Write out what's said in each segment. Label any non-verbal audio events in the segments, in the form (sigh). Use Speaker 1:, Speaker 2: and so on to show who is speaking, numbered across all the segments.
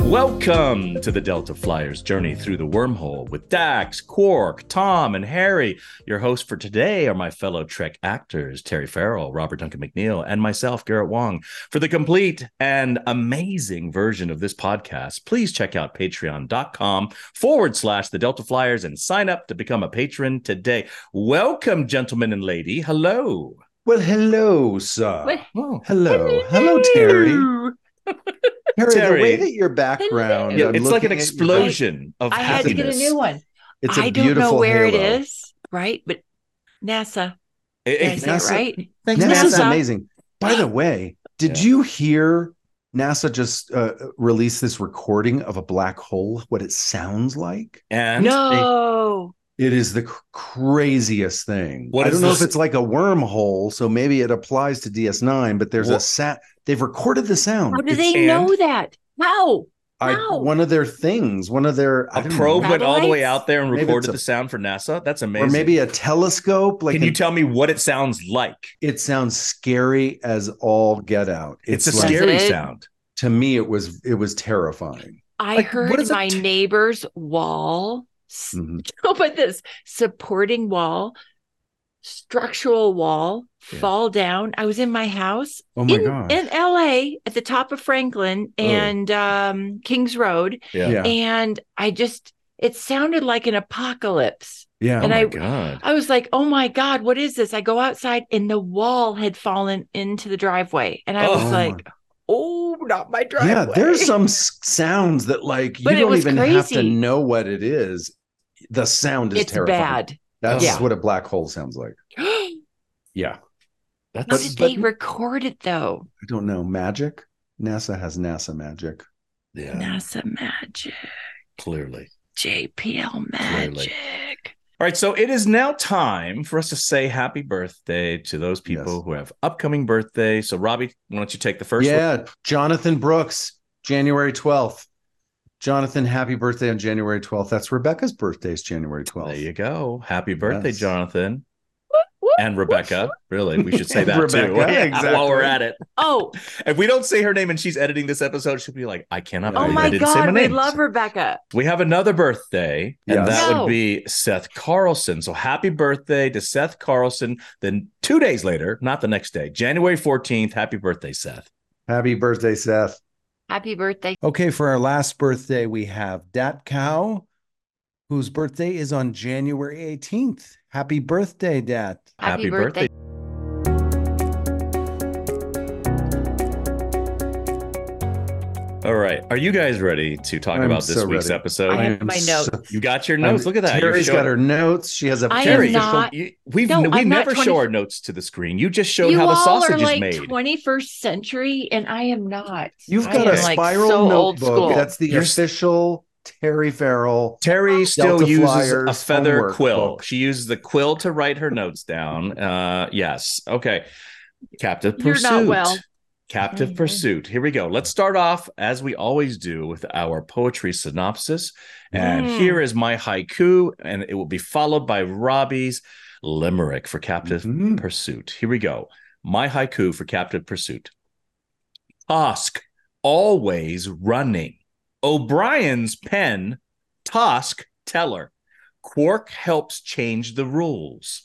Speaker 1: Welcome to the Delta Flyers journey through the wormhole with Dax, Quark, Tom, and Harry. Your hosts for today are my fellow Trek actors, Terry Farrell, Robert Duncan McNeil, and myself, Garrett Wong. For the complete and amazing version of this podcast, please check out patreon.com forward slash the Delta Flyers and sign up to become a patron today. Welcome, gentlemen and lady. Hello.
Speaker 2: Well, hello, sir.
Speaker 3: Wait.
Speaker 1: Oh,
Speaker 2: Hello. Hello, Terry. Terry,
Speaker 1: Terry.
Speaker 2: the way that your background.
Speaker 1: yeah,
Speaker 2: I'm
Speaker 1: it's like an
Speaker 2: looking at you-
Speaker 1: explosion of
Speaker 3: I had to get a
Speaker 1: happiness.
Speaker 3: new one.
Speaker 2: It's a
Speaker 3: I don't know
Speaker 2: beautiful
Speaker 3: where
Speaker 2: halo.
Speaker 3: it is, right? But NASA,
Speaker 1: It-
Speaker 3: did I
Speaker 1: it-
Speaker 3: say it
Speaker 2: NASA.
Speaker 3: right?
Speaker 2: Thanks,
Speaker 3: NASA.
Speaker 2: NASA. Amazing. By the way, did
Speaker 1: Yeah.
Speaker 2: you hear NASA just uh, release this recording of a black hole? What it sounds like?
Speaker 1: and
Speaker 3: No,
Speaker 2: It is the cr- craziest thing.
Speaker 1: What
Speaker 2: I
Speaker 1: is
Speaker 2: don't know
Speaker 1: this?
Speaker 2: if it's like a wormhole, so maybe it applies to DS9. But there's a
Speaker 1: What-
Speaker 2: sat. They've recorded the sound.
Speaker 3: how do
Speaker 1: It's
Speaker 3: they
Speaker 1: and-
Speaker 3: know that? How?
Speaker 2: I,
Speaker 3: Wow.
Speaker 2: one of their things. One of their I
Speaker 1: a
Speaker 2: don't know.
Speaker 1: probe went all the way
Speaker 3: Satellites?
Speaker 1: out there and
Speaker 2: Maybe
Speaker 1: recorded
Speaker 2: it's a-
Speaker 1: the sound for NASA. That's amazing.
Speaker 2: or maybe a telescope. Like
Speaker 1: can
Speaker 2: an
Speaker 1: you tell me what it sounds like?
Speaker 2: it sounds scary as all get out.
Speaker 1: It's, a
Speaker 2: like,
Speaker 3: Does
Speaker 1: scary
Speaker 3: it?
Speaker 1: sound.
Speaker 2: to me it was it was terrifying.
Speaker 3: I
Speaker 1: Like, what
Speaker 3: heard
Speaker 1: is a
Speaker 3: my
Speaker 1: t-
Speaker 3: neighbor's wall. s- (laughs)
Speaker 2: Mhm.
Speaker 3: How about this supporting wall, structural wall
Speaker 1: Yeah.
Speaker 3: fall down? I was in my house
Speaker 2: Oh my
Speaker 3: in,
Speaker 2: god.
Speaker 3: in LA at the top of Franklin
Speaker 2: Oh.
Speaker 3: and um, Kings Road,
Speaker 1: Yeah.
Speaker 2: Yeah.
Speaker 3: and I just it sounded like an apocalypse.
Speaker 2: Yeah.
Speaker 1: Oh
Speaker 3: And
Speaker 1: my
Speaker 3: I-
Speaker 1: god.
Speaker 3: I was like, oh my God, what is this? I go outside and the wall had fallen into the driveway. And I was
Speaker 1: Oh my-
Speaker 3: like, oh, not my driveway.
Speaker 2: yeah, there's some s- sounds that like you
Speaker 3: But it
Speaker 2: don't
Speaker 3: was
Speaker 2: even have to
Speaker 3: crazy.
Speaker 2: know what it is. The sound is
Speaker 3: (laughs) It's
Speaker 2: terrifying.
Speaker 3: bad. (gasps)
Speaker 2: That's
Speaker 1: Yeah.
Speaker 2: what a black hole sounds like.
Speaker 3: How
Speaker 2: Yeah.
Speaker 1: That's
Speaker 3: did
Speaker 2: but-
Speaker 3: they record it though?
Speaker 2: I don't know. Magic? NASA has NASA magic.
Speaker 1: yeah,
Speaker 3: NASA Magic,
Speaker 1: clearly.
Speaker 3: JPL Magic.
Speaker 1: All right, so it is now time for us to say happy birthday to those people
Speaker 2: Yes.
Speaker 1: who have upcoming birthday. So Robbie, why don't you take the first one?
Speaker 2: yeah, Jonathan Brooks, January 12th. Jonathan, happy birthday on January 12th. That's Rebecca's birthday is January 12th.
Speaker 1: There you go. Happy birthday,
Speaker 2: Yes.
Speaker 1: Jonathan
Speaker 3: Whoop, whoop,
Speaker 1: and
Speaker 3: whoop.
Speaker 1: Rebecca. Really, we
Speaker 2: (laughs)
Speaker 1: should say
Speaker 2: And
Speaker 1: that too. (laughs)
Speaker 2: Rebecca,
Speaker 1: While we're
Speaker 2: exactly.
Speaker 1: at it.
Speaker 3: Oh,
Speaker 1: If we don't say her name and she's editing this episode, she'll be like, I cannot
Speaker 2: Yeah,
Speaker 3: oh
Speaker 1: believe I
Speaker 3: my
Speaker 1: didn't say my
Speaker 3: God. We
Speaker 1: name.
Speaker 3: love Rebecca.
Speaker 1: We have another birthday, and
Speaker 2: Yes.
Speaker 1: that
Speaker 3: No.
Speaker 1: would be Seth Carlson. So happy birthday to Seth Carlson. Then two days later, not the next day, January 14th, happy birthday, Seth.
Speaker 2: Happy birthday, Seth.
Speaker 3: Happy birthday.
Speaker 2: Okay, for our last birthday, we have Dat Cow, whose birthday is on January 18th. Happy birthday, Dat.
Speaker 3: Happy birthday.
Speaker 1: All right. Are you guys ready to talk
Speaker 2: I'm
Speaker 1: about this
Speaker 2: so
Speaker 1: week's
Speaker 2: ready.
Speaker 1: episode?
Speaker 3: I have
Speaker 2: am
Speaker 3: my
Speaker 2: so-
Speaker 1: you got your notes. Look at that.
Speaker 2: Terry's
Speaker 1: You're
Speaker 2: got
Speaker 1: showing-
Speaker 2: her notes. She has a
Speaker 3: I am
Speaker 1: Terry,
Speaker 3: not-
Speaker 1: you- we've
Speaker 3: No,
Speaker 1: we
Speaker 3: I'm not
Speaker 1: never
Speaker 3: 20
Speaker 1: show our notes to the screen. You just showed
Speaker 3: you
Speaker 1: how the
Speaker 3: all
Speaker 1: sausage
Speaker 3: are like
Speaker 1: is made.
Speaker 3: 21st century, and I am not.
Speaker 2: You've
Speaker 3: I
Speaker 2: got
Speaker 3: am
Speaker 2: a
Speaker 3: like
Speaker 2: spiral
Speaker 3: so old
Speaker 2: notebook.
Speaker 3: school.
Speaker 2: That's the
Speaker 1: You're s-
Speaker 2: official Terry Farrell.
Speaker 1: Terry still
Speaker 2: Delta
Speaker 1: uses a
Speaker 2: Flyers
Speaker 1: feather
Speaker 2: homework
Speaker 1: quill.
Speaker 2: book.
Speaker 1: She uses the quill to write her notes down. Uh, yes. Okay. Captive
Speaker 3: You're
Speaker 1: pursuit.
Speaker 3: not well.
Speaker 1: Captive
Speaker 3: Mhm.
Speaker 1: pursuit. Here we go. Let's start off as we always do with our poetry synopsis. And
Speaker 3: Mm.
Speaker 1: here is my haiku, and it will be followed by Robbie's limerick for Captive
Speaker 2: Mhm.
Speaker 1: Pursuit. Here we go. My haiku for Captive Pursuit. Tosk, always running. O'Brien's pen, Tosk teller. Quark helps change the rules.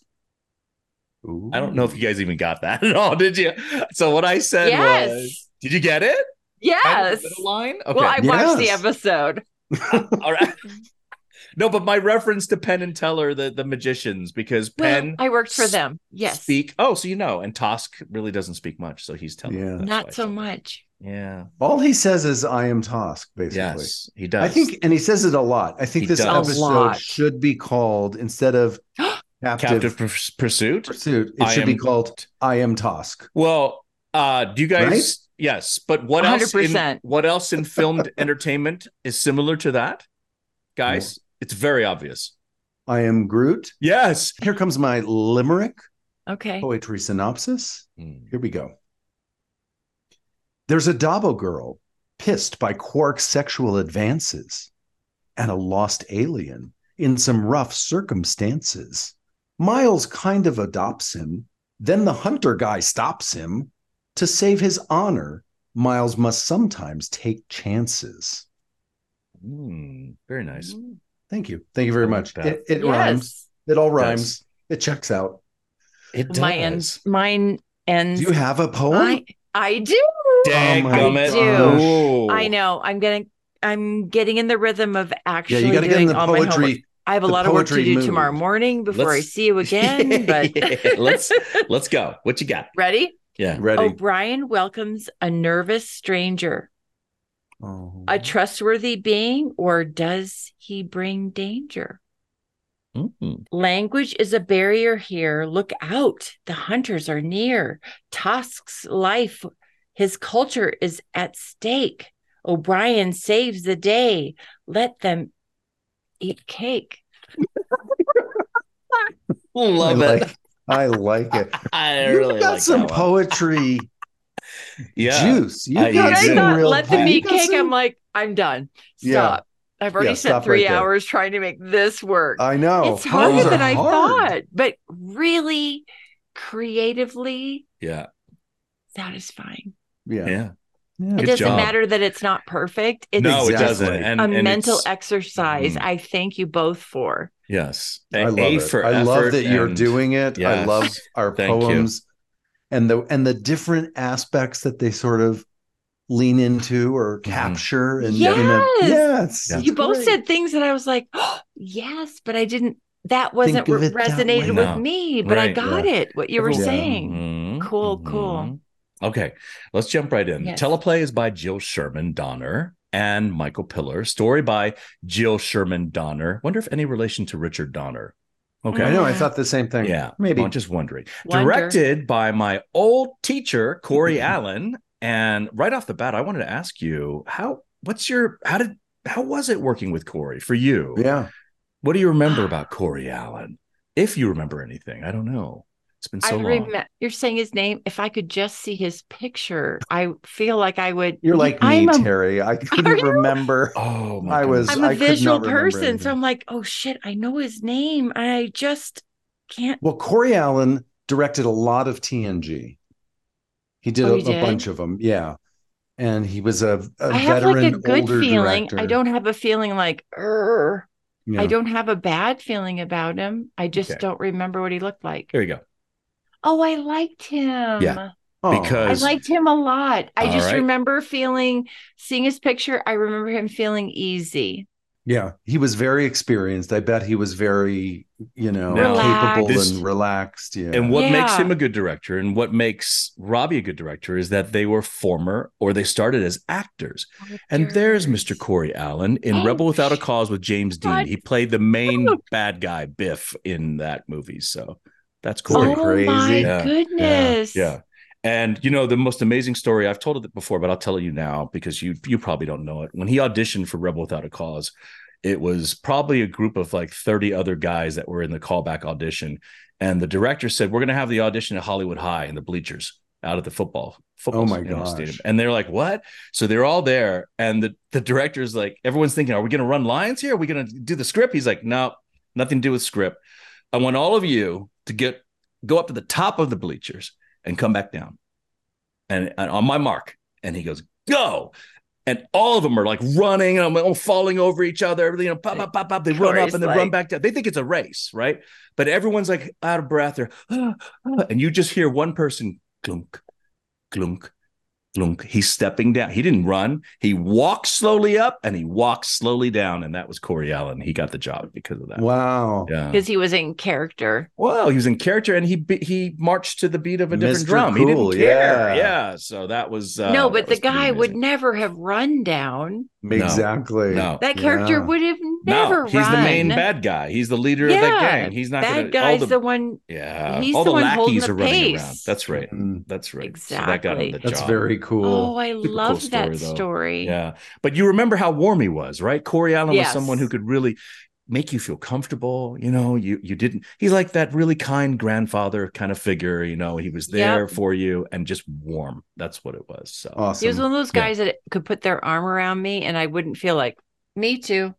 Speaker 2: Mm-hmm.
Speaker 1: I don't know if you guys even got that (laughs) at all, did you? So what I said was,
Speaker 3: Yes.
Speaker 1: did you get it? Kind of
Speaker 3: Yes.
Speaker 1: the middle line. Okay.
Speaker 3: Well, I watched the
Speaker 2: Yes.
Speaker 3: episode.
Speaker 1: (laughs) all right. No, but my reference to Penn and Teller, the the magicians, because
Speaker 3: Well,
Speaker 1: Penn
Speaker 3: I worked for
Speaker 1: s-
Speaker 3: them. Yes.
Speaker 1: speak. Oh, so you know, and Tosk really doesn't speak much, so he's telling.
Speaker 2: Yeah.
Speaker 1: That's why I
Speaker 3: Not so
Speaker 1: said-
Speaker 3: much.
Speaker 1: Yeah.
Speaker 2: (laughs) All he says is, I am Tosk, basically.
Speaker 1: Yes, he does.
Speaker 2: I think, and he says it a lot. I think
Speaker 1: He
Speaker 2: this
Speaker 1: does. A
Speaker 2: episode
Speaker 3: lot.
Speaker 2: should be called,
Speaker 1: (gasps)
Speaker 2: instead of Captive,
Speaker 1: captive Purs- pursuit.
Speaker 2: Pursuit, it
Speaker 1: I
Speaker 2: should
Speaker 1: am-
Speaker 2: be called I Am Tosk.
Speaker 1: Well, uh, do you guys?
Speaker 2: Right?
Speaker 1: Yes, but what else? In,
Speaker 3: 100%.
Speaker 1: what else in filmed (laughs) entertainment is similar to that, guys? It's very obvious.
Speaker 2: I am Groot.
Speaker 1: Yes.
Speaker 2: Here comes my limerick
Speaker 3: Okay.
Speaker 2: poetry synopsis.
Speaker 1: Mm.
Speaker 2: Here we go. There's a Dabo girl pissed by Quark's sexual advances and a lost alien in some rough circumstances. Miles kind of adopts him. Then the hunter guy stops him. To save his honor, Miles must sometimes take chances.
Speaker 1: Mm, very nice.
Speaker 3: Mm.
Speaker 2: Thank you. Thank you very
Speaker 1: I like
Speaker 2: much.
Speaker 1: that.
Speaker 2: It, it
Speaker 3: Yes.
Speaker 2: rhymes. It all
Speaker 1: does.
Speaker 2: rhymes. It checks out.
Speaker 1: It does.
Speaker 3: Mine ends. Mine ends.
Speaker 2: Do you have a poem?
Speaker 3: I I do.
Speaker 1: Dang
Speaker 2: Oh my
Speaker 1: gummit.
Speaker 3: gosh.
Speaker 1: Ooh.
Speaker 3: I know. I'm getting. I'm getting in the rhythm of
Speaker 2: yeah,
Speaker 3: actually
Speaker 2: you got to get
Speaker 3: doing
Speaker 2: in the
Speaker 3: all my homework.
Speaker 2: poetry.
Speaker 3: I have a
Speaker 2: the
Speaker 3: lot of work to
Speaker 2: poetry
Speaker 3: do
Speaker 2: mood.
Speaker 3: tomorrow morning before I
Speaker 1: Let's-
Speaker 3: see you
Speaker 2: (laughs)
Speaker 3: again. But
Speaker 1: Yeah, let's let's go. What you got?
Speaker 3: ready?
Speaker 1: Yeah.
Speaker 2: Ready?
Speaker 3: O'Brien welcomes a nervous stranger,
Speaker 2: Oh.
Speaker 3: a trustworthy being, or does he bring danger?
Speaker 1: Mm.
Speaker 3: Language is a barrier here. Look out. The hunters are near. Tusk's life, his culture is at stake. O'Brien saves the day. Let them eat cake.
Speaker 1: Love
Speaker 2: I
Speaker 1: it.
Speaker 2: Like, Oh, I like
Speaker 3: (laughs)
Speaker 2: it.
Speaker 1: I
Speaker 2: You've
Speaker 1: really
Speaker 2: got
Speaker 1: like
Speaker 2: some
Speaker 1: that one.
Speaker 2: poetry
Speaker 1: Yeah.
Speaker 2: juice. You
Speaker 1: I-
Speaker 2: got
Speaker 1: I
Speaker 2: some
Speaker 1: thought,
Speaker 2: real
Speaker 3: let them
Speaker 2: you
Speaker 3: eat
Speaker 2: got
Speaker 3: cake.
Speaker 2: some-
Speaker 3: I'm like, I'm done.
Speaker 2: Yeah.
Speaker 3: Stop. I've already
Speaker 2: Yeah,
Speaker 3: spent
Speaker 2: stop
Speaker 3: three
Speaker 2: right there.
Speaker 3: hours trying to make this work.
Speaker 2: I know.
Speaker 3: it's harder
Speaker 2: Poems are
Speaker 3: than I
Speaker 2: Oh, hard.
Speaker 3: thought, but really creatively
Speaker 1: Yeah.
Speaker 3: satisfying.
Speaker 2: Yeah.
Speaker 1: Yeah.
Speaker 2: Yeah.
Speaker 3: It
Speaker 1: Good
Speaker 3: doesn't
Speaker 1: job.
Speaker 3: matter that it's not perfect. It's
Speaker 1: no,
Speaker 2: Exactly.
Speaker 1: it doesn't. And,
Speaker 3: a
Speaker 1: and
Speaker 3: mental
Speaker 1: it's-
Speaker 3: exercise.
Speaker 1: Mm.
Speaker 2: Mm-hmm.
Speaker 3: I thank you both for.
Speaker 1: Yes.
Speaker 2: I love
Speaker 1: A
Speaker 2: it.
Speaker 1: for
Speaker 2: I
Speaker 1: effort
Speaker 2: love that you're
Speaker 1: and-
Speaker 2: doing it. I
Speaker 1: Yes.
Speaker 2: love our
Speaker 1: Thank you.
Speaker 2: poems and the and the different aspects that they sort of lean into or
Speaker 1: Mm-hmm.
Speaker 2: capture and in a,
Speaker 3: Yes.
Speaker 2: yeah, it's-
Speaker 1: You
Speaker 2: it's
Speaker 3: you both
Speaker 2: great.
Speaker 3: said things that I was like, (gasps) oh, yes, but I didn't. That wasn't
Speaker 2: Think of
Speaker 3: what
Speaker 2: it that
Speaker 3: resonated
Speaker 2: way.
Speaker 3: with
Speaker 1: No.
Speaker 3: me, but I
Speaker 1: Right,
Speaker 3: got it. What you were
Speaker 2: Everyone- Yeah. Mm-hmm.
Speaker 3: saying.
Speaker 1: Mhm,
Speaker 3: Cool, cool.
Speaker 1: mhm. Okay, let's jump right in.
Speaker 3: Yes.
Speaker 1: Teleplay is by Jill Sherman Donner and Michael Pillar. Story by Jill Sherman Donner. Wonder if any relation to Richard Donner. Okay.
Speaker 2: I know. I thought the same thing.
Speaker 1: Yeah.
Speaker 2: Maybe.
Speaker 1: I'm just wondering.
Speaker 3: Mm-hmm. Wonder.
Speaker 1: Directed by my old teacher, Corey (laughs) Allen. And right off the bat, I wanted to ask you how what's your how did how was it working with Corey for you?
Speaker 2: Yeah.
Speaker 1: What do you remember about Corey Allen? If you remember anything, I don't know. It's been so
Speaker 3: I
Speaker 1: long.
Speaker 3: remember you're saying his name. If I could just see his picture, I feel like I would.
Speaker 2: You're like
Speaker 3: I'm
Speaker 2: me,
Speaker 3: a-
Speaker 2: Terry.
Speaker 3: (laughs)
Speaker 2: I
Speaker 3: Are
Speaker 2: couldn't
Speaker 3: you?
Speaker 2: remember.
Speaker 1: Oh, my
Speaker 2: I was-
Speaker 1: goodness.
Speaker 3: I'm a
Speaker 2: I could not
Speaker 3: visual
Speaker 2: remember
Speaker 3: person,
Speaker 2: anything.
Speaker 3: so I'm like, oh shit, I know his name. I just can't.
Speaker 2: Well, Corey Allen directed a lot of TNG. He did
Speaker 3: Oh,
Speaker 2: a,
Speaker 3: he
Speaker 2: a
Speaker 3: did?
Speaker 2: bunch of them. Yeah. And he was a, a
Speaker 3: I have
Speaker 2: veteran
Speaker 3: like a good
Speaker 2: older
Speaker 3: feeling.
Speaker 2: director.
Speaker 3: I don't have a feeling like, "Err."
Speaker 2: Yeah.
Speaker 3: I don't have a bad feeling about him. I just
Speaker 1: Okay.
Speaker 3: don't remember what he looked like.
Speaker 1: Here we go.
Speaker 3: Oh, I liked him.
Speaker 1: Yeah.
Speaker 2: Oh,
Speaker 3: I
Speaker 1: because-
Speaker 3: liked him a lot. I
Speaker 1: All
Speaker 3: just
Speaker 1: right.
Speaker 3: remember feeling, seeing his picture. I remember him feeling easy.
Speaker 2: yeah, he was very experienced. I bet he was very, you know,
Speaker 1: Now-
Speaker 2: capable
Speaker 1: Relaxed.
Speaker 2: and relaxed. Yeah.
Speaker 1: And what makes
Speaker 3: Yeah.
Speaker 1: him a good director and what makes Robbie a good director is that they were former or they started as actors. And there's Mr. Corey Allen in
Speaker 3: Oh,
Speaker 1: Rebel Without a
Speaker 3: sh-
Speaker 1: Cause with James Dean.
Speaker 3: What?
Speaker 1: He played the
Speaker 3: (laughs)
Speaker 1: main
Speaker 3: Oh.
Speaker 1: bad guy, Biff, in that movie. So that's Corey.
Speaker 2: Corey.
Speaker 3: Oh my
Speaker 2: Crazy.
Speaker 1: Yeah,
Speaker 3: goodness.
Speaker 1: Yeah. And you know the most amazing story I've told it before, but I'll tell you now because you you probably don't know it. When he auditioned for Rebel Without a Cause, it was probably a group of like 30 other guys that were in the callback audition, and the director said, "We're going to have the audition at Hollywood High in the bleachers out at the football football
Speaker 2: Oh my
Speaker 1: you know,
Speaker 2: gosh.
Speaker 1: stadium." And they're like, "What?" So they're all there, and the the director's like, "Everyone's thinking, are we going to run lines here? Are we going to do the script?" He's like, "No, nothing to do with script. I want all of you to get go up to the top of the bleachers." and come back down. And, and on my mark, and he goes, go. And all of them are like running and I'm like, oh, falling over each other, everything, you know, pop, pop, pop, pop. They run up
Speaker 3: Corey's
Speaker 1: and they run
Speaker 3: like-
Speaker 1: back down. They think it's a race, right? But everyone's like out of breath or, "Ah, ah," and you just hear one person glunk, glunk, glunk. He's stepping down. He didn't run. He walked slowly up and he walked slowly down. And that was Corey Allen. He got the job because of that.
Speaker 2: wow.
Speaker 1: Yeah.
Speaker 3: Because he was in character.
Speaker 1: Well, he was in character and he be- he marched to the beat of a different
Speaker 2: Mr.
Speaker 1: drum. he
Speaker 2: Cool,
Speaker 1: didn't care.
Speaker 2: yeah.
Speaker 1: Yeah. So that was uh,
Speaker 3: no,
Speaker 1: that
Speaker 3: but the
Speaker 1: was pretty
Speaker 3: guy would
Speaker 1: amazing.
Speaker 3: never have run down.
Speaker 2: Exactly.
Speaker 1: No.
Speaker 3: That character
Speaker 2: Yeah.
Speaker 3: would have
Speaker 1: No,
Speaker 3: never
Speaker 1: he's the main
Speaker 3: run.
Speaker 1: bad guy. He's the leader of
Speaker 3: Yeah,
Speaker 1: that gang. He's not
Speaker 3: Bad
Speaker 1: gonna,
Speaker 3: guy's
Speaker 1: all
Speaker 3: the,
Speaker 1: the,
Speaker 3: one.
Speaker 1: yeah.
Speaker 3: he's
Speaker 1: all
Speaker 3: the
Speaker 1: the,
Speaker 3: one holding
Speaker 1: lackeys
Speaker 3: the
Speaker 1: are running
Speaker 3: pace.
Speaker 1: around. That's right.
Speaker 2: Mm,
Speaker 1: That's right. So that got him the
Speaker 3: Exactly.
Speaker 2: That's
Speaker 1: job.
Speaker 2: very cool.
Speaker 3: Oh, I
Speaker 1: cool
Speaker 3: love that
Speaker 1: story, though.
Speaker 3: story.
Speaker 1: Yeah. But you remember how warm he was, right? Corey Allen
Speaker 3: Yes.
Speaker 1: was someone who could really make you feel comfortable. You know, you you didn't he's like that really kind grandfather kind of figure, you know, he was there for you and just warm. That's what it was. So
Speaker 2: Awesome.
Speaker 3: He was one of those
Speaker 1: Yeah.
Speaker 3: guys that could put their arm around me and I wouldn't feel like, me too.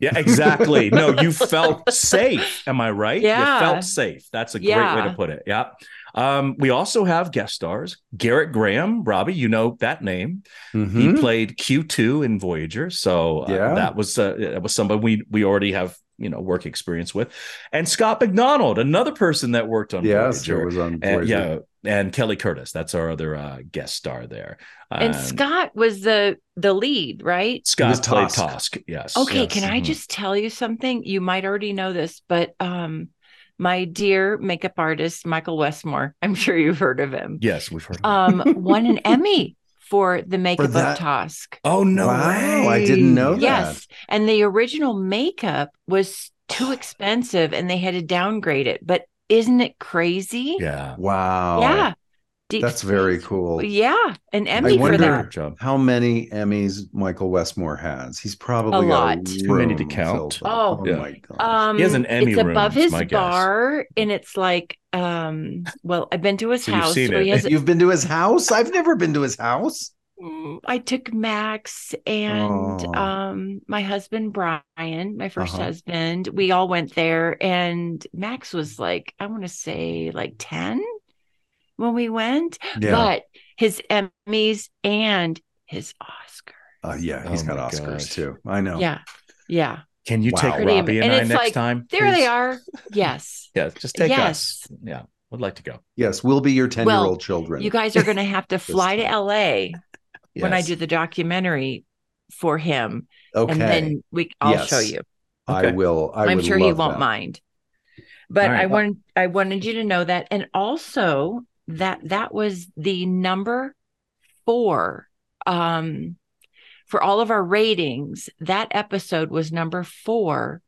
Speaker 1: Yeah, exactly. no, you felt safe. Am I right?
Speaker 3: Yeah.
Speaker 1: You felt safe. That's a great way
Speaker 3: Yeah.
Speaker 1: to put it. Yeah. Um, we also have guest stars Garrett Graham, Robbie, you know that name.
Speaker 2: Mm-hmm.
Speaker 1: He played Q2 in Voyager. So uh,
Speaker 2: Hmm? Yeah.
Speaker 1: that was uh, that was somebody we we already have, you know, work experience with. And Scott McDonald, another person that worked on
Speaker 2: Yes, it
Speaker 1: Voyager.
Speaker 2: was on
Speaker 1: And,
Speaker 2: Voyager.
Speaker 1: yeah, and Kelly Curtis, that's our other uh, guest star there.
Speaker 3: And
Speaker 1: Um,
Speaker 3: Scott was the the lead, right?
Speaker 1: Scott
Speaker 2: was
Speaker 1: played
Speaker 2: Tosk.
Speaker 1: Tosk. Yes.
Speaker 3: Okay,
Speaker 1: yes.
Speaker 3: can I
Speaker 1: Mhm.
Speaker 3: just tell you something? You might already know this, but um my dear makeup artist Michael Westmore, I'm sure you've heard of him.
Speaker 1: Yes, we've heard. Of him.
Speaker 3: Um
Speaker 1: (laughs)
Speaker 3: won an Emmy for the makeup
Speaker 2: that?
Speaker 3: of Tosk.
Speaker 1: oh no!
Speaker 2: wow,
Speaker 1: way.
Speaker 2: I didn't know that.
Speaker 3: Yes, and the original makeup was
Speaker 2: (sighs)
Speaker 3: too expensive and they had to downgrade it. But isn't it crazy?
Speaker 1: Yeah.
Speaker 2: Wow.
Speaker 3: Yeah. Do-
Speaker 2: That's very cool.
Speaker 3: Yeah, an
Speaker 1: I
Speaker 3: Emmy for
Speaker 2: wonder-
Speaker 3: that.
Speaker 1: Great job.
Speaker 2: How many Emmys Michael Westmore has? He's probably
Speaker 3: A
Speaker 2: got
Speaker 3: lot.
Speaker 1: Too many to
Speaker 2: room
Speaker 1: count.
Speaker 2: filled up.
Speaker 3: Oh.
Speaker 1: Yeah.
Speaker 2: my gosh.
Speaker 3: Um,
Speaker 1: He has an Emmy
Speaker 3: it's
Speaker 1: room,
Speaker 3: above
Speaker 1: is
Speaker 3: his
Speaker 1: my guess.
Speaker 3: bar, and it's like, um, well, I've been to his
Speaker 1: So you've
Speaker 3: house.
Speaker 1: seen
Speaker 3: so he
Speaker 1: it.
Speaker 3: has.
Speaker 2: You've been to his house? I've never been to his house.
Speaker 3: Mm, I took Max and
Speaker 2: Oh.
Speaker 3: um, my husband Brian, my 1st
Speaker 2: Uh-huh.
Speaker 3: husband. We all went there, and Max was like, I want to say like ten when we went, but his Emmys and his Oscar.
Speaker 2: But uh, yeah, he's
Speaker 1: Oh
Speaker 2: got
Speaker 1: my
Speaker 2: Oscars
Speaker 1: gosh.
Speaker 2: too. I know.
Speaker 3: Yeah, yeah.
Speaker 1: Can you take
Speaker 2: Wow.
Speaker 3: Pretty
Speaker 1: Robbie
Speaker 3: ama-
Speaker 1: and,
Speaker 3: and
Speaker 1: I
Speaker 3: it's
Speaker 1: next
Speaker 3: like,
Speaker 1: time?
Speaker 3: There they
Speaker 1: please?
Speaker 2: (laughs)
Speaker 3: are. Yes.
Speaker 1: Yeah, just take
Speaker 3: Yes.
Speaker 1: us. Yeah, would like to go.
Speaker 2: Yes, we'll be your 10 year
Speaker 3: Well,
Speaker 2: old children.
Speaker 3: You guys are going to
Speaker 2: (laughs)
Speaker 3: have to fly to
Speaker 2: time.
Speaker 3: LA when I
Speaker 1: Yes.
Speaker 3: do the documentary for him,
Speaker 2: okay.
Speaker 3: and then we I'll
Speaker 2: Yes.
Speaker 3: show you.
Speaker 2: I
Speaker 1: Okay.
Speaker 2: will. I
Speaker 3: I am
Speaker 2: would
Speaker 3: sure he
Speaker 2: love
Speaker 3: won't
Speaker 2: that.
Speaker 3: mind. But
Speaker 1: All right.
Speaker 3: I wanted I wanted you to know that, and also that that was the number four um, for all of our ratings. That episode was number four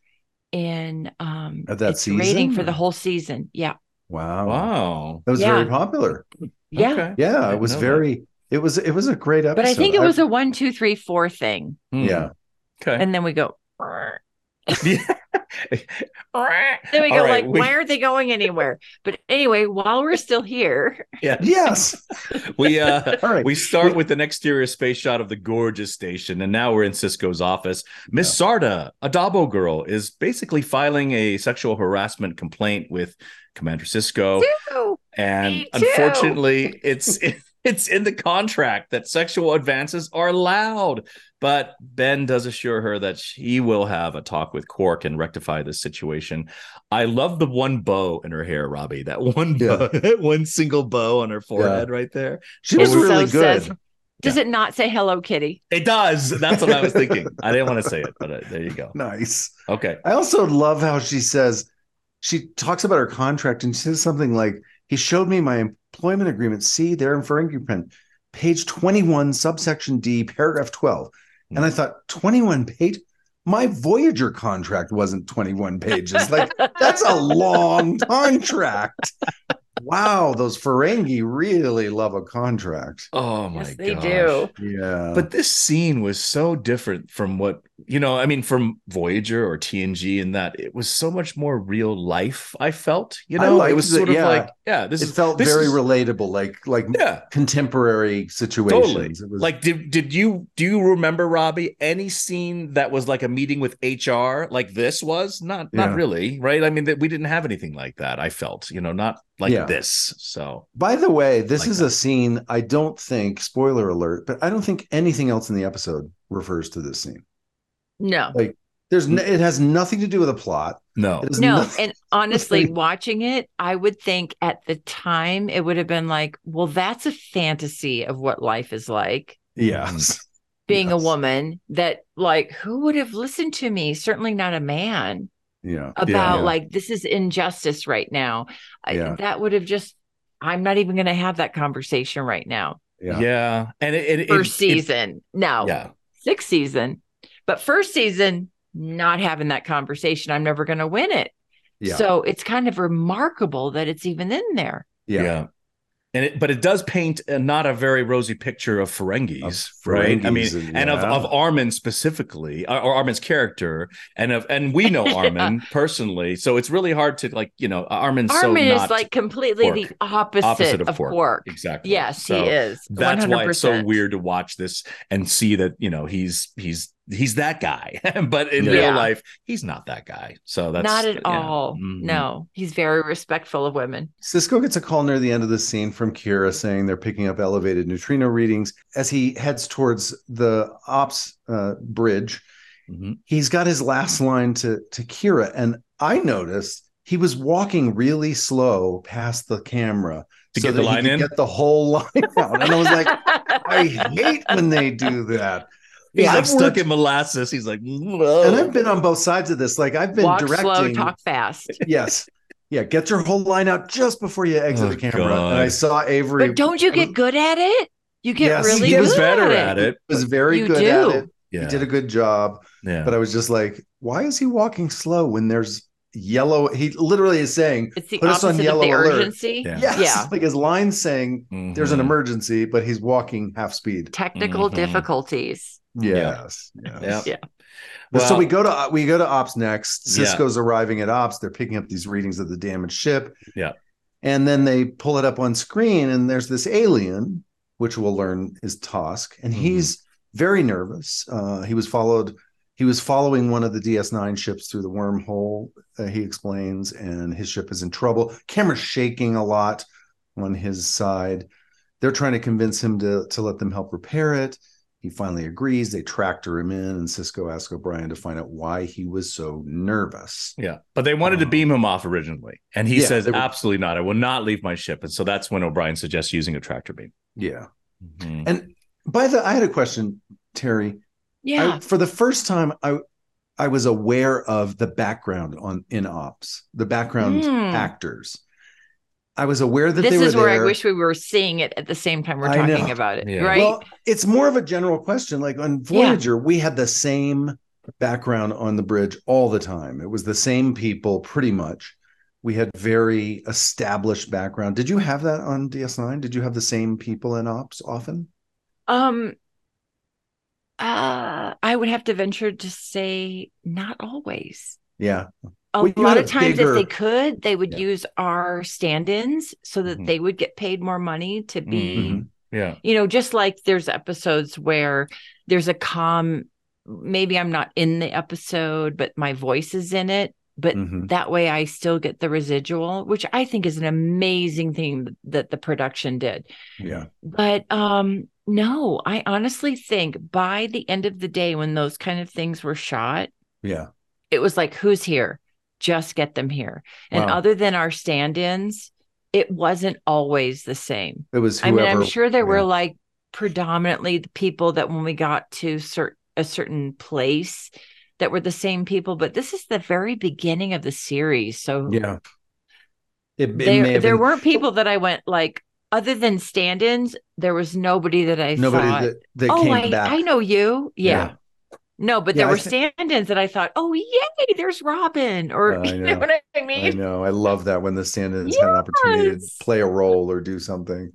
Speaker 3: in um,
Speaker 2: Of that
Speaker 3: its rating for
Speaker 2: season?
Speaker 3: the whole season. Yeah,
Speaker 2: Wow.
Speaker 1: Wow.
Speaker 2: That was
Speaker 3: Yeah.
Speaker 2: very popular.
Speaker 3: yeah.
Speaker 1: Okay.
Speaker 2: Yeah, it
Speaker 1: didn't
Speaker 2: was
Speaker 1: know
Speaker 2: very it was it was a great episode.
Speaker 3: But I think it was a one, two, three, four thing,
Speaker 1: Hmm.
Speaker 2: yeah.
Speaker 1: Okay.
Speaker 3: and then we go. Then
Speaker 1: then
Speaker 3: we go like, why aren't they going anywhere? But anyway, while we're still here,
Speaker 2: Yes.
Speaker 1: (laughs) we uh
Speaker 2: All right.
Speaker 1: Hmm. We start with an exterior space shot of the gorgeous station, and now we're in Cisco's office. Miss Sarda, a Dabo girl, is basically filing a sexual harassment complaint with Commander
Speaker 2: Oh.
Speaker 3: (laughs)
Speaker 1: Cisco, and
Speaker 3: me too.
Speaker 1: unfortunately, it's (laughs) it's in the contract that sexual advances are allowed. But Ben does assure her that she will have a talk with Cork and rectify this situation. I love the one bow in her hair, Robbie. That one
Speaker 2: Yeah.
Speaker 1: bow, (laughs) that one single bow on her forehead right there.
Speaker 2: she was
Speaker 3: It
Speaker 2: really
Speaker 3: so
Speaker 2: good.
Speaker 3: says- does it not say Hello Kitty?
Speaker 1: It does. That's what I was thinking. I didn't want to say it, but uh, there you go.
Speaker 2: nice.
Speaker 1: Okay.
Speaker 2: I also love how she says she talks about her contract and she says something like, "He showed me my employment agreement. See, there in fingerprint, page twenty-one, subsection D, paragraph twelve. And
Speaker 1: Hmm.
Speaker 2: I thought, twenty-one page. My Voyager contract wasn't twenty-one pages. Like (laughs) that's
Speaker 1: (laughs)
Speaker 2: a long contract. Wow, those Ferengi really love a contract.
Speaker 1: Oh my
Speaker 3: Yes, they
Speaker 1: gosh.
Speaker 3: do.
Speaker 2: Yeah,
Speaker 1: But this scene was so different from what you know. I mean, from Voyager or TNG, in that it was so much more real life. I felt, you
Speaker 2: I
Speaker 1: know, it
Speaker 2: liked
Speaker 1: was
Speaker 2: it,
Speaker 1: sort of
Speaker 2: yeah.
Speaker 1: like, yeah, this
Speaker 2: it
Speaker 1: is
Speaker 2: felt
Speaker 1: this
Speaker 2: very
Speaker 1: is-
Speaker 2: relatable, like like
Speaker 1: yeah,
Speaker 2: contemporary situations.
Speaker 1: totally.
Speaker 2: It was-
Speaker 1: Like, did did you do you remember Robbie any scene that was like a meeting with HR like this was? Not
Speaker 2: Yeah.
Speaker 1: not really, right? I mean, that we didn't have anything like that. I felt, you know, not like
Speaker 2: Yeah.
Speaker 1: this. So
Speaker 2: By the way, this
Speaker 1: Like
Speaker 2: is
Speaker 1: that.
Speaker 2: a scene I don't think, spoiler alert, but I don't think anything else in the episode refers to this scene.
Speaker 3: (laughs) No,
Speaker 2: There's n it has nothing to do with the plot.
Speaker 1: no,
Speaker 2: It has
Speaker 3: no.
Speaker 2: nothing-
Speaker 3: And honestly,
Speaker 2: (laughs)
Speaker 3: watching it, I would think at the time it would have been like, well, that's a fantasy of what life is like.
Speaker 2: (laughs) yes.
Speaker 3: Being
Speaker 2: Yes.
Speaker 3: a woman, that like, who would have listened to me? Certainly not a man
Speaker 2: Yeah.
Speaker 3: about
Speaker 2: Yeah.
Speaker 3: like, this is injustice right now. I,
Speaker 2: Yeah.
Speaker 3: That would have just, I'm not even going to have that conversation right now.
Speaker 1: Yeah.
Speaker 2: Yeah.
Speaker 1: And it, it
Speaker 3: First
Speaker 1: it- it-
Speaker 3: season, no.
Speaker 1: yeah.
Speaker 3: sixth season, but first season, not having that conversation, I'm never going to win it.
Speaker 2: Yeah.
Speaker 3: So it's kind of remarkable that it's even in there.
Speaker 1: Yeah.
Speaker 2: yeah.
Speaker 1: And it, but it does paint a, not a very rosy picture of Ferengis,
Speaker 2: Of
Speaker 1: right? I mean,
Speaker 2: Ferengis and-
Speaker 1: and of,
Speaker 2: yeah.
Speaker 1: of Armin specifically, or, or Armin's character, and of and we
Speaker 2: (laughs)
Speaker 1: know Armin personally, so it's really hard to like you know Armin's
Speaker 3: Armin
Speaker 1: so
Speaker 3: is
Speaker 1: not
Speaker 3: like completely the
Speaker 1: Quark.
Speaker 3: opposite,
Speaker 1: Opposite of
Speaker 3: of,
Speaker 1: Quark.
Speaker 3: Quark.
Speaker 1: exactly.
Speaker 3: Yes,
Speaker 1: So
Speaker 3: he is.
Speaker 1: That's
Speaker 3: 100%.
Speaker 1: why it's so weird to watch this and see that you know he's he's he's that guy, (laughs) but in
Speaker 2: Yeah.
Speaker 1: real
Speaker 4: Yeah.
Speaker 1: life, he's not that guy. So that's
Speaker 3: Not at
Speaker 1: yeah.
Speaker 3: all.
Speaker 1: Mhm.
Speaker 3: No, he's very respectful of women.
Speaker 2: Cisco gets a call near the end of the scene from Kira saying they're picking up elevated neutrino readings. As he heads towards the ops uh, bridge,
Speaker 1: Mhm.
Speaker 2: he's got his last line to, to Kira. And I noticed he was walking really slow past the camera
Speaker 1: To get the
Speaker 2: that he
Speaker 1: line
Speaker 2: could
Speaker 1: in?
Speaker 2: get the whole line (laughs) out. And I
Speaker 3: (laughs)
Speaker 2: was like, I hate when they do that.
Speaker 1: He's
Speaker 2: Yeah,
Speaker 1: like
Speaker 2: I've
Speaker 1: stuck
Speaker 2: worked-
Speaker 1: in molasses. He's like,
Speaker 2: And
Speaker 1: Whoa.
Speaker 2: I've been on both sides of this. Like I've been
Speaker 3: Walk
Speaker 2: directing.
Speaker 3: slow, talk fast.
Speaker 2: (laughs) Yes. Yeah. Get your whole line out just before you exit
Speaker 1: Oh,
Speaker 2: the camera.
Speaker 1: God.
Speaker 2: And I saw Avery
Speaker 3: But don't you get good at it? You get
Speaker 2: Yes,
Speaker 3: really
Speaker 1: he gets
Speaker 3: good
Speaker 1: better at it.
Speaker 2: was very
Speaker 3: You
Speaker 2: good
Speaker 3: do.
Speaker 2: at it.
Speaker 1: Yeah.
Speaker 2: He did a good job.
Speaker 1: yeah.
Speaker 2: But I was just like, why is he walking slow when there's yellow? He literally is saying,
Speaker 3: It's the
Speaker 2: Put us on
Speaker 3: opposite of
Speaker 2: yellow
Speaker 3: the
Speaker 2: alert.
Speaker 3: urgency.
Speaker 1: Yeah.
Speaker 2: yes.
Speaker 3: Yeah.
Speaker 2: (laughs) Like his line saying, there's an
Speaker 1: Mhm.
Speaker 2: emergency, but he's walking half speed.
Speaker 3: Technical
Speaker 1: Mhm.
Speaker 3: difficulties.
Speaker 2: Yes.
Speaker 1: Yeah.
Speaker 2: Yes.
Speaker 3: Yeah.
Speaker 2: But so
Speaker 1: Well-
Speaker 2: we go to we go to ops next.
Speaker 1: Yeah.
Speaker 2: Cisco's arriving at ops. They're picking up these readings of the damaged ship.
Speaker 1: Yeah.
Speaker 2: And then they pull it up on screen, and there's this alien, which we'll learn is Tosk, and
Speaker 1: Mhm.
Speaker 2: he's very nervous. Uh, he was followed. He was following one of the DS9 ships through the wormhole. Uh, he explains, and his ship is in trouble. Camera's shaking a lot on his side. They're trying to convince him to to let them help repair it. He finally agrees. They tractor him in, and Cisco asks O'Brien to find out why he was so nervous.
Speaker 1: Yeah, but they wanted to
Speaker 2: Uh,
Speaker 1: beam him off originally, and he
Speaker 2: yeah,
Speaker 1: says,
Speaker 2: they were-
Speaker 1: "Absolutely not! I will not leave my ship." And so that's when O'Brien suggests using a tractor beam. Mm-hmm.
Speaker 2: Yeah. And by the, I had a question, Terry.
Speaker 3: Yeah.
Speaker 2: I, for the first time, I I was aware of the background on in ops, the background
Speaker 3: Mm.
Speaker 2: actors. I was aware that
Speaker 3: this
Speaker 2: they were
Speaker 3: is where
Speaker 2: there.
Speaker 3: I wish we were seeing it at the same time we're
Speaker 2: I know.
Speaker 3: talking about it.
Speaker 1: Yeah.
Speaker 3: Right?
Speaker 2: Well, it's more of a general question. Like on Voyager, we had the same background on the bridge all the time. It was the same people pretty much. We had very established background. Did you have that on DS9? Did you have the same people in ops often?
Speaker 3: um uh I would have to venture to say not always.
Speaker 2: Yeah.
Speaker 3: a
Speaker 2: Well, you
Speaker 3: lot
Speaker 2: had
Speaker 3: of
Speaker 2: a
Speaker 3: times
Speaker 2: bigger-
Speaker 3: if they could they would
Speaker 2: Yeah. Mm-hmm.
Speaker 3: use our stand-ins so that
Speaker 1: Mhm.
Speaker 3: they would get paid more money to be
Speaker 2: Mhm.
Speaker 1: Yeah,
Speaker 3: you know just like there's episodes where there's a com maybe i'm not in the episode but my voice is in it but
Speaker 2: Mhm.
Speaker 3: that way i still get the residual which i think is an amazing thing that the production did
Speaker 2: Yeah.
Speaker 3: but um no i honestly think by the end of the day when those kind of things were shot
Speaker 2: Yeah.
Speaker 3: it was like who's here just get them here and
Speaker 2: Wow.
Speaker 3: other than our stand-ins it wasn't always the same
Speaker 2: It was
Speaker 3: i
Speaker 2: whoever.
Speaker 3: mean i'm sure there
Speaker 2: yeah.
Speaker 3: were like predominantly the people that when we got to cer- a certain place that were the same people but this is the very beginning of the series so
Speaker 2: Yeah. It, it may
Speaker 3: there,
Speaker 2: have
Speaker 3: there
Speaker 2: been
Speaker 3: weren't people that i went like other than stand-ins there was nobody that i
Speaker 2: nobody
Speaker 3: thought
Speaker 2: that, that
Speaker 3: oh
Speaker 2: came
Speaker 3: I,
Speaker 2: back.
Speaker 3: I know you yeah,
Speaker 2: Yeah.
Speaker 3: no, but
Speaker 2: Yeah,
Speaker 3: there
Speaker 2: I
Speaker 3: were
Speaker 2: thi-
Speaker 3: stand-ins that I thought, oh yay, there's Robin, or
Speaker 2: I
Speaker 3: (laughs) you
Speaker 2: know.
Speaker 3: know what I
Speaker 2: I
Speaker 3: mean.
Speaker 2: know. I love that when the stand-ins have an opportunity to
Speaker 3: Yes.
Speaker 2: play a role or do something.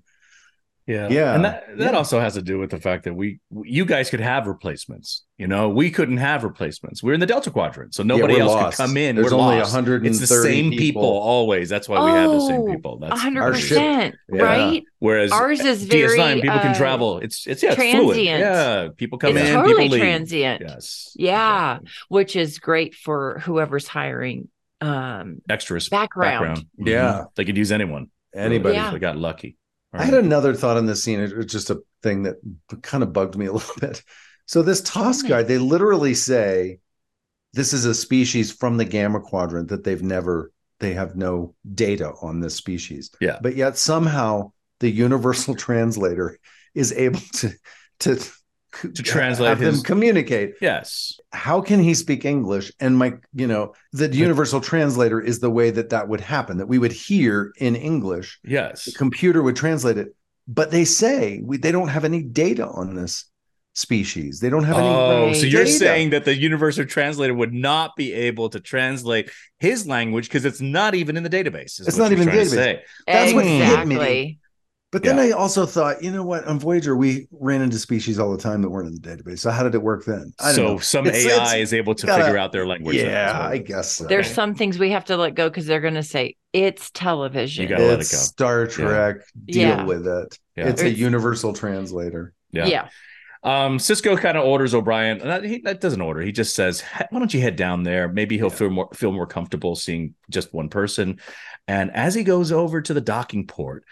Speaker 1: yeah,
Speaker 2: Yeah.
Speaker 1: And that that
Speaker 2: Yeah.
Speaker 1: also has to do with the fact that we, you guys, could have replacements. You know, we couldn't have replacements. We're in the Delta Quadrant, so nobody
Speaker 2: we're
Speaker 1: else
Speaker 2: lost.
Speaker 1: could come in.
Speaker 2: There's
Speaker 1: we're
Speaker 2: only
Speaker 1: lost.
Speaker 2: 130
Speaker 1: It's the same people. always. That's why we have the same
Speaker 3: Oh,
Speaker 1: people. That's
Speaker 3: A hundred
Speaker 2: our ship.
Speaker 3: percent,
Speaker 2: Yeah.
Speaker 3: right?
Speaker 1: Whereas
Speaker 3: Ours is
Speaker 1: DS9
Speaker 3: very
Speaker 1: people can
Speaker 3: uh,
Speaker 1: travel. It's it's yeah, it's fluid.
Speaker 3: transient.
Speaker 1: Yeah, people come
Speaker 3: it's
Speaker 1: in,
Speaker 3: totally
Speaker 1: people leave.
Speaker 3: transient,
Speaker 1: Yes.
Speaker 3: Yeah.
Speaker 1: Exactly.
Speaker 3: which is great for whoever's hiring. Um,
Speaker 1: Extras.
Speaker 3: Background.
Speaker 1: Mhm.
Speaker 2: Yeah.
Speaker 1: They could use anyone.
Speaker 2: Anybody.
Speaker 3: Yeah.
Speaker 1: They got lucky. All
Speaker 2: I had
Speaker 1: right.
Speaker 2: another thought on this scene. It was just a thing that kind of bugged me a (laughs) little bit. So this Toss
Speaker 3: me.
Speaker 2: guy, they literally say this is a species from the Gamma Quadrant that they've never, they have no data on this species.
Speaker 1: Yeah.
Speaker 2: But yet somehow the universal (laughs) translator is able to to to
Speaker 1: translate
Speaker 2: have
Speaker 1: his-
Speaker 2: them communicate.
Speaker 1: Yes.
Speaker 2: How can he speak English? And my, you know, the universal translator is the way that that would happen, that we would hear in English
Speaker 1: Yes.
Speaker 2: the computer would translate it. But they say we, they don't have any data on this species. They don't have any.
Speaker 1: Oh, so
Speaker 3: right.
Speaker 1: you're
Speaker 2: Data.
Speaker 1: saying that the universal translator would not be able to translate his language because it's not even in the database. is
Speaker 2: It's
Speaker 1: what
Speaker 2: not
Speaker 1: you're
Speaker 2: even
Speaker 1: trying to
Speaker 2: database.
Speaker 1: say.
Speaker 2: That's what hit me.
Speaker 3: exactly.
Speaker 2: But then I also thought, you know what? On Voyager, we ran into species all the time that weren't in the database. So how did it work then? I don't
Speaker 1: So
Speaker 2: know.
Speaker 1: some
Speaker 2: It's-
Speaker 1: AI
Speaker 2: it's-
Speaker 1: is able to
Speaker 2: gotta-
Speaker 1: figure out their language. then, is
Speaker 2: yeah,
Speaker 1: what-
Speaker 2: I guess so.
Speaker 3: There's
Speaker 1: Okay.
Speaker 3: some things we have to let go because they're going to say it's television.
Speaker 1: You gotta let it
Speaker 2: it's
Speaker 1: go.
Speaker 2: Star Trek. Deal
Speaker 3: Yeah.
Speaker 2: with it.
Speaker 1: Yeah.
Speaker 2: It's a
Speaker 3: It's-
Speaker 2: universal translator.
Speaker 1: yeah.
Speaker 3: yeah.
Speaker 1: Um, Cisco kind of orders O'Brien. and That, he, that doesn't order. He just says, "He- "Why don't you head down there? Maybe he'll feel more feel more comfortable seeing just one person." And as he goes over to the docking port,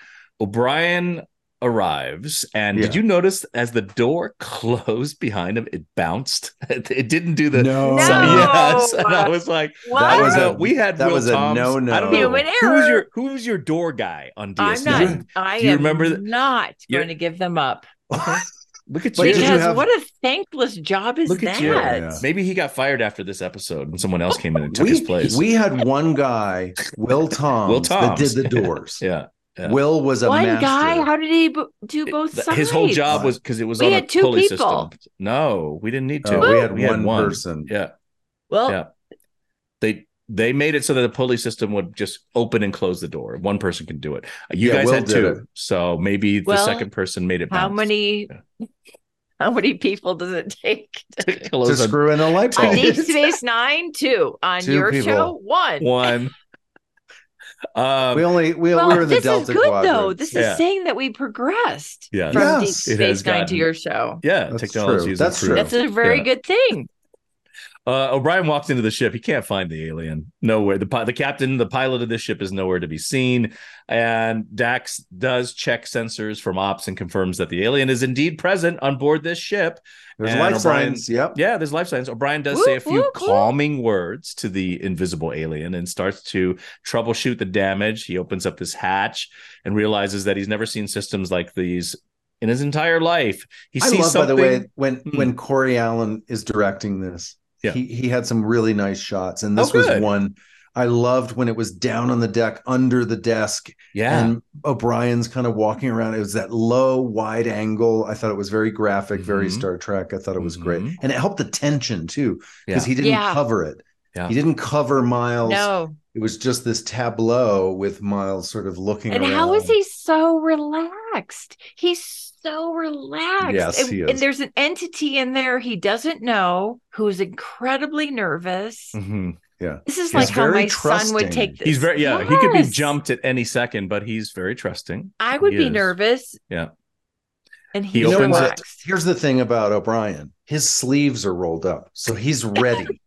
Speaker 1: O'Brien arrives. And did you notice as the door (laughs) closed behind him, it bounced. (laughs) It didn't do the.
Speaker 2: no.
Speaker 3: No.
Speaker 1: So, (laughs) yes, and I was like, "Oh,
Speaker 2: That
Speaker 3: What?
Speaker 2: was
Speaker 1: no,
Speaker 2: a-
Speaker 1: we had
Speaker 2: that
Speaker 1: Will
Speaker 2: was a
Speaker 1: Tom's-
Speaker 2: no-no.
Speaker 1: I don't know
Speaker 3: Human
Speaker 1: who was
Speaker 3: error.
Speaker 1: your who was your door guy on
Speaker 3: I'm
Speaker 1: DS9.
Speaker 3: not. I
Speaker 1: Do you
Speaker 3: am
Speaker 1: remember that-
Speaker 3: not
Speaker 1: You're-
Speaker 3: going to give them up
Speaker 2: (laughs)
Speaker 1: Look at
Speaker 2: But
Speaker 1: you.
Speaker 2: did
Speaker 3: because
Speaker 2: have-
Speaker 3: what a thankless job is
Speaker 1: Look
Speaker 3: that?
Speaker 1: at you.
Speaker 2: Yeah.
Speaker 1: Maybe he got fired after this episode, and someone else came in and took
Speaker 2: we,
Speaker 1: his place.
Speaker 2: we had one guy,
Speaker 1: (laughs)
Speaker 2: Will Toms, that
Speaker 1: Toms.
Speaker 2: did the doors.
Speaker 1: yeah, (laughs) yeah.
Speaker 2: Will was a
Speaker 3: One
Speaker 2: master.
Speaker 3: guy. How did he b- do both
Speaker 1: Th-
Speaker 3: sides?
Speaker 1: his whole job was because it was
Speaker 3: We
Speaker 1: on a
Speaker 3: had two
Speaker 1: pulley
Speaker 3: people.
Speaker 1: system. No, we didn't need
Speaker 2: Oh,
Speaker 1: to.
Speaker 2: we had one person.
Speaker 1: Yeah,
Speaker 3: Well,
Speaker 1: yeah. They they made it so that the pulley system would just open and close the door. One person can do it. You
Speaker 2: Yeah,
Speaker 1: guys
Speaker 2: Will
Speaker 1: had
Speaker 2: did
Speaker 1: two,
Speaker 2: it.
Speaker 1: so maybe the
Speaker 3: Well,
Speaker 1: second person made it.
Speaker 3: how
Speaker 1: bounce.
Speaker 3: many? How many people does it
Speaker 1: (laughs)
Speaker 3: take?
Speaker 1: to (laughs)
Speaker 2: To
Speaker 1: close a-
Speaker 2: screw in a light
Speaker 1: Oh.
Speaker 3: On
Speaker 2: bulb. (laughs)
Speaker 3: Deep Space Nine, two. On
Speaker 2: Two
Speaker 3: your
Speaker 2: people.
Speaker 3: show, one.
Speaker 1: one?
Speaker 2: (laughs)
Speaker 1: Um,
Speaker 2: We only we,
Speaker 3: Well,
Speaker 2: we were in the
Speaker 3: this
Speaker 2: Delta
Speaker 3: is good
Speaker 2: quadrant.
Speaker 3: though. This
Speaker 1: Yeah.
Speaker 3: is saying that we progressed
Speaker 1: yeah,
Speaker 3: from Deep
Speaker 2: Yes.
Speaker 1: It has
Speaker 3: Space Nine
Speaker 1: gotten-
Speaker 3: to your show.
Speaker 1: yeah.
Speaker 2: That's
Speaker 1: technology
Speaker 2: true.
Speaker 1: is
Speaker 2: That's
Speaker 1: improved.
Speaker 2: true.
Speaker 3: That's a very
Speaker 1: Yeah.
Speaker 3: good thing.
Speaker 1: Uh, O'Brien walks into the ship. He can't find the alien. Nowhere. The pi- the captain, the pilot of this ship, is nowhere to be seen. And Dax does check sensors from ops and confirms that the alien is indeed present on board this ship.
Speaker 2: There's
Speaker 1: And
Speaker 2: life
Speaker 1: O'Brien-
Speaker 2: signs. Yep.
Speaker 1: Yeah, there's life signs. O'Brien does
Speaker 3: Whoop,
Speaker 1: say a few
Speaker 3: whoop, whoop.
Speaker 1: calming words to the invisible alien and starts to troubleshoot the damage. He opens up his hatch and realizes that he's never seen systems like these in his entire life. He
Speaker 2: I
Speaker 1: sees
Speaker 2: love, by
Speaker 1: something.
Speaker 2: the way, when
Speaker 1: Hmm.
Speaker 2: when Corey Allen is directing this,
Speaker 1: Yeah.
Speaker 2: he he had some really nice shots, and
Speaker 1: Oh,
Speaker 2: this was
Speaker 1: good.
Speaker 2: one I loved when it was down on the deck under the desk,
Speaker 1: yeah.
Speaker 2: and O'Brien's kind of walking around. It was that low, wide angle. I thought it was very graphic, very
Speaker 1: Mhm.
Speaker 2: Star Trek. I thought it was
Speaker 1: Mhm.
Speaker 2: great, and it helped the tension too because
Speaker 1: Yeah.
Speaker 2: he didn't
Speaker 3: Yeah.
Speaker 2: cover it.
Speaker 1: Yeah.
Speaker 2: He didn't cover Miles.
Speaker 3: No.
Speaker 2: It was just this tableau with Miles sort of looking.
Speaker 3: And how is
Speaker 2: around.
Speaker 3: he so relaxed? He's so relaxed.
Speaker 2: Yes,
Speaker 3: and,
Speaker 2: he
Speaker 3: and
Speaker 2: is.
Speaker 3: there's an entity in there he doesn't know who's incredibly nervous.
Speaker 1: Mhm.
Speaker 3: This is
Speaker 2: He's
Speaker 3: like how
Speaker 2: very
Speaker 3: my son
Speaker 2: trusting.
Speaker 3: would take this.
Speaker 1: He's very yeah. He could be
Speaker 3: Yes.
Speaker 1: jumped at any second, but he's very trusting.
Speaker 3: I would
Speaker 1: He
Speaker 3: be
Speaker 1: is.
Speaker 3: nervous.
Speaker 1: Yeah.
Speaker 3: And
Speaker 1: He
Speaker 3: he's
Speaker 1: opens it-
Speaker 3: relaxed.
Speaker 2: Here's the thing about O'Brien. His sleeves are rolled up, so
Speaker 3: (laughs)
Speaker 2: he's ready.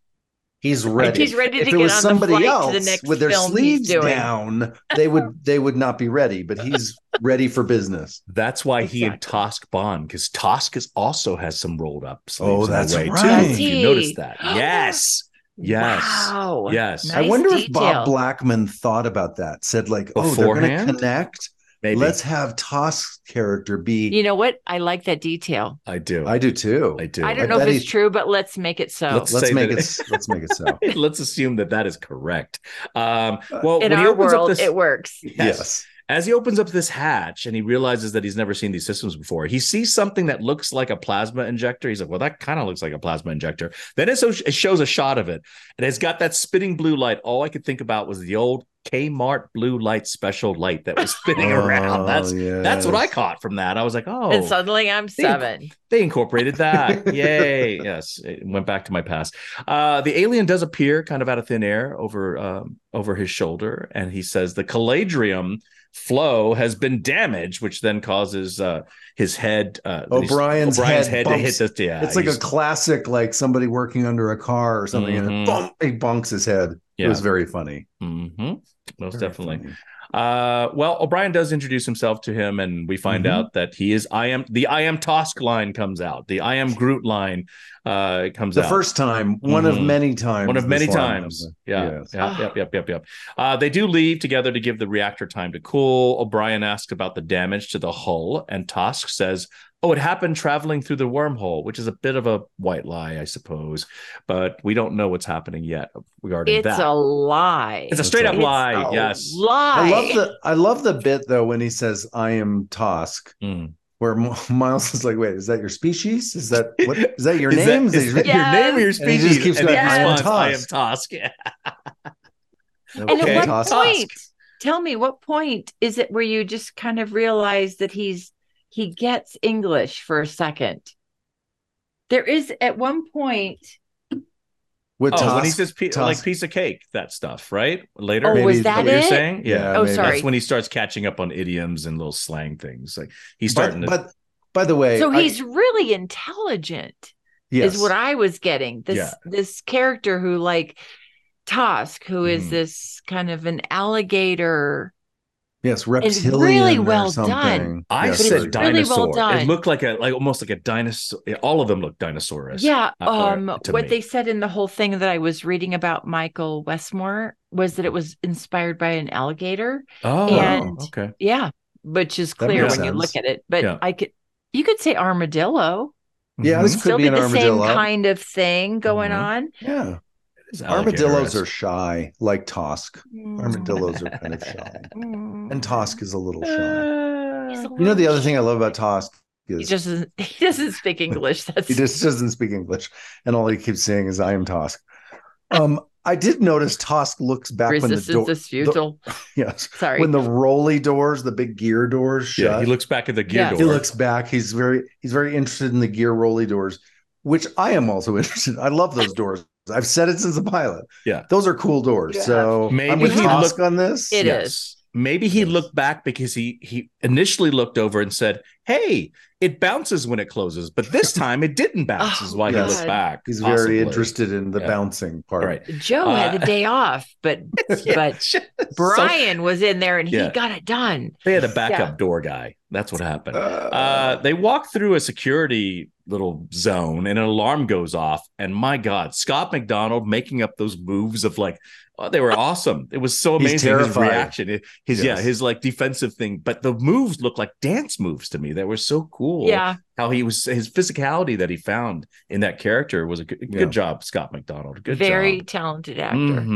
Speaker 2: He's ready.
Speaker 3: He's ready to
Speaker 2: if it
Speaker 3: get
Speaker 2: was
Speaker 3: on the
Speaker 2: somebody
Speaker 3: flight to the
Speaker 2: else
Speaker 3: next
Speaker 2: with their
Speaker 3: film he's
Speaker 2: sleeves
Speaker 3: doing.
Speaker 2: down, they
Speaker 3: (laughs)
Speaker 2: would they would not be ready. But he's ready for business.
Speaker 1: That's why he and
Speaker 3: Exactly.
Speaker 1: Tosk bond because Tosk is also has some rolled up sleeves.
Speaker 2: Oh,
Speaker 1: in the
Speaker 2: that's
Speaker 1: way,
Speaker 2: right.
Speaker 1: Too, if you
Speaker 3: Does
Speaker 1: noticed
Speaker 3: he? (gasps)
Speaker 1: that? Yes, yes,
Speaker 3: Wow.
Speaker 1: yes.
Speaker 3: Nice
Speaker 2: I wonder if
Speaker 3: detail.
Speaker 2: Bob Blackman thought about that. Said like, oh, they're going
Speaker 1: Beforehand?
Speaker 2: to connect.
Speaker 1: Maybe
Speaker 2: Let's have Tosk's character be.
Speaker 3: You know what? I like that detail.
Speaker 1: I do.
Speaker 2: I
Speaker 1: I,
Speaker 2: do too.
Speaker 1: do.
Speaker 3: I don't
Speaker 2: I
Speaker 3: know if
Speaker 2: bet
Speaker 3: it's
Speaker 2: he-
Speaker 3: true, but let's make it so.
Speaker 1: Let's-
Speaker 2: Let's
Speaker 1: Say
Speaker 2: make
Speaker 1: that-
Speaker 2: it. s- Let's make it so.
Speaker 1: (laughs) Let's assume that that is correct. Um, well,
Speaker 3: in
Speaker 1: when he
Speaker 3: our
Speaker 1: opens up
Speaker 3: world,
Speaker 1: this-
Speaker 3: it works.
Speaker 1: (laughs) Yes. As he opens up this hatch and he realizes that he's never seen these systems before, he sees something that looks like a plasma injector. He's like, "Well, that kind of looks like a plasma injector." Then it, so- it shows a shot of it, and it's got that spinning blue light. All I could think about was the old Kmart blue light special light that was spinning
Speaker 2: Oh,
Speaker 1: around. That's that's what I caught from that. I was like, "Oh,
Speaker 3: And suddenly I'm seven.
Speaker 1: they incorporated
Speaker 2: (laughs)
Speaker 1: that. Yay. Yes. It went back to my past. Uh, the alien does appear kind of out of thin air over um, over his shoulder. And he says the calladrium flow has been damaged, which then causes uh, his head. Uh,
Speaker 2: O'Brien's head
Speaker 1: to hit
Speaker 2: bumps-
Speaker 1: this. Yeah.
Speaker 2: it's like a
Speaker 1: he's-
Speaker 2: classic, like somebody working under a car or something,
Speaker 1: Mhm.
Speaker 2: and bump, he bonks his head.
Speaker 1: yeah.
Speaker 2: It was very funny.
Speaker 1: Mhm. Most
Speaker 2: Very
Speaker 1: definitely.
Speaker 2: funny.
Speaker 1: Uh, well, O'Brien does introduce himself to him, and we find
Speaker 2: Mhm.
Speaker 1: out that he is I am the I am Tosk line comes out. The I am Groot line uh, comes
Speaker 2: The
Speaker 1: out.
Speaker 2: first time, one of
Speaker 1: Mhm.
Speaker 2: many times.
Speaker 1: one of
Speaker 2: this
Speaker 1: many
Speaker 2: line
Speaker 1: times.
Speaker 2: number.
Speaker 1: Yeah,
Speaker 2: Yes.
Speaker 1: yeah,
Speaker 3: Ah.
Speaker 1: yep, yep, yep, yep. Uh, they do leave together to give the reactor time to cool. O'Brien asks about the damage to the hull, and Tosk says, "Oh, it happened traveling through the wormhole," which is a bit of a white lie, I suppose, but we don't know what's happening yet regarding
Speaker 3: It's
Speaker 1: that.
Speaker 3: a lie.
Speaker 1: it's a straight up
Speaker 2: It's
Speaker 1: lie.
Speaker 3: a
Speaker 1: yes.
Speaker 3: Lie.
Speaker 2: I love the I love the bit though when he says I am Tosk,
Speaker 1: Mm.
Speaker 2: where M- (laughs) Miles is like, wait, is that your species? Is
Speaker 1: (laughs)
Speaker 2: that what is that your
Speaker 1: Is
Speaker 2: name?
Speaker 1: That, is
Speaker 2: that
Speaker 1: that your name or your
Speaker 3: Yes.
Speaker 2: And he
Speaker 1: species?
Speaker 2: just keeps
Speaker 1: And
Speaker 2: going,
Speaker 1: he
Speaker 3: "I am
Speaker 1: responds, I am
Speaker 2: Tosk."
Speaker 1: Tosk. Yeah.
Speaker 2: your-
Speaker 3: And
Speaker 1: Okay.
Speaker 3: at what
Speaker 2: Tosk.
Speaker 3: point? Tell me what point is it where you just kind of realize that he's he gets English for a second? There is at one point.
Speaker 2: With
Speaker 1: Oh, when
Speaker 2: Tosk?
Speaker 1: he says pe- like
Speaker 2: Tosk.
Speaker 1: piece of cake, that stuff, right? Later,
Speaker 3: Oh,
Speaker 1: maybe
Speaker 2: was
Speaker 1: is
Speaker 2: that
Speaker 1: what you're
Speaker 3: it?
Speaker 1: saying?
Speaker 2: Yeah,
Speaker 3: oh,
Speaker 2: maybe.
Speaker 3: sorry.
Speaker 1: That's when he starts catching up on idioms and little slang things. Like he's
Speaker 2: But-
Speaker 1: starting
Speaker 2: but By the way,
Speaker 3: So
Speaker 2: I-
Speaker 3: he's really intelligent.
Speaker 2: yes,
Speaker 3: is what I was getting. This
Speaker 1: Yeah.
Speaker 3: this character who like Tusk, who is
Speaker 2: Mm-hmm.
Speaker 1: Mhm.
Speaker 3: this kind of an alligator.
Speaker 2: yes,
Speaker 3: is
Speaker 2: reptilian.
Speaker 3: really
Speaker 2: or
Speaker 3: well done.
Speaker 2: something.
Speaker 1: I
Speaker 2: Yes,
Speaker 1: said
Speaker 2: sir.
Speaker 3: really well
Speaker 1: dinosaur. it
Speaker 3: done.
Speaker 1: looked like a like almost like a dinosaur. All of them look dinosaurous.
Speaker 3: Yeah.
Speaker 1: uh, or
Speaker 3: Um
Speaker 1: to
Speaker 3: what
Speaker 1: me.
Speaker 3: they said in the whole thing that I was reading about Michael Westmore was that it was inspired by an alligator.
Speaker 1: Oh,
Speaker 3: And-
Speaker 1: okay.
Speaker 3: Yeah. Which is
Speaker 2: That
Speaker 3: clear when
Speaker 2: makes
Speaker 3: you look
Speaker 2: sense.
Speaker 3: at it. But
Speaker 1: Yeah.
Speaker 3: I could you could say armadillo.
Speaker 2: Yeah, this
Speaker 1: Mhm.
Speaker 2: could
Speaker 3: Still
Speaker 2: be
Speaker 3: be,
Speaker 2: an
Speaker 3: the
Speaker 2: armadillo. Mm-hmm.
Speaker 3: same kind of thing going
Speaker 1: Mhm.
Speaker 3: on.
Speaker 2: Yeah,
Speaker 1: It's
Speaker 2: armadillos
Speaker 1: alligator-esque.
Speaker 2: are shy, like Tosk. Armadillos are kind of
Speaker 3: (laughs)
Speaker 2: shy,
Speaker 3: Mm.
Speaker 2: and Tosk is a little shy.
Speaker 3: He's a
Speaker 1: Uh,
Speaker 2: You know, the
Speaker 3: little
Speaker 2: other thing I love about Tosk
Speaker 3: He
Speaker 2: is
Speaker 3: just doesn't, (laughs) he doesn't speak English.
Speaker 2: (laughs)
Speaker 3: That's
Speaker 2: he just doesn't speak English, and all he keeps saying is "I am Tosk." Um, I did notice Tosk looks back when the
Speaker 3: resistance
Speaker 2: door.
Speaker 3: is futile.
Speaker 2: (laughs) Yes,
Speaker 3: Sorry.
Speaker 2: when the rolly doors, the big gear doors (laughs) shut.
Speaker 1: yeah, he looks back at the gear
Speaker 3: Yeah.
Speaker 1: door.
Speaker 2: He looks back. He's very he's very interested in the gear rolly doors, which I am also (laughs) interested. I love those doors. I've said it since the pilot.
Speaker 1: Yeah.
Speaker 2: those are cool doors.
Speaker 3: Yeah.
Speaker 2: So I'm
Speaker 1: Maybe
Speaker 2: with
Speaker 3: he
Speaker 2: Tosk
Speaker 1: looked-
Speaker 2: on this.
Speaker 3: It
Speaker 1: yes.
Speaker 3: is.
Speaker 1: Maybe he
Speaker 2: Yes.
Speaker 1: looked back because he he initially looked over and said, "Hey, it bounces when it closes," but
Speaker 2: (laughs)
Speaker 1: this time it didn't bounce.
Speaker 3: Oh,
Speaker 1: is why
Speaker 2: yes.
Speaker 1: he looked back.
Speaker 2: He's
Speaker 1: possibly.
Speaker 2: very interested in the
Speaker 1: Yeah.
Speaker 2: bouncing part.
Speaker 1: All
Speaker 3: (laughs)
Speaker 1: right.
Speaker 3: Joe had
Speaker 1: uh,
Speaker 3: the day off,
Speaker 2: (laughs)
Speaker 3: but
Speaker 1: (laughs)
Speaker 3: but Brian was in there and
Speaker 1: Yeah.
Speaker 3: he got it done.
Speaker 1: They had a backup door guy. That's what happened. Uh, they walk through a security little zone and an alarm goes off. And my God, Scott McDonald making up those moves of like, oh, they were awesome. It was so
Speaker 2: He's
Speaker 1: amazing. His
Speaker 2: terrified.
Speaker 1: reaction, his, yeah,
Speaker 2: Yes.
Speaker 1: his like defensive thing. But the moves look like dance moves to me. They were so cool.
Speaker 3: Yeah,
Speaker 1: How he was, his physicality that he found in that character was a good,
Speaker 2: Yeah.
Speaker 1: good job, Scott McDonald. Good
Speaker 3: very
Speaker 1: job.
Speaker 3: talented actor.
Speaker 2: Mm.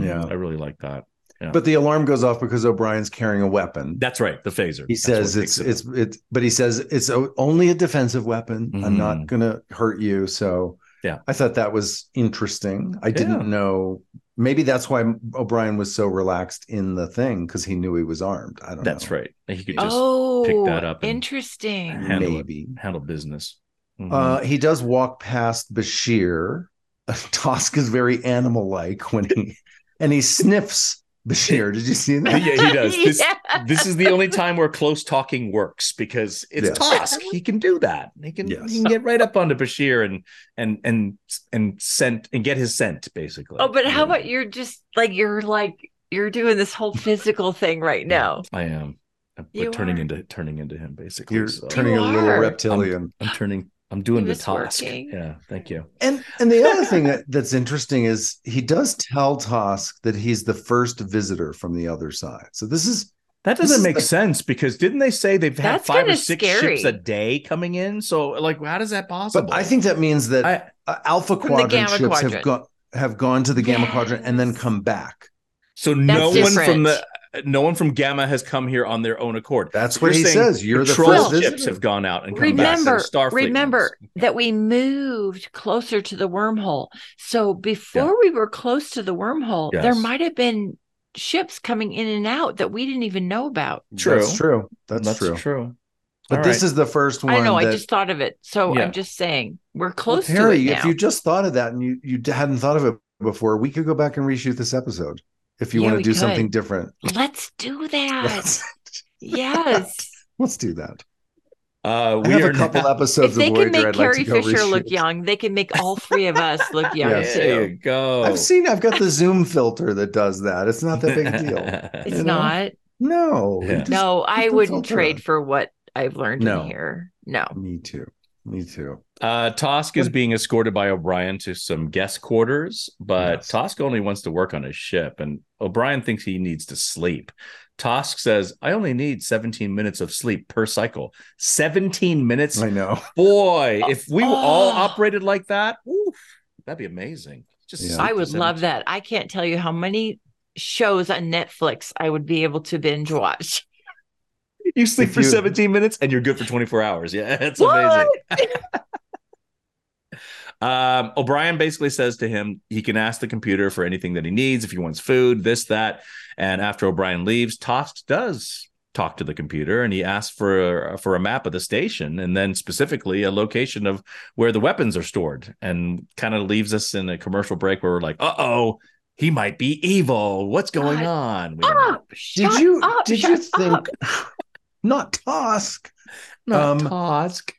Speaker 1: Mhm.
Speaker 2: Yeah.
Speaker 1: I really like that.
Speaker 2: but the alarm goes off because O'Brien's carrying a weapon.
Speaker 1: That's right. The phaser.
Speaker 2: He
Speaker 1: That's
Speaker 2: says
Speaker 1: what
Speaker 2: it's
Speaker 1: picks it
Speaker 2: it's it's but he says it's o- only a defensive weapon. I'm not gonna hurt you. So
Speaker 1: Mm-hmm. Yeah.
Speaker 2: I thought that was interesting. I
Speaker 1: Yeah.
Speaker 2: didn't know. Maybe that's why O'Brien was so relaxed in the thing because he knew he was armed. I don't.
Speaker 1: up. That's
Speaker 2: know.
Speaker 1: right. He could just
Speaker 3: Oh,
Speaker 1: that up and-
Speaker 3: interesting.
Speaker 1: Handle it.
Speaker 2: Maybe.
Speaker 1: handle business. Mhm.
Speaker 2: Uh, he does walk past Bashir. (laughs) Tosk is very animal like when he and he sniffs
Speaker 1: (laughs)
Speaker 2: Bashir. Did you see that?
Speaker 1: yeah,
Speaker 3: (laughs)
Speaker 1: he does. This,
Speaker 3: Yeah.
Speaker 1: this is the only time where close talking works because it's
Speaker 2: Yes.
Speaker 1: Tosk. He can do that. He can,
Speaker 2: Yes.
Speaker 1: he can get right up onto Bashir and and and and scent and get his scent basically.
Speaker 3: Oh, but how about you're just like you're like you're doing this whole physical thing right now.
Speaker 1: I am. I'm
Speaker 3: You
Speaker 1: turning
Speaker 3: are.
Speaker 1: into turning into him basically.
Speaker 2: You're
Speaker 1: so
Speaker 2: turning
Speaker 3: You
Speaker 2: a little
Speaker 3: are.
Speaker 2: reptilian.
Speaker 1: I'm turning. I'm doing
Speaker 3: He
Speaker 1: the
Speaker 3: was
Speaker 1: Tosk.
Speaker 3: working.
Speaker 1: Yeah. Thank you.
Speaker 2: And and the other thing that, that's interesting is he does tell Tosk that he's the first visitor from the other side. So this is
Speaker 1: That
Speaker 2: This
Speaker 1: doesn't
Speaker 2: is
Speaker 1: make
Speaker 2: the-
Speaker 1: sense because didn't they say they've had
Speaker 3: That's
Speaker 1: five or
Speaker 3: kinda
Speaker 1: six
Speaker 3: scary.
Speaker 1: ships a day coming in? So like, how does that possible?
Speaker 2: but I think that means that
Speaker 1: I-
Speaker 2: uh, Alpha
Speaker 3: From the
Speaker 2: Quadrant
Speaker 3: Gamma
Speaker 2: ships have
Speaker 3: Quadrant.
Speaker 2: gone have gone to the Gamma Quadrant and then
Speaker 3: Yes.
Speaker 2: come back.
Speaker 1: so. No one from
Speaker 3: different.
Speaker 1: the no one from Gamma has come here on their own accord.
Speaker 2: That's what
Speaker 1: You're
Speaker 2: he
Speaker 1: saying
Speaker 2: says. You're the
Speaker 1: patrol
Speaker 2: first
Speaker 3: Well,
Speaker 1: ships
Speaker 2: visitor.
Speaker 1: have gone out and come
Speaker 3: remember
Speaker 1: back. They're Starfleet
Speaker 3: remember
Speaker 1: ones.
Speaker 3: that we moved closer to the wormhole so before we were close to the wormhole there
Speaker 1: Yes.
Speaker 3: might have been ships coming in and out that we didn't even know about
Speaker 1: True.
Speaker 2: That's true. That's, true. But
Speaker 1: All
Speaker 2: this
Speaker 1: right.
Speaker 2: is the first one.
Speaker 3: i know
Speaker 2: that,
Speaker 3: i just thought of it so
Speaker 1: Yeah.
Speaker 3: i'm just saying we're
Speaker 2: Well,
Speaker 3: close
Speaker 2: Terry,
Speaker 3: to it now.
Speaker 2: if you just thought of that and you you hadn't thought of it before, we could go back and reshoot this episode if you
Speaker 3: Yeah,
Speaker 2: want to
Speaker 3: we
Speaker 2: do
Speaker 3: could.
Speaker 2: something different.
Speaker 3: let's do
Speaker 2: (laughs)
Speaker 3: that
Speaker 2: Let's, (laughs)
Speaker 3: yes
Speaker 2: let's do that.
Speaker 1: Uh,
Speaker 2: I
Speaker 1: we
Speaker 2: have
Speaker 1: are
Speaker 2: a couple (laughs)
Speaker 1: now-
Speaker 2: episodes
Speaker 3: if they
Speaker 2: of Voyager.
Speaker 3: can make
Speaker 2: I'd like
Speaker 3: carrie
Speaker 2: to go
Speaker 3: fisher
Speaker 2: reshoot.
Speaker 3: look young they can make all three of us
Speaker 2: (laughs)
Speaker 3: look young
Speaker 2: Yes.
Speaker 3: too
Speaker 1: There you go.
Speaker 2: I've seen. I've (laughs) got the Zoom filter that does that. It's not
Speaker 1: (laughs)
Speaker 2: that (laughs) big a deal.
Speaker 3: it's
Speaker 2: You know?
Speaker 3: not
Speaker 2: No.
Speaker 1: Yeah.
Speaker 2: Just-
Speaker 3: no i
Speaker 2: the
Speaker 3: wouldn't
Speaker 2: filter on.
Speaker 3: trade for what i've learned
Speaker 2: No.
Speaker 3: in here no
Speaker 2: Me too. Me too.
Speaker 1: uh, Tosk is being escorted by O'Brien to some guest quarters, but
Speaker 2: Yes.
Speaker 1: Tosk only wants to work on his ship, and O'Brien thinks he needs to sleep. Tosk says, "I only need 17 minutes of sleep per cycle. 17 minutes,
Speaker 2: I
Speaker 3: (laughs)
Speaker 2: know.
Speaker 1: boy! If we all
Speaker 3: Oh.
Speaker 1: operated like that, oof, that'd be amazing. Just
Speaker 2: Yeah.
Speaker 1: sleep
Speaker 3: I
Speaker 1: for
Speaker 3: would
Speaker 1: 17
Speaker 3: love that. I can't tell you how many shows on Netflix I would be able to
Speaker 2: (laughs)
Speaker 3: binge watch.
Speaker 1: You sleep
Speaker 2: If
Speaker 1: for
Speaker 2: you-
Speaker 1: 17 minutes and you're good for 24 hours. Yeah, (laughs) it's
Speaker 3: What?
Speaker 1: amazing. um, O'Brien basically says to him, he can ask the computer for anything that he needs, if he wants food, this, that. And after O'Brien leaves, Tosk does talk to the computer and he asks for a, for a map of the station and then specifically a location of where the weapons are stored and kind of leaves us in a commercial break where we're like, uh-oh, he might be evil. What's going
Speaker 3: God. Ah!
Speaker 1: on? We don't know.
Speaker 3: Up,
Speaker 2: Did
Speaker 3: shut
Speaker 2: you?
Speaker 3: up,
Speaker 2: did
Speaker 3: shut
Speaker 2: you
Speaker 3: up.
Speaker 2: think? (laughs) Not Tosk.
Speaker 1: Not
Speaker 2: Um,
Speaker 1: Tosk.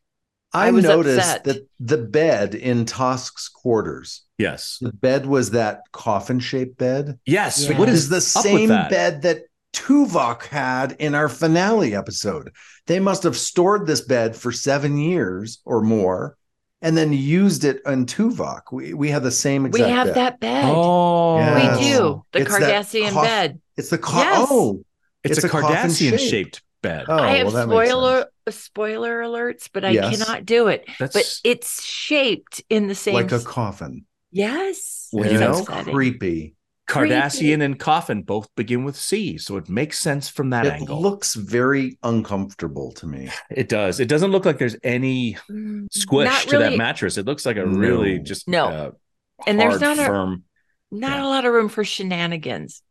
Speaker 2: I,
Speaker 3: I was
Speaker 2: noticed
Speaker 3: upset.
Speaker 2: that the bed in Tosk's quarters,
Speaker 1: Yes.
Speaker 2: the bed was that coffin shaped bed.
Speaker 1: Yes.
Speaker 3: Yeah.
Speaker 1: What
Speaker 2: It
Speaker 1: is
Speaker 2: is the
Speaker 1: up with
Speaker 2: same
Speaker 1: that?
Speaker 2: bed that Tuvok had in our finale episode. They must have stored this bed for seven years or more and then used it on Tuvok. We, we have the same
Speaker 4: we
Speaker 2: exact
Speaker 4: have
Speaker 2: bed.
Speaker 4: that bed.
Speaker 1: Oh,
Speaker 2: Yes.
Speaker 4: We do. The
Speaker 2: It's that
Speaker 4: Cardassian
Speaker 2: cough-
Speaker 4: bed.
Speaker 2: It's the co-
Speaker 4: Yes.
Speaker 2: oh,
Speaker 1: It's,
Speaker 2: It's
Speaker 1: a, Uh,
Speaker 2: a coffin
Speaker 1: Cardassian
Speaker 2: shape.
Speaker 1: shaped bed.
Speaker 2: oh,
Speaker 4: I have
Speaker 2: well, that makes
Speaker 4: spoiler
Speaker 2: sense.
Speaker 4: spoiler alerts, but I
Speaker 2: Yes.
Speaker 4: cannot do it.
Speaker 1: That's
Speaker 4: But it's shaped in the same
Speaker 2: like a coffin.
Speaker 4: yes.
Speaker 1: Well,
Speaker 2: you
Speaker 1: you
Speaker 4: It's
Speaker 1: know,
Speaker 2: know,
Speaker 4: upsetting.
Speaker 2: creepy.
Speaker 1: Cardassian
Speaker 4: creepy.
Speaker 1: and coffin both begin with C, so it makes sense from that
Speaker 2: it
Speaker 1: angle.
Speaker 2: looks very uncomfortable to me.
Speaker 1: it does. It doesn't look like there's any
Speaker 4: Mm.
Speaker 1: squish
Speaker 3: Not
Speaker 1: to that
Speaker 3: really-
Speaker 1: mattress. It looks like a
Speaker 2: No.
Speaker 1: really just
Speaker 3: No.
Speaker 1: uh,
Speaker 3: And there's
Speaker 1: hard,
Speaker 3: not a-
Speaker 1: firm.
Speaker 3: Not
Speaker 1: Yeah.
Speaker 3: a lot of room for shenanigans.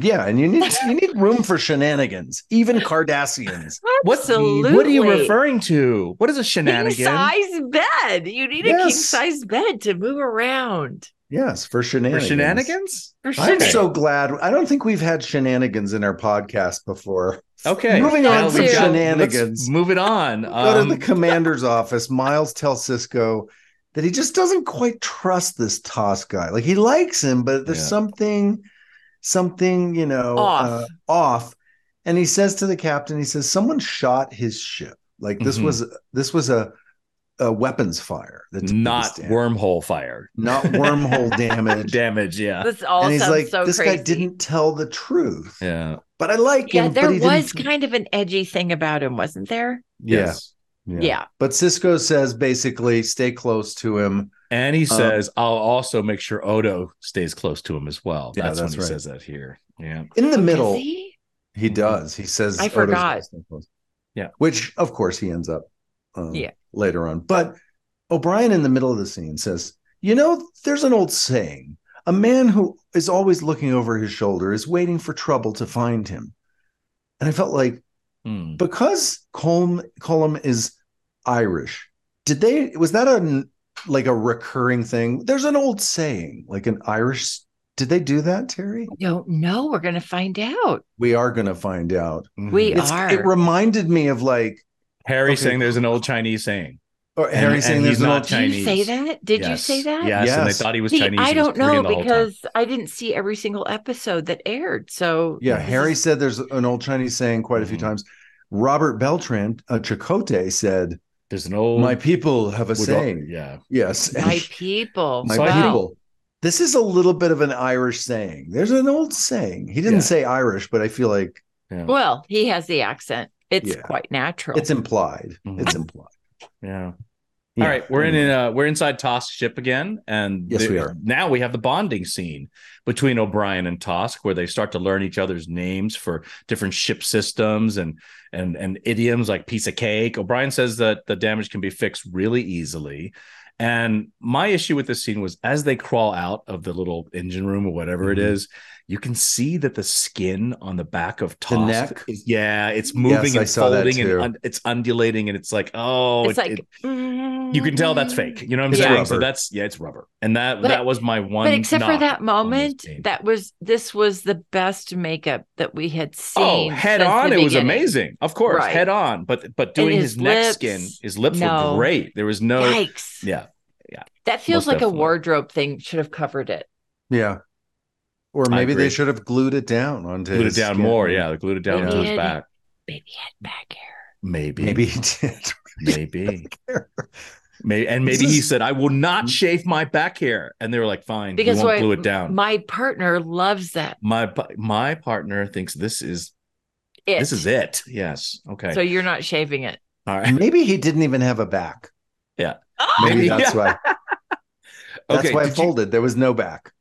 Speaker 2: Yeah, and you need you need room for shenanigans,
Speaker 4: (laughs)
Speaker 2: even Cardassians.
Speaker 1: What,
Speaker 3: Absolutely.
Speaker 1: what are you referring to? What is a
Speaker 3: King
Speaker 1: shenanigan?
Speaker 3: size bed. You need a king
Speaker 2: Yes.
Speaker 3: size bed to move around.
Speaker 2: Yes,
Speaker 1: For
Speaker 2: for shenanigans.
Speaker 1: shenanigans?
Speaker 3: For
Speaker 2: I'm
Speaker 1: Okay.
Speaker 2: so glad. I don't think we've had shenanigans in our podcast before.
Speaker 1: Okay.
Speaker 2: Moving
Speaker 4: on
Speaker 1: Well,
Speaker 4: from
Speaker 1: we've got-
Speaker 2: shenanigans.
Speaker 1: let's Move it on.
Speaker 2: Go to the
Speaker 1: Um, (laughs)
Speaker 2: commander's office. Miles tells Cisco that he just doesn't quite trust this Toss guy. Like he likes him, but there's
Speaker 1: Yeah.
Speaker 2: something, something you know,
Speaker 3: Off.
Speaker 2: uh, off. And he says to the captain, he says, "Someone shot his ship. Like this
Speaker 1: Mhm.
Speaker 2: was this was a, a weapons fire. That took
Speaker 1: not
Speaker 2: this down.
Speaker 1: wormhole fire
Speaker 2: not wormhole
Speaker 1: (laughs)
Speaker 2: damage."
Speaker 1: damage. Yeah.
Speaker 3: (laughs) This all
Speaker 2: and he's
Speaker 3: sounds
Speaker 2: like,
Speaker 3: so
Speaker 2: "This
Speaker 3: crazy.
Speaker 2: guy didn't tell the truth,
Speaker 1: Yeah.
Speaker 2: but I like
Speaker 3: yeah,
Speaker 2: him."
Speaker 3: there
Speaker 2: but he
Speaker 3: was
Speaker 2: didn't...
Speaker 3: kind of an edgy thing about him, wasn't there?
Speaker 2: Yeah.
Speaker 1: Yes.
Speaker 2: yeah.
Speaker 3: Yeah.
Speaker 2: But Cisco says basically, "Stay close to him."
Speaker 1: And he
Speaker 2: Um,
Speaker 1: says, I'll also make sure Odo stays close to him as well.
Speaker 2: Yeah,
Speaker 1: that's,
Speaker 2: that's
Speaker 1: when he
Speaker 2: right.
Speaker 1: says that here. Yeah.
Speaker 2: In the middle,
Speaker 3: Is Oh, he?
Speaker 2: He does. He says,
Speaker 3: I
Speaker 2: Odo's
Speaker 3: forgot.
Speaker 2: last name was-
Speaker 1: Yeah.
Speaker 2: Which, of course, he ends up um,
Speaker 3: Yeah.
Speaker 2: later on. But O'Brien, in the middle of the scene, says, You know, there's an old saying a man who is always looking over his shoulder is waiting for trouble to find him. And I felt like
Speaker 1: Hmm.
Speaker 2: because Colm, Colm is Irish, did they, was that a like a recurring thing? There's an old saying, like an Irish, did they do that, Terry?
Speaker 3: Don't know. We're gonna find out.
Speaker 2: We are going to find out.
Speaker 3: We
Speaker 2: It's-
Speaker 3: are.
Speaker 2: It reminded me of like,
Speaker 1: Mm-hmm. Harry
Speaker 2: Okay.
Speaker 1: saying there's an old Chinese saying.
Speaker 2: Or
Speaker 1: And-
Speaker 2: Harry
Speaker 1: and
Speaker 2: saying there's
Speaker 1: he's
Speaker 2: no
Speaker 1: not
Speaker 2: Ch-
Speaker 3: Did you say
Speaker 1: Chinese.
Speaker 3: that? Did you
Speaker 1: Yes.
Speaker 3: say that?
Speaker 1: Yes, and they
Speaker 2: Yes.
Speaker 1: thought he was
Speaker 3: See,
Speaker 1: Chinese.
Speaker 3: I
Speaker 1: He was
Speaker 3: don't know
Speaker 1: Korean the whole time.
Speaker 3: because I didn't see every single episode that aired. So
Speaker 2: yeah,
Speaker 1: Yes.
Speaker 2: Harry said there's an old Chinese saying quite a few
Speaker 1: Mhm.
Speaker 2: times. Robert Beltran, uh, Chakotay said,
Speaker 1: there's an old
Speaker 2: "My people have a
Speaker 1: would-
Speaker 2: saying."
Speaker 1: Yeah.
Speaker 2: Yes, (laughs)
Speaker 3: my
Speaker 2: and-
Speaker 3: people.
Speaker 2: my
Speaker 1: So I
Speaker 3: wow.
Speaker 1: think-
Speaker 2: people. This is a little bit of an Irish saying. There's an old saying. He didn't
Speaker 1: Yeah.
Speaker 2: say Irish, but I feel like
Speaker 1: Yeah.
Speaker 3: Well, he has the accent. It's
Speaker 2: Yeah.
Speaker 3: quite natural.
Speaker 2: it's implied.
Speaker 1: Mhm.
Speaker 2: It's implied.
Speaker 1: Yeah.
Speaker 2: Yeah.
Speaker 1: All right, we're in uh, we're inside Tosk's ship again, and
Speaker 2: Yes,
Speaker 1: the-
Speaker 2: we are.
Speaker 1: Now we have the bonding scene between O'Brien and Tosk, where they start to learn each other's names for different ship systems and and and idioms like piece of cake. O'Brien says that the damage can be fixed really easily, and my issue with this scene was as they crawl out of the little engine room or whatever it
Speaker 2: Mhm.
Speaker 1: is, you can see that the skin on the back of Tosk,
Speaker 2: The neck?
Speaker 1: is, yeah, it's moving
Speaker 2: Yes, I
Speaker 1: and
Speaker 2: saw that
Speaker 1: folding and
Speaker 2: too.
Speaker 1: un- it's undulating, and it's like oh,
Speaker 3: It's
Speaker 1: it-
Speaker 3: like
Speaker 1: it- you can tell that's
Speaker 3: mm.
Speaker 1: fake. You know what I'm
Speaker 2: It's
Speaker 1: saying?
Speaker 2: rubber.
Speaker 1: So that's yeah, it's rubber, and that
Speaker 3: But-
Speaker 1: that was my one.
Speaker 3: But except for
Speaker 1: knock
Speaker 3: that
Speaker 1: on this
Speaker 3: moment,
Speaker 1: game.
Speaker 3: that was this was the best makeup that we had
Speaker 1: oh,
Speaker 3: seen.
Speaker 1: head
Speaker 3: since
Speaker 1: on,
Speaker 3: the
Speaker 1: it was
Speaker 3: beginning.
Speaker 1: amazing. Of course,
Speaker 3: Right.
Speaker 1: head on. But but doing his,
Speaker 3: his
Speaker 1: neck
Speaker 3: lips,
Speaker 1: skin, his lips
Speaker 3: no.
Speaker 1: were great. There was no
Speaker 3: Yikes!
Speaker 1: yeah.
Speaker 3: That feels
Speaker 1: most
Speaker 3: like
Speaker 1: definitely.
Speaker 3: a wardrobe thing. Should have covered it.
Speaker 2: Yeah. Or
Speaker 1: I
Speaker 2: maybe
Speaker 1: agree.
Speaker 2: they should have glued it down onto
Speaker 1: Glued it
Speaker 2: his
Speaker 1: down
Speaker 2: skin.
Speaker 1: more, yeah. Glued it down
Speaker 3: Yeah.
Speaker 1: to
Speaker 3: Yeah.
Speaker 1: his back,
Speaker 3: Baby head back hair.
Speaker 1: maybe,
Speaker 2: (laughs) Maybe he did.
Speaker 1: maybe, maybe, and maybe
Speaker 2: This
Speaker 1: he
Speaker 2: is-
Speaker 1: said, "I will not shave my back hair," and they were like, "Fine,
Speaker 3: Because
Speaker 1: we won't
Speaker 3: why-
Speaker 1: glue it down."
Speaker 3: My partner loves that.
Speaker 1: My pa- my partner thinks this is
Speaker 3: It.
Speaker 1: this is it. Yes, okay,
Speaker 3: So you're not shaving it.
Speaker 1: all right.
Speaker 2: maybe he didn't even have a back.
Speaker 1: (laughs)
Speaker 2: Maybe
Speaker 3: (gasps)
Speaker 1: Maybe.
Speaker 2: that's why. That's
Speaker 1: okay,
Speaker 2: why it
Speaker 1: did you-
Speaker 2: folded. There was no back.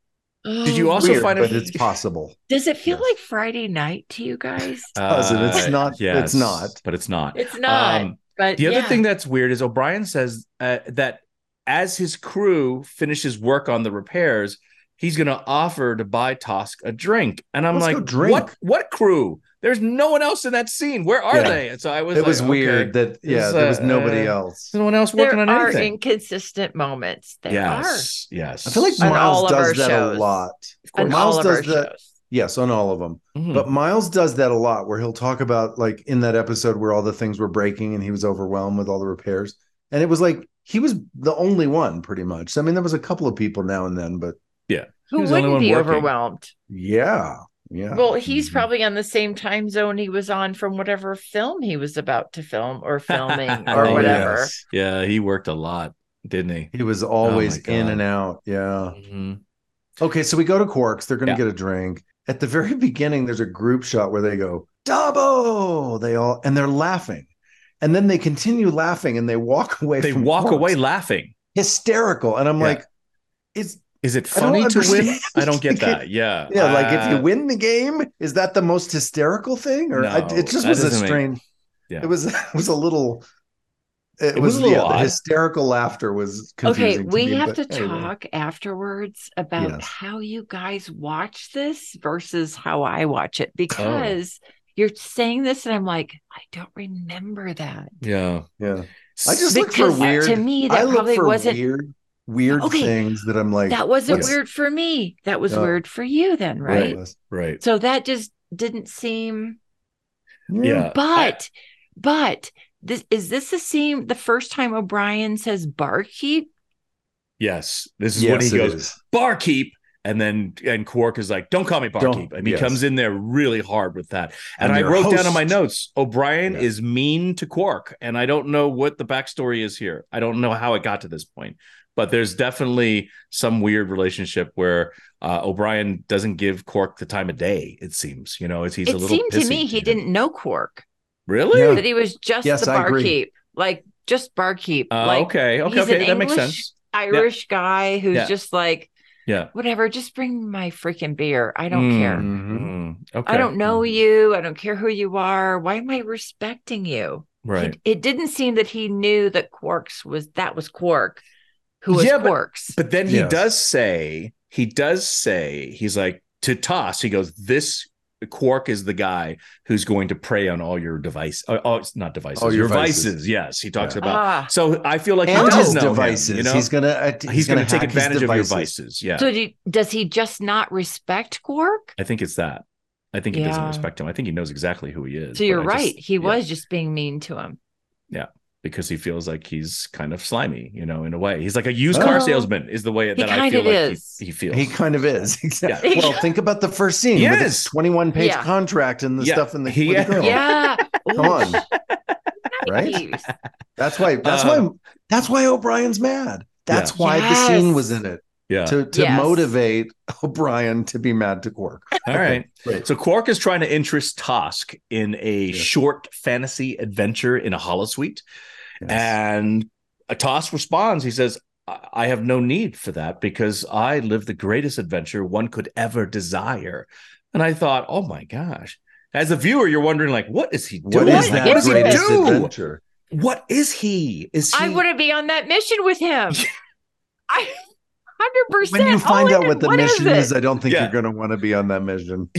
Speaker 1: Did you also
Speaker 3: Oh.
Speaker 2: Weird,
Speaker 1: find it-
Speaker 2: but it's possible.
Speaker 3: Does it feel
Speaker 2: Yes.
Speaker 3: like Friday night to you guys?
Speaker 2: doesn't. It's
Speaker 1: Uh,
Speaker 2: not- it's not.
Speaker 1: But it's not.
Speaker 3: (laughs) it's not.
Speaker 1: Um,
Speaker 3: but
Speaker 1: the other
Speaker 3: yeah.
Speaker 1: thing that's weird is O'Brien says uh, that as his crew finishes work on the repairs, he's going to offer to buy Tosk a drink, and I'm
Speaker 2: Let's go
Speaker 1: like,
Speaker 2: drink.
Speaker 1: what? What crew? There's no one else in that scene. Where are
Speaker 2: Yeah.
Speaker 1: they? And so I (laughs) was.
Speaker 2: It
Speaker 1: like,
Speaker 2: was
Speaker 1: okay,
Speaker 2: weird that yeah,
Speaker 1: It's,
Speaker 2: there was
Speaker 1: uh,
Speaker 2: nobody else.
Speaker 1: (laughs) There's no one else working
Speaker 3: there
Speaker 1: on
Speaker 3: are
Speaker 1: anything.
Speaker 3: inconsistent moments. There
Speaker 1: yes. Yes.
Speaker 2: I feel like
Speaker 3: On all
Speaker 2: Miles
Speaker 3: of our
Speaker 2: does that
Speaker 3: shows.
Speaker 2: a lot.
Speaker 1: Of
Speaker 3: are
Speaker 1: course.
Speaker 3: on
Speaker 2: Miles
Speaker 3: all of
Speaker 2: does
Speaker 3: our
Speaker 2: the-
Speaker 3: shows.
Speaker 2: Yes, on all of them.
Speaker 1: Mhm.
Speaker 2: But Miles does that a lot where he'll talk about like in that episode where all the things were breaking and he was overwhelmed with all the repairs. And it was like he was the only one pretty much. I mean, there was a couple of people now and then, but
Speaker 1: He
Speaker 3: Who
Speaker 1: was the only
Speaker 3: wouldn't
Speaker 1: one
Speaker 3: be
Speaker 1: working.
Speaker 3: overwhelmed?
Speaker 2: yeah. Yeah. Mm-hmm.
Speaker 3: Well, he's
Speaker 1: Mhm.
Speaker 3: probably on the same time zone he was on from whatever film he was about to film
Speaker 2: (laughs)
Speaker 3: or filming
Speaker 1: Oh,
Speaker 3: or whatever.
Speaker 2: yes.
Speaker 1: yeah, he worked a lot, didn't he?
Speaker 2: He was always
Speaker 1: Oh my
Speaker 2: in
Speaker 1: God.
Speaker 2: and out. Yeah.
Speaker 1: Mhm.
Speaker 2: Okay, so we go to Quarks. They're going
Speaker 1: Yeah.
Speaker 2: to get a drink. At the very (laughs) beginning, there's a group shot where they go, Dabo! They all, and they're laughing. And then they continue laughing and they walk (laughs) away.
Speaker 1: They
Speaker 2: from
Speaker 1: walk
Speaker 2: Quarks.
Speaker 1: away laughing.
Speaker 2: hysterical. And I'm
Speaker 1: Yeah.
Speaker 2: like, it's,
Speaker 1: Is it
Speaker 2: I don't
Speaker 1: funny to win?
Speaker 2: understand.
Speaker 1: I don't get
Speaker 2: (laughs)
Speaker 1: that. Yeah.
Speaker 2: yeah, like if you
Speaker 1: Uh,
Speaker 2: win the game, is that the most hysterical thing? Or I,
Speaker 1: No,
Speaker 2: it just
Speaker 1: that
Speaker 2: was a
Speaker 1: doesn't make-
Speaker 2: strange,
Speaker 1: Yeah.
Speaker 2: it was, (laughs) it was a little, it,
Speaker 1: It was
Speaker 2: was,
Speaker 1: a little
Speaker 2: yeah, the
Speaker 1: odd.
Speaker 2: hysterical laughter was confusing.
Speaker 3: Okay,
Speaker 2: to
Speaker 3: we
Speaker 2: me,
Speaker 3: have to
Speaker 2: but anyway.
Speaker 3: talk afterwards about
Speaker 2: Yes.
Speaker 3: how you guys watch this versus how I watch
Speaker 2: Oh.
Speaker 3: it because you're saying this and I'm like, I don't remember that.
Speaker 1: Yeah.
Speaker 2: Yeah. I just look for
Speaker 3: Because
Speaker 2: weird.
Speaker 3: to me
Speaker 2: I
Speaker 3: that
Speaker 2: look
Speaker 3: probably
Speaker 2: for
Speaker 3: wasn't
Speaker 2: weird, weird
Speaker 3: Okay.
Speaker 2: things that I'm like,
Speaker 3: that wasn't
Speaker 2: what's-
Speaker 3: weird for me. That was
Speaker 2: No.
Speaker 3: weird for you then, right?
Speaker 2: Yes.
Speaker 1: Right.
Speaker 3: So that just didn't seem
Speaker 1: Yeah.
Speaker 3: but but this is this the scene the first time O'Brien says barkeep?
Speaker 1: Yes. This is
Speaker 2: Yes,
Speaker 1: when he
Speaker 2: it
Speaker 1: goes,
Speaker 2: is.
Speaker 1: barkeep. And then and Quark is like, don't call me barkeep.
Speaker 2: Don't-
Speaker 1: and he
Speaker 2: yes.
Speaker 1: comes in there really hard with that. And,
Speaker 2: I'm
Speaker 1: I
Speaker 2: your
Speaker 1: wrote down in my
Speaker 2: host.
Speaker 1: notes, O'Brien
Speaker 2: Yeah.
Speaker 1: is mean to Quark. And I don't know what the backstory is here. I don't know how it got to this point, but there's definitely some weird relationship where uh, O'Brien doesn't give Quark the time of day, it seems. You know, it's he's a
Speaker 3: it
Speaker 1: little
Speaker 3: seemed to
Speaker 1: pissy
Speaker 3: me he
Speaker 1: him.
Speaker 3: didn't know Quark.
Speaker 1: really.
Speaker 2: Yeah.
Speaker 3: That he was just
Speaker 2: Yes,
Speaker 3: the
Speaker 2: I agree.
Speaker 3: barkeep. Like just barkeep.
Speaker 1: Uh,
Speaker 3: like
Speaker 1: okay. Okay.
Speaker 3: he's
Speaker 1: Okay.
Speaker 3: an
Speaker 1: That makes
Speaker 3: English-
Speaker 1: sense.
Speaker 3: Irish guy who's
Speaker 1: Yeah.
Speaker 3: just like,
Speaker 1: Yeah.
Speaker 3: whatever, just bring my freaking beer. I don't
Speaker 1: Mm.
Speaker 3: care.
Speaker 2: Mhm.
Speaker 1: Mm, okay.
Speaker 3: I don't know
Speaker 2: Mhm.
Speaker 3: you. I don't care who you are. Why am I respecting you? He-
Speaker 1: Right.
Speaker 3: it didn't seem that he knew that Quarks was that was Quark, who was
Speaker 1: Yeah, but-
Speaker 3: Quarks.
Speaker 1: But then he
Speaker 2: Yes.
Speaker 1: does say, he does say, he's like to Toss. He goes, "This Quark is the guy who's going to prey on all your device, uh, all, not devices,
Speaker 2: All
Speaker 1: your
Speaker 2: your
Speaker 1: vices.
Speaker 2: vices.
Speaker 1: Yes, he talks
Speaker 2: Yeah.
Speaker 1: about.
Speaker 3: ah,
Speaker 1: so I feel like he
Speaker 2: and
Speaker 1: does
Speaker 2: his
Speaker 1: know him,
Speaker 2: devices.
Speaker 1: you know?
Speaker 2: He's gonna uh,
Speaker 1: he's, going to take
Speaker 2: hack his
Speaker 1: advantage of your
Speaker 2: devices.
Speaker 1: vices. Yeah,
Speaker 3: so do, does he just not respect Quark?
Speaker 1: I think it's that. I think he doesn't
Speaker 3: Yeah.
Speaker 1: respect him. I think he knows exactly who he is.
Speaker 3: So you're
Speaker 1: but I just-
Speaker 3: right. he
Speaker 1: yeah,
Speaker 3: was just being mean to him.
Speaker 1: because he feels like he's kind of slimy, you know, in a way. He's like a used car
Speaker 3: Well,
Speaker 1: salesman is the way that I
Speaker 3: kind
Speaker 1: feel
Speaker 3: of
Speaker 1: like
Speaker 3: is.
Speaker 1: He, he feels.
Speaker 2: He kind of is. (laughs) Exactly. (laughs)
Speaker 3: Yeah. (laughs)
Speaker 2: Well, think about the first scene with
Speaker 1: Yes.
Speaker 2: his 21 page
Speaker 3: Yeah.
Speaker 2: contract and the
Speaker 1: Yeah.
Speaker 2: stuff in the,
Speaker 1: He-
Speaker 2: with the girl.
Speaker 3: Yeah.
Speaker 2: (laughs) Come on. Right?
Speaker 3: Nice.
Speaker 2: (laughs) That's why that's
Speaker 1: Uh,
Speaker 2: why that's why O'Brien's mad. That's
Speaker 1: Yeah.
Speaker 2: why
Speaker 3: Yes.
Speaker 2: the scene was in it
Speaker 1: yeah.
Speaker 2: to, to
Speaker 3: Yes.
Speaker 2: motivate (laughs) O'Brien to be mad to Quark.
Speaker 1: All right.
Speaker 2: Great.
Speaker 1: So Quark is trying to interest Tosk in a
Speaker 2: Yes.
Speaker 1: short fantasy adventure in a holosuite.
Speaker 2: Yes.
Speaker 1: And uh, Tosk responds. He says, I I have no need for that because I live the greatest adventure one could ever desire. And I thought, oh my gosh. As a viewer, you're wondering, like, what is he doing?
Speaker 2: what is
Speaker 3: What
Speaker 1: Like,
Speaker 2: that
Speaker 1: what does he
Speaker 2: greatest
Speaker 1: do?
Speaker 2: adventure?
Speaker 1: What is he? Is he
Speaker 3: I wouldn't be on that mission
Speaker 2: (laughs)
Speaker 3: with him. I hundred percent.
Speaker 2: When you find out what the mission is, uh, I don't think
Speaker 1: Yeah.
Speaker 2: you're going to want to be on that mission.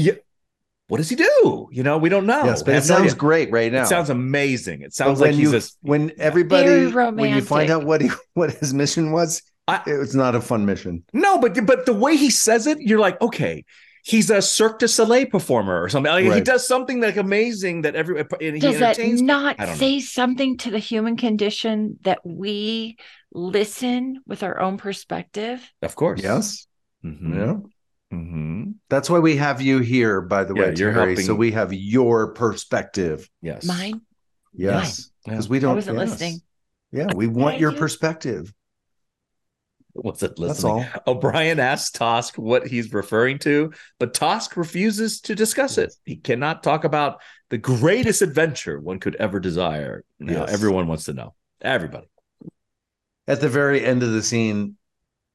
Speaker 1: what does he do? You know, we don't
Speaker 3: Oh,
Speaker 1: know.
Speaker 2: yes,
Speaker 1: I
Speaker 2: but it
Speaker 1: have no
Speaker 2: sounds
Speaker 1: idea.
Speaker 2: great right now.
Speaker 1: It sounds amazing. It
Speaker 2: But
Speaker 1: sounds
Speaker 2: when
Speaker 1: like
Speaker 2: you
Speaker 1: he's a
Speaker 2: when
Speaker 3: Very
Speaker 2: everybody when you
Speaker 3: romantic.
Speaker 2: find out what he (laughs) what his mission was,
Speaker 1: I-
Speaker 2: it was not a fun mission.
Speaker 1: No, but but the way he says it, you're like, okay, he's a Cirque du Soleil performer or something. Like, He
Speaker 2: Right.
Speaker 1: does something like amazing that every and he
Speaker 3: Does that
Speaker 1: entertains.
Speaker 3: not
Speaker 1: I don't know.
Speaker 3: say something to the human condition that we listen with our own perspective?
Speaker 1: of course,
Speaker 2: Yes,
Speaker 1: Mhm.
Speaker 2: yeah.
Speaker 1: Mhm.
Speaker 2: That's why we have you here, by the
Speaker 1: Yeah,
Speaker 2: way,
Speaker 1: you're
Speaker 2: Terry.
Speaker 1: helping-
Speaker 2: So we have your perspective.
Speaker 1: yes,
Speaker 3: Mine.
Speaker 2: Yes,
Speaker 1: Mine.
Speaker 2: because we don't.
Speaker 3: wasn't
Speaker 2: yes.
Speaker 3: listening.
Speaker 2: Yeah, we want your
Speaker 3: you?
Speaker 2: perspective.
Speaker 1: Was it
Speaker 2: That's
Speaker 1: listening?
Speaker 2: all.
Speaker 1: O'Brien asks Tosk what he's referring to, but Tosk refuses to discuss it. He cannot talk about the greatest adventure one could ever desire. Now
Speaker 2: Yes.
Speaker 1: everyone wants to know. Everybody.
Speaker 2: At the very end of the scene,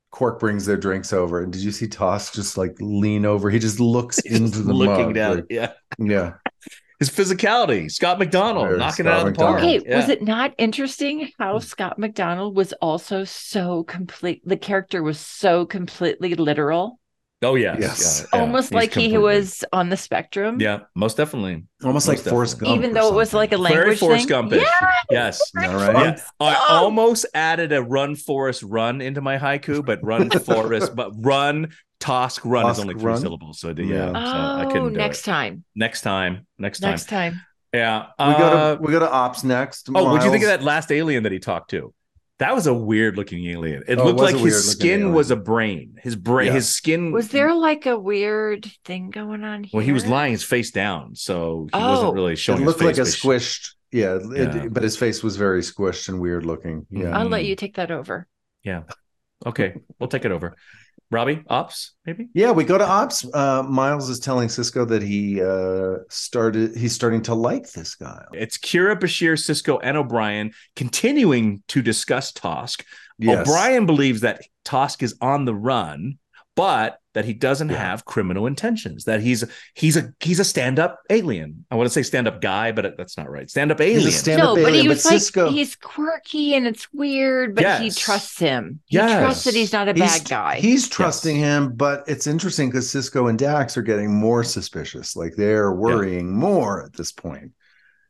Speaker 2: Quark brings their drinks over, and did you see Toss just like lean over? He just
Speaker 3: (laughs)
Speaker 2: looks
Speaker 1: He's
Speaker 2: into
Speaker 1: (laughs) just
Speaker 2: the
Speaker 1: looking
Speaker 2: mug,
Speaker 1: down.
Speaker 2: like-
Speaker 1: yeah.
Speaker 2: yeah.
Speaker 1: His physicality, Scott McDonald,
Speaker 2: Very
Speaker 1: knocking it
Speaker 2: Scott
Speaker 1: out of the park.
Speaker 2: McDonald.
Speaker 3: Okay,
Speaker 1: Yeah.
Speaker 3: was it not interesting
Speaker 2: Mm.
Speaker 3: how Scott McDonald was also so complete? The character was so completely literal,
Speaker 1: Oh yes,
Speaker 2: Yes.
Speaker 1: yeah, yeah.
Speaker 3: almost
Speaker 1: He's
Speaker 3: like he
Speaker 1: completely-
Speaker 3: was on the spectrum.
Speaker 1: Yeah, most definitely.
Speaker 2: almost like
Speaker 1: Most
Speaker 2: Forrest
Speaker 1: definitely.
Speaker 2: Gump.
Speaker 3: even
Speaker 2: or
Speaker 3: though it was like
Speaker 2: something.
Speaker 3: a
Speaker 1: Very
Speaker 3: language
Speaker 1: Forrest
Speaker 3: thing. Um,
Speaker 1: Gumpish.
Speaker 3: Yeah,
Speaker 1: Yes.
Speaker 2: All right.
Speaker 1: Yeah. I
Speaker 2: (laughs)
Speaker 3: Gump.
Speaker 1: almost added a run Forrest run into my haiku, but run Forrest, but run Tosk run is
Speaker 2: Tosk
Speaker 1: only three
Speaker 2: Run?
Speaker 1: syllables. So, the-
Speaker 2: Yeah.
Speaker 1: yeah. so I
Speaker 3: Oh,
Speaker 1: couldn't do
Speaker 3: next
Speaker 1: it.
Speaker 3: time.
Speaker 1: Next time. Next time.
Speaker 3: Next time.
Speaker 1: Yeah.
Speaker 2: We go
Speaker 1: uh,
Speaker 2: to we go to ops next.
Speaker 1: oh, what'd you think of
Speaker 2: Miles.
Speaker 1: that last alien that he talked to? That was a weird looking alien. It
Speaker 2: Oh, it
Speaker 1: looked
Speaker 2: was
Speaker 1: like
Speaker 2: a
Speaker 1: his
Speaker 2: weird-looking
Speaker 1: skin
Speaker 2: alien.
Speaker 1: was a brain. His brain,
Speaker 2: Yeah.
Speaker 1: his skin
Speaker 3: Was there like a weird thing going on here?
Speaker 1: Hmm. Well, he was lying his face down, so he
Speaker 3: Oh.
Speaker 1: wasn't really
Speaker 2: It
Speaker 1: showing.
Speaker 2: looked
Speaker 1: his face,
Speaker 2: like a
Speaker 1: but she-
Speaker 2: squished. Yeah, it-
Speaker 1: Yeah.
Speaker 2: but his face was very squished and weird looking. Yeah.
Speaker 3: I'll let
Speaker 1: Mm.
Speaker 3: you take that over.
Speaker 1: Okay, we'll take it over. Robbie, ops, maybe.
Speaker 2: Yeah, we go to ops. Uh, Miles is telling Cisco that he uh, started. He's starting to like this guy.
Speaker 3: Oh,
Speaker 1: It's Kira, Bashir, Cisco, and O'Brien continuing to discuss Tosk.
Speaker 2: Yes.
Speaker 1: O'Brien believes that Tosk is on the run, but that he doesn't
Speaker 2: Yeah.
Speaker 1: have criminal intentions. That he's he's a he's a stand up alien. I want to say stand up guy, but that's not right. Stand up alien.
Speaker 2: He's a stand
Speaker 3: No,
Speaker 2: up
Speaker 3: but
Speaker 2: alien,
Speaker 3: he
Speaker 2: but
Speaker 3: was like
Speaker 2: Cisco.
Speaker 3: he's quirky and it's weird, but he
Speaker 1: Yes.
Speaker 3: trusts him. He
Speaker 1: Yes.
Speaker 3: trusts that he's not a
Speaker 2: He's-
Speaker 3: bad guy.
Speaker 2: He's trusting him, but it's interesting because Cisco and Dax are getting more suspicious. Like they're worrying more at this point.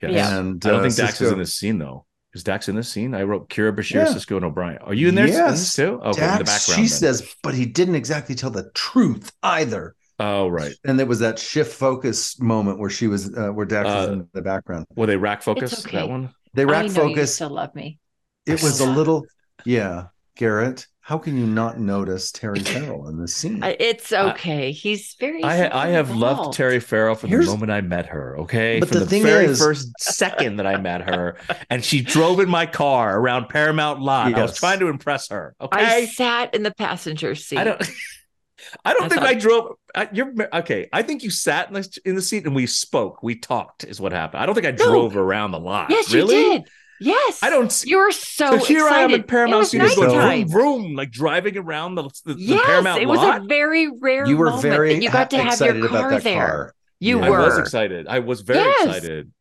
Speaker 1: Yes.
Speaker 3: Yeah.
Speaker 2: And
Speaker 1: I don't
Speaker 2: uh,
Speaker 1: think Dax is
Speaker 2: Sisko-
Speaker 1: in this scene though. Is Dax in this scene? I wrote Kira Bashir,
Speaker 2: Yeah.
Speaker 1: Cisco, and O'Brien. Are you in there in
Speaker 2: Yes.
Speaker 1: this too? Okay, in
Speaker 2: Dax,
Speaker 1: the background.
Speaker 2: she
Speaker 1: then.
Speaker 2: says, but he didn't exactly tell the truth either.
Speaker 1: "Oh, right."
Speaker 2: And there was that shift focus moment where she was, uh, where Dax was
Speaker 1: Uh,
Speaker 2: in the background.
Speaker 1: Were they rack focus
Speaker 3: okay.
Speaker 1: that one?
Speaker 2: They
Speaker 3: I
Speaker 2: rack
Speaker 3: know you
Speaker 2: focus.
Speaker 3: still love me.
Speaker 2: It
Speaker 3: (laughs)
Speaker 2: was a
Speaker 3: Yeah.
Speaker 2: little, yeah, Garrett. How can you not notice
Speaker 3: (laughs)
Speaker 2: Terry Farrell in this scene?
Speaker 3: I- It's okay. he's very.
Speaker 1: Hmm. I I have loved
Speaker 3: involved.
Speaker 1: Terry Farrell from
Speaker 2: Here's-
Speaker 1: the moment I met her. Okay,
Speaker 2: But
Speaker 1: from
Speaker 2: the thing
Speaker 1: very
Speaker 2: is-
Speaker 1: first second that I met
Speaker 2: (laughs)
Speaker 1: her, and she drove in my car around Paramount Lot. I was
Speaker 2: Yes.
Speaker 1: trying to impress her.
Speaker 3: I
Speaker 1: Okay,
Speaker 3: sat in the passenger seat.
Speaker 1: I, don't. (laughs) I don't
Speaker 3: That's
Speaker 1: think
Speaker 3: all.
Speaker 1: I drove. I, you're okay. I think you sat in the, in the seat and we spoke. We talked is what happened. I don't think I
Speaker 3: No.
Speaker 1: drove around the lot.
Speaker 3: yes,
Speaker 1: really?
Speaker 3: you did. Yes,
Speaker 1: I don't. see
Speaker 3: You were
Speaker 1: so
Speaker 3: so,
Speaker 1: here
Speaker 3: excited.
Speaker 1: I am at
Speaker 3: It
Speaker 1: Paramount
Speaker 3: was
Speaker 1: Studios going
Speaker 3: nighttime.
Speaker 1: vroom, vroom, like driving around the, the, the
Speaker 3: Yes,
Speaker 1: Paramount
Speaker 3: it was
Speaker 1: lot.
Speaker 3: a very rare.
Speaker 2: you were
Speaker 3: moment that
Speaker 2: very
Speaker 3: You got to
Speaker 2: ha-
Speaker 3: have
Speaker 2: excited
Speaker 3: your car
Speaker 2: about that
Speaker 3: there.
Speaker 2: car.
Speaker 3: You
Speaker 2: Yeah.
Speaker 1: I was
Speaker 3: were,
Speaker 1: excited. I was very
Speaker 3: Yes.
Speaker 1: excited.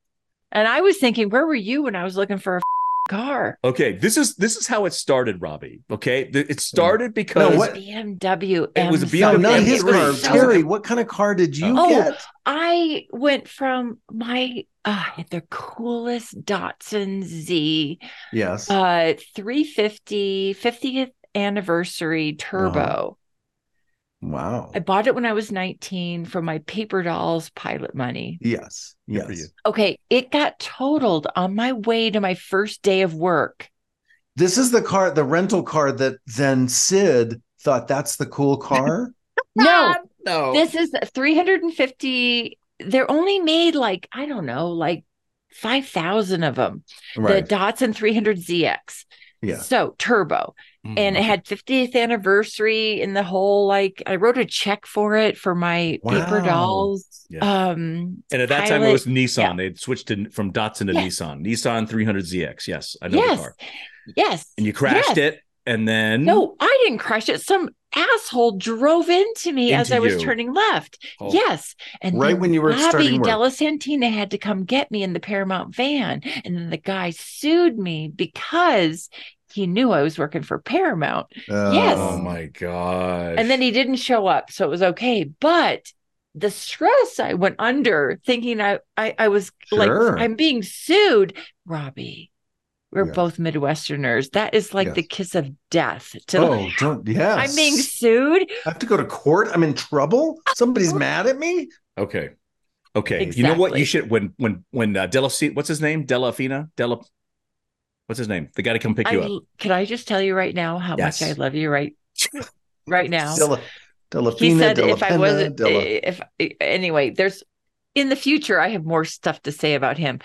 Speaker 3: and I was thinking, where were you when I was looking for a car?
Speaker 1: Okay, this is this is how it started, Robbie. Okay, Th- it started because
Speaker 2: No,
Speaker 3: It
Speaker 2: what-
Speaker 3: was BMW.
Speaker 1: It was a
Speaker 3: M
Speaker 1: BMW BMW
Speaker 2: No, not
Speaker 3: something.
Speaker 2: his
Speaker 3: It was
Speaker 2: car.
Speaker 3: so-
Speaker 2: Terry, what kind of car did you
Speaker 3: Oh.
Speaker 2: get?
Speaker 3: I went from my uh, the coolest Datsun Z
Speaker 2: Yes.
Speaker 3: uh 350 50th anniversary turbo.
Speaker 1: Uh-huh.
Speaker 2: wow.
Speaker 3: I bought it when I was 19 from my paper dolls pilot money.
Speaker 2: yes.
Speaker 1: Good for
Speaker 2: Yes.
Speaker 1: you.
Speaker 3: Okay, it got totaled on my way to my first day of work.
Speaker 2: This is the car, the rental car that then Sid thought that's the
Speaker 3: (laughs)
Speaker 2: cool car.
Speaker 3: No,
Speaker 1: no,
Speaker 3: this is 350 they're only made like I don't know, like 5,000 of them.
Speaker 2: right.
Speaker 3: The Datsun 300ZX.
Speaker 2: yeah.
Speaker 3: So, turbo.
Speaker 1: Mm.
Speaker 3: and it had 50th anniversary and the whole like I wrote a check for it for my paper
Speaker 2: Wow.
Speaker 3: dolls.
Speaker 1: Yeah.
Speaker 3: Um
Speaker 1: And at that time it
Speaker 3: Pilot-
Speaker 1: was Nissan.
Speaker 3: yeah.
Speaker 1: They would switched to, from Datsun to
Speaker 3: Yes.
Speaker 1: Nissan. Nissan 300ZX. Yes, I know
Speaker 3: yes.
Speaker 1: the car.
Speaker 3: Yes.
Speaker 1: And you crashed
Speaker 3: yes.
Speaker 1: it, and then
Speaker 3: No, I didn't crash it. Some asshole drove into me as
Speaker 1: Into
Speaker 3: I was
Speaker 1: you.
Speaker 3: turning left.
Speaker 1: Oh,
Speaker 3: Yes. And
Speaker 2: Right
Speaker 3: then
Speaker 2: when you were
Speaker 3: Bobby
Speaker 2: starting work.
Speaker 3: Della Santina had to come get me in the Paramount van. And then the guy sued me because he knew I was working for Paramount. yes.
Speaker 1: Oh my god!
Speaker 3: and then he didn't show up so it was okay but the stress i went under thinking i i, I was
Speaker 2: Sure.
Speaker 3: like i'm being sued robbie we're
Speaker 2: Yeah.
Speaker 3: both midwesterners that is like the
Speaker 2: Yes.
Speaker 3: kiss of death to
Speaker 2: Oh, don't. Yes.
Speaker 3: i'm being sued
Speaker 2: I have to go to court. I'm in trouble.
Speaker 3: (laughs)
Speaker 2: Somebody's mad at me.
Speaker 1: okay, okay. You know what?
Speaker 3: Exactly.
Speaker 1: You should when when when uh, Della C- what's his name? Della Fina. Della. What's his name? The guy to come pick you
Speaker 3: I-
Speaker 1: up.
Speaker 3: can i just tell you right now how
Speaker 1: Yes.
Speaker 3: much i love you right right now
Speaker 2: Della, Della
Speaker 3: he
Speaker 2: Fina,
Speaker 3: said
Speaker 2: Della
Speaker 3: if i
Speaker 2: Penna,
Speaker 3: wasn't
Speaker 2: Della-
Speaker 3: if anyway there's in the future i have more stuff to say about him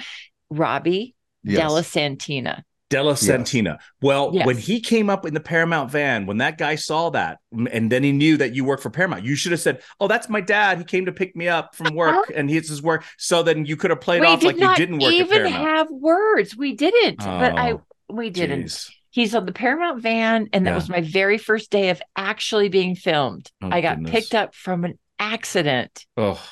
Speaker 3: robbie
Speaker 2: Yes.
Speaker 3: della santina
Speaker 1: Della
Speaker 2: Yes.
Speaker 1: Santina. Well,
Speaker 3: Yes.
Speaker 1: when he came up in the Paramount van, when that guy saw that, m- and then he knew that you work for Paramount, you should have said, "Oh, that's my dad. He came to pick me up from work, and he's his work." So then you could have played
Speaker 3: we
Speaker 1: off
Speaker 3: Uh-huh. did
Speaker 1: like you
Speaker 3: not
Speaker 1: didn't work at
Speaker 3: even
Speaker 1: Paramount.
Speaker 3: have words. We didn't. but I
Speaker 1: Oh,
Speaker 3: we didn't.
Speaker 1: Jeez.
Speaker 3: He's on the Paramount van, and that
Speaker 1: Yeah.
Speaker 3: was my very first day of actually being filmed.
Speaker 1: Oh,
Speaker 3: I got
Speaker 1: goodness.
Speaker 3: picked up from an accident.
Speaker 1: Oh,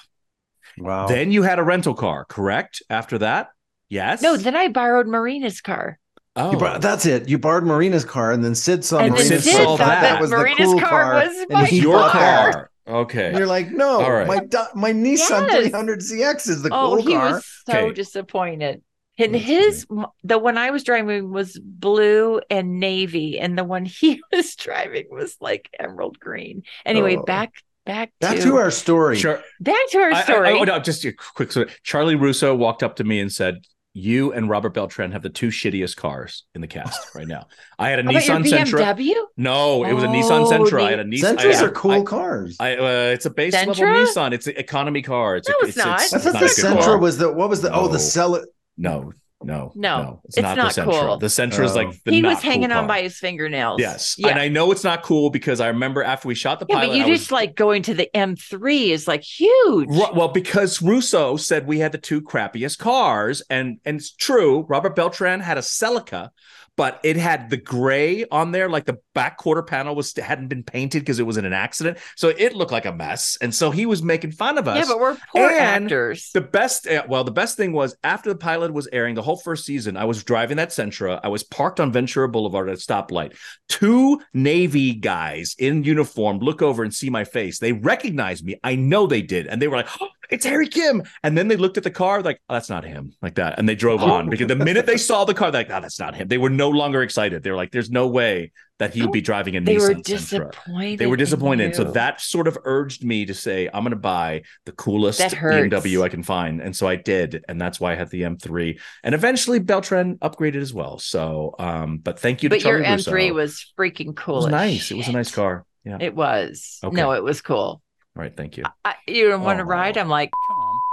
Speaker 2: Wow.
Speaker 1: then you had a rental car, correct? After that, yes.
Speaker 3: No, then I borrowed Marina's car.
Speaker 1: oh,
Speaker 2: You brought, that's it. You borrowed Marina's car, and then Sid saw
Speaker 3: And
Speaker 1: then
Speaker 2: Marina's
Speaker 1: Sid
Speaker 2: car,
Speaker 1: saw
Speaker 2: thought
Speaker 1: that.
Speaker 2: was the
Speaker 3: Marina's
Speaker 2: cool
Speaker 3: car
Speaker 2: car,
Speaker 3: was
Speaker 2: and
Speaker 3: my
Speaker 2: he
Speaker 1: your
Speaker 2: bought that.
Speaker 1: car. Okay.
Speaker 2: And you're like, no,
Speaker 1: All right.
Speaker 2: my do- my Nissan
Speaker 3: Yes.
Speaker 2: 300 ZX is the
Speaker 3: oh,
Speaker 2: cool
Speaker 3: he
Speaker 2: car.
Speaker 3: was so
Speaker 1: Okay.
Speaker 3: disappointed. And
Speaker 1: That's
Speaker 3: his the one I was driving was blue and navy, and the one (laughs) he was driving was like emerald green. Anyway,
Speaker 2: Oh.
Speaker 3: back back
Speaker 2: Back to our story.
Speaker 1: Char-
Speaker 3: back to our
Speaker 1: I- I-
Speaker 3: story.
Speaker 1: I- oh, no, just a quick story. Charlie Russo walked up to me and said, "You and Robert Beltran have the two shittiest cars in the
Speaker 3: (laughs)
Speaker 1: cast right now. I had a
Speaker 3: How about your
Speaker 1: Nissan Sentra.
Speaker 3: BMW?
Speaker 1: No, it was a
Speaker 3: Oh,
Speaker 1: Nissan Sentra. I
Speaker 3: the-
Speaker 1: had a Nissan.
Speaker 2: Sentras
Speaker 1: I-
Speaker 2: are cool
Speaker 1: I-
Speaker 2: cars. I,
Speaker 1: I, uh, it's a base level
Speaker 3: Sentra?
Speaker 1: Nissan. It's an economy car. It's a-
Speaker 3: No, it's not. I
Speaker 2: thought
Speaker 1: not
Speaker 2: the
Speaker 1: a good car.
Speaker 2: Sentra was the what was the oh
Speaker 1: No.
Speaker 2: the seller.
Speaker 1: No, no,
Speaker 3: No,
Speaker 1: It's,
Speaker 3: it's
Speaker 1: not,
Speaker 3: not
Speaker 1: the Sentra.
Speaker 3: cool.
Speaker 1: The Sentra
Speaker 2: Oh.
Speaker 1: is like the
Speaker 3: he
Speaker 1: not
Speaker 3: was
Speaker 1: cool
Speaker 3: hanging on
Speaker 1: car.
Speaker 3: by his fingernails.
Speaker 1: Yes,
Speaker 3: Yeah.
Speaker 1: and I know it's not cool because I remember after we shot the
Speaker 3: yeah,
Speaker 1: pilot,
Speaker 3: but you
Speaker 1: I was-
Speaker 3: just like going to the M3 is like huge.
Speaker 1: Ru- Well, because Russo said we had the two crappiest cars, and and it's true. Robert Beltran had a Celica, but it had the gray on there, like the back quarter panel was hadn't been painted because it was in an accident, so it looked like a mess. And so he was making fun of us.
Speaker 3: Yeah, but we're poor
Speaker 1: And
Speaker 3: actors.
Speaker 1: The best, uh, well, the best thing was after the pilot was airing, the whole first season, I was driving that Sentra. I was parked on Ventura Boulevard at a stoplight. Two Navy guys in uniform look over and see my face. They recognize me. I know they did. And they were like, "Oh, it's Harry Kim. And then they looked at the car, like, oh, that's not him, like that. And they drove on because the minute they saw the car, they're like, oh, that's not him. They were no longer excited. They were like, there's no way that he would be driving a
Speaker 3: they
Speaker 1: Nissan
Speaker 3: were
Speaker 1: Sentra.
Speaker 3: disappointed.
Speaker 1: They were
Speaker 3: in
Speaker 1: disappointed. So
Speaker 3: you.
Speaker 1: that sort of urged me to say, I'm going to buy the coolest
Speaker 3: That hurts.
Speaker 1: BMW I can find. And so I did. And that's why I had the M3. And eventually Beltran upgraded as well. So, um, but thank you to
Speaker 3: but
Speaker 1: Charlie
Speaker 3: your M3
Speaker 1: Russo.
Speaker 3: was freaking
Speaker 1: uh, It
Speaker 3: cool.
Speaker 1: was
Speaker 3: as
Speaker 1: nice. It was a
Speaker 3: shit.
Speaker 1: nice car. Yeah.
Speaker 3: It was.
Speaker 1: Okay.
Speaker 3: No, it was cool.
Speaker 1: All right. Thank you.
Speaker 3: I, you don't want to
Speaker 1: Oh.
Speaker 3: ride? I'm like,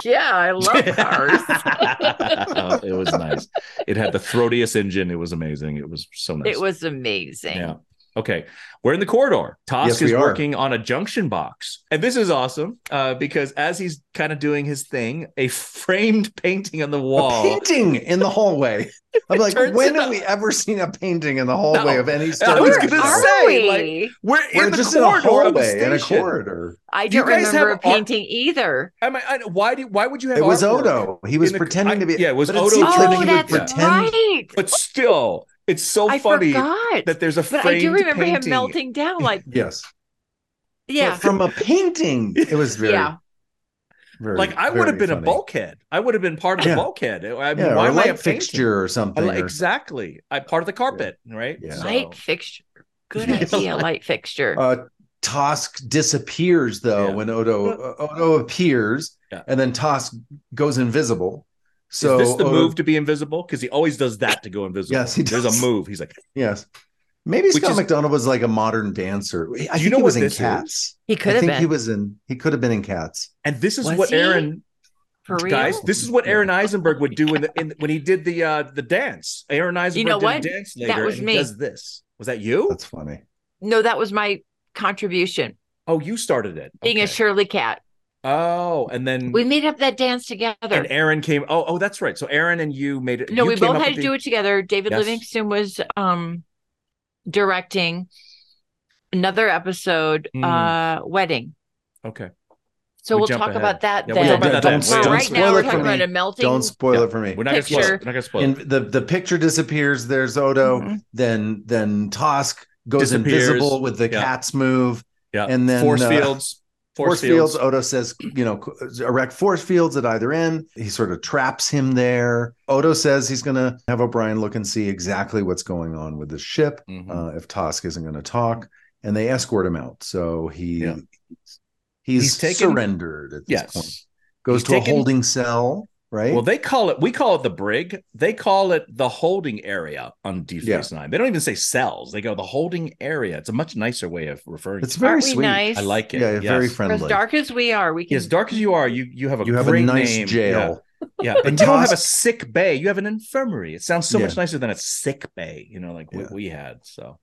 Speaker 3: yeah,
Speaker 1: (laughs)
Speaker 3: I love cars.
Speaker 1: Oh, it was nice. It had the throatiest engine. It was amazing. It was so nice.
Speaker 3: It was amazing.
Speaker 1: Yeah. Okay. We're in the corridor. Tosk
Speaker 2: Yes, we
Speaker 1: is
Speaker 2: are.
Speaker 1: working on a junction box. And this is awesome uh, because as he's kind of doing his thing, a framed (laughs) painting on the
Speaker 2: A
Speaker 1: wall.
Speaker 2: painting in the
Speaker 3: (laughs)
Speaker 2: hallway. I'm like,
Speaker 1: turns
Speaker 2: when
Speaker 1: out-
Speaker 2: have we ever seen a painting in the hallway
Speaker 1: No.
Speaker 2: of any
Speaker 1: I
Speaker 2: sort?
Speaker 1: was
Speaker 3: Where
Speaker 1: gonna
Speaker 3: are
Speaker 1: say,
Speaker 3: we?
Speaker 1: like- We're,
Speaker 2: We're
Speaker 1: in the
Speaker 2: just in a
Speaker 1: corridor of the
Speaker 2: hallway, in a
Speaker 1: station.
Speaker 2: corridor.
Speaker 3: I
Speaker 1: Do you
Speaker 3: don't
Speaker 1: guys have
Speaker 3: remember a
Speaker 1: art-
Speaker 3: painting either.
Speaker 1: I mean, I- why do why would you have
Speaker 2: It was
Speaker 1: artwork?
Speaker 2: Odo. He was
Speaker 1: in the-
Speaker 2: pretending
Speaker 1: I-
Speaker 2: to be.
Speaker 1: yeah, it was
Speaker 2: but it
Speaker 1: Odo
Speaker 2: seems like
Speaker 1: pretending
Speaker 3: Oh,
Speaker 2: he
Speaker 1: to
Speaker 2: would
Speaker 3: that's
Speaker 1: be-
Speaker 2: pretend.
Speaker 3: right.
Speaker 1: But still, it's so
Speaker 3: I
Speaker 1: funny
Speaker 3: forgot.
Speaker 1: that there's a
Speaker 3: but
Speaker 1: framed
Speaker 3: I do remember him
Speaker 1: painting.
Speaker 3: melting down.
Speaker 1: (laughs)
Speaker 3: Like,
Speaker 2: Yes.
Speaker 3: yeah,
Speaker 2: But from a painting, it was very,
Speaker 3: yeah.
Speaker 2: very
Speaker 1: Like I would have
Speaker 2: very
Speaker 1: been a
Speaker 2: funny.
Speaker 1: bulkhead. I would have been part of the
Speaker 2: Yeah.
Speaker 1: bulkhead. I mean,
Speaker 2: Yeah,
Speaker 1: why
Speaker 2: or
Speaker 1: am I
Speaker 2: a
Speaker 1: a
Speaker 2: light
Speaker 1: painting?
Speaker 2: fixture or something.
Speaker 1: I-
Speaker 2: or-
Speaker 1: exactly. I part of the carpet, right?
Speaker 2: Yeah.
Speaker 3: Light fixture.
Speaker 1: (laughs)
Speaker 3: Good
Speaker 2: Yes.
Speaker 3: idea, light fixture.
Speaker 2: Uh, Tosk disappears though
Speaker 1: Yeah.
Speaker 2: when Odo uh, Odo appears,
Speaker 1: Yeah.
Speaker 2: and then Tosk goes invisible. So
Speaker 1: is this the
Speaker 2: Odo-
Speaker 1: move to be invisible? Because he always does that to go invisible.
Speaker 2: Yes, he
Speaker 1: There's
Speaker 2: does.
Speaker 1: a move. He's like,
Speaker 2: Yes. Maybe
Speaker 1: Which
Speaker 2: Scott
Speaker 1: is-
Speaker 2: McDonald was like a modern dancer. I think
Speaker 1: you know
Speaker 2: he was
Speaker 1: what
Speaker 2: in
Speaker 1: this is?
Speaker 2: Cats.
Speaker 3: he
Speaker 2: I
Speaker 3: could have
Speaker 2: think
Speaker 3: been.
Speaker 2: he was in. He could have been in Cats.
Speaker 1: and this is
Speaker 3: Was
Speaker 1: what
Speaker 3: he?
Speaker 1: Aaron
Speaker 3: For real?
Speaker 1: guys. This is what
Speaker 2: Yeah.
Speaker 1: Aaron Eisenberg would do in, the, in when he did the uh the dance. Aaron Eisenberg
Speaker 3: know
Speaker 1: did
Speaker 3: what?
Speaker 1: a dance later.
Speaker 3: was
Speaker 1: and
Speaker 3: me.
Speaker 1: He does this? Was that you?
Speaker 2: That's funny.
Speaker 3: no, that was my contribution.
Speaker 1: oh, you started it.
Speaker 3: Being a
Speaker 1: Okay.
Speaker 3: Shirley cat.
Speaker 1: Oh, and then
Speaker 3: We made up that dance together.
Speaker 1: and Aaron came. Oh, oh, that's right. So Aaron and you made it.
Speaker 3: No,
Speaker 1: you
Speaker 3: we
Speaker 1: came
Speaker 3: both
Speaker 1: up
Speaker 3: had
Speaker 1: with
Speaker 3: to
Speaker 1: the-
Speaker 3: do it together. David
Speaker 1: Yes.
Speaker 3: Livingston was um directing another episode, uh wedding.
Speaker 1: Okay.
Speaker 3: So
Speaker 1: Hmm. We
Speaker 3: we'll
Speaker 1: jump
Speaker 3: talk
Speaker 1: ahead.
Speaker 3: about that
Speaker 1: Yeah, we'll
Speaker 3: then.
Speaker 1: talk about that
Speaker 2: Don't-
Speaker 1: then.
Speaker 3: Well,
Speaker 1: Don't
Speaker 3: right
Speaker 2: spoil
Speaker 3: now we're
Speaker 2: it for
Speaker 3: talking
Speaker 2: me.
Speaker 3: about a melting
Speaker 2: Don't spoil
Speaker 1: Yeah.
Speaker 2: it for me.
Speaker 1: We're not gonna spoil it. We're
Speaker 3: Picture.
Speaker 1: not gonna spoil it.
Speaker 2: And the the picture disappears. There's Odo.
Speaker 3: Mhm.
Speaker 2: Then then Tosk goes
Speaker 1: Disappears.
Speaker 2: invisible with the
Speaker 1: Yeah.
Speaker 2: Cats move.
Speaker 1: Yeah.
Speaker 2: And then
Speaker 1: force
Speaker 2: uh,
Speaker 1: fields.
Speaker 2: force fields. Odo says, you know, qu- erect force fields at either end. He sort of traps him there. Odo says he's going to have O'Brien look and see exactly what's going on with the ship
Speaker 1: Mhm.
Speaker 2: uh, if Tosk isn't going to talk. And they escort him out. So he
Speaker 1: Yeah.
Speaker 2: he's,
Speaker 1: He's taken-
Speaker 2: surrendered at this
Speaker 1: yes.
Speaker 2: point. Goes
Speaker 1: He's
Speaker 2: to
Speaker 1: taken-
Speaker 2: a holding cell, right?
Speaker 1: Well, they call it, we call it the brig. They call it the holding area on D
Speaker 2: Yeah.
Speaker 1: Space Nine. They don't even say cells, they go the holding area. It's a much nicer way of referring
Speaker 2: it's
Speaker 1: to
Speaker 2: very
Speaker 3: Aren't we
Speaker 2: sweet.
Speaker 3: nice?
Speaker 1: it. I like it.
Speaker 2: Yeah,
Speaker 1: yes.
Speaker 2: very
Speaker 3: For
Speaker 2: friendly.
Speaker 3: as dark as we are, we can
Speaker 1: As dark as you are, you, you have a
Speaker 2: you have a
Speaker 1: great
Speaker 2: nice
Speaker 1: name.
Speaker 2: jail. (laughs)
Speaker 1: Yeah. yeah. But
Speaker 2: And
Speaker 1: you don't have
Speaker 2: Tosk-
Speaker 1: a sick bay. You have an infirmary. It sounds so
Speaker 2: Yeah.
Speaker 1: much nicer than a sick bay, you know, like
Speaker 2: Yeah.
Speaker 1: what we had. So,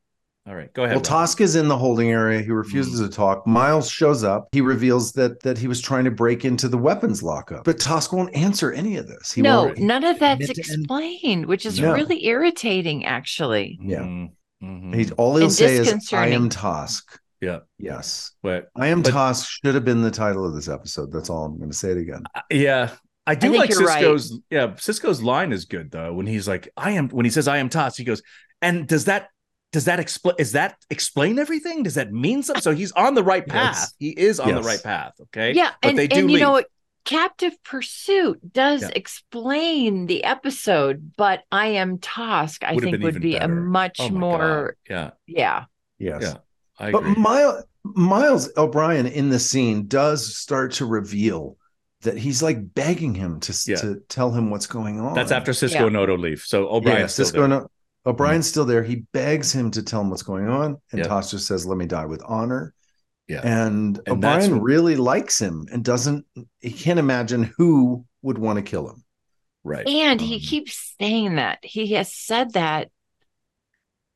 Speaker 1: all right, go ahead.
Speaker 2: Well,
Speaker 1: Rob.
Speaker 2: Tosk is in the holding area. He refuses
Speaker 1: Hmm.
Speaker 2: to talk. Miles shows up. He reveals that that he was trying to break into the weapons lockup, but Tosk won't answer any of this. He
Speaker 3: no,
Speaker 2: won't-
Speaker 3: none of that's
Speaker 2: admit to any-
Speaker 3: explained, which is
Speaker 1: No.
Speaker 3: really irritating, actually.
Speaker 2: Yeah.
Speaker 1: Mhm. Mhm.
Speaker 2: He, all he'll
Speaker 3: And
Speaker 2: say is, "I
Speaker 3: disconcerting.
Speaker 2: am Tosk."
Speaker 1: Yeah.
Speaker 2: Yes.
Speaker 1: But
Speaker 2: I am
Speaker 1: But-
Speaker 2: Tosk should have been the title of this episode. That's all I'm going to say it again.
Speaker 1: Uh, Yeah. I do
Speaker 3: think
Speaker 1: like
Speaker 3: you're right.
Speaker 1: Cisco's yeah, Cisco's line is good though. When he's like, I am when he says I am Tots, he goes, and does that does that explain is that explain everything? Does that mean something? So he's on the right path.
Speaker 2: Yes.
Speaker 1: He is on the
Speaker 2: Yes.
Speaker 1: right path. Okay.
Speaker 3: Yeah,
Speaker 1: But
Speaker 3: and,
Speaker 1: they do
Speaker 3: and you know
Speaker 1: leave.
Speaker 3: what? Captive Pursuit does
Speaker 1: Yeah.
Speaker 3: explain the episode, but I Am Tosk, I
Speaker 1: Would've
Speaker 3: think
Speaker 1: been
Speaker 3: would
Speaker 1: even
Speaker 3: be a
Speaker 1: better.
Speaker 3: much
Speaker 1: Oh my
Speaker 3: more,
Speaker 1: God. yeah
Speaker 3: yeah.
Speaker 2: Yes.
Speaker 1: Yeah, I
Speaker 2: But
Speaker 1: agree.
Speaker 2: Miles Miles O'Brien in the scene does start to reveal that he's like begging him to
Speaker 1: Yeah.
Speaker 2: to tell him what's going on.
Speaker 1: That's after Cisco
Speaker 3: Yeah.
Speaker 1: and Odo leave. So O'Brien's
Speaker 2: yeah,
Speaker 1: still
Speaker 2: Cisco.
Speaker 1: there. Mm-hmm.
Speaker 2: no- O'Brien's still there. He begs him to tell him what's going on, and
Speaker 1: Yeah.
Speaker 2: Toss just says, "Let me die with honor."
Speaker 1: Yeah.
Speaker 2: and,
Speaker 1: And that's
Speaker 2: O'Brien
Speaker 1: what-
Speaker 2: really likes him and doesn't. He can't imagine who would want to kill him.
Speaker 1: right.
Speaker 3: And he
Speaker 2: Um,
Speaker 3: keeps saying that. He has said that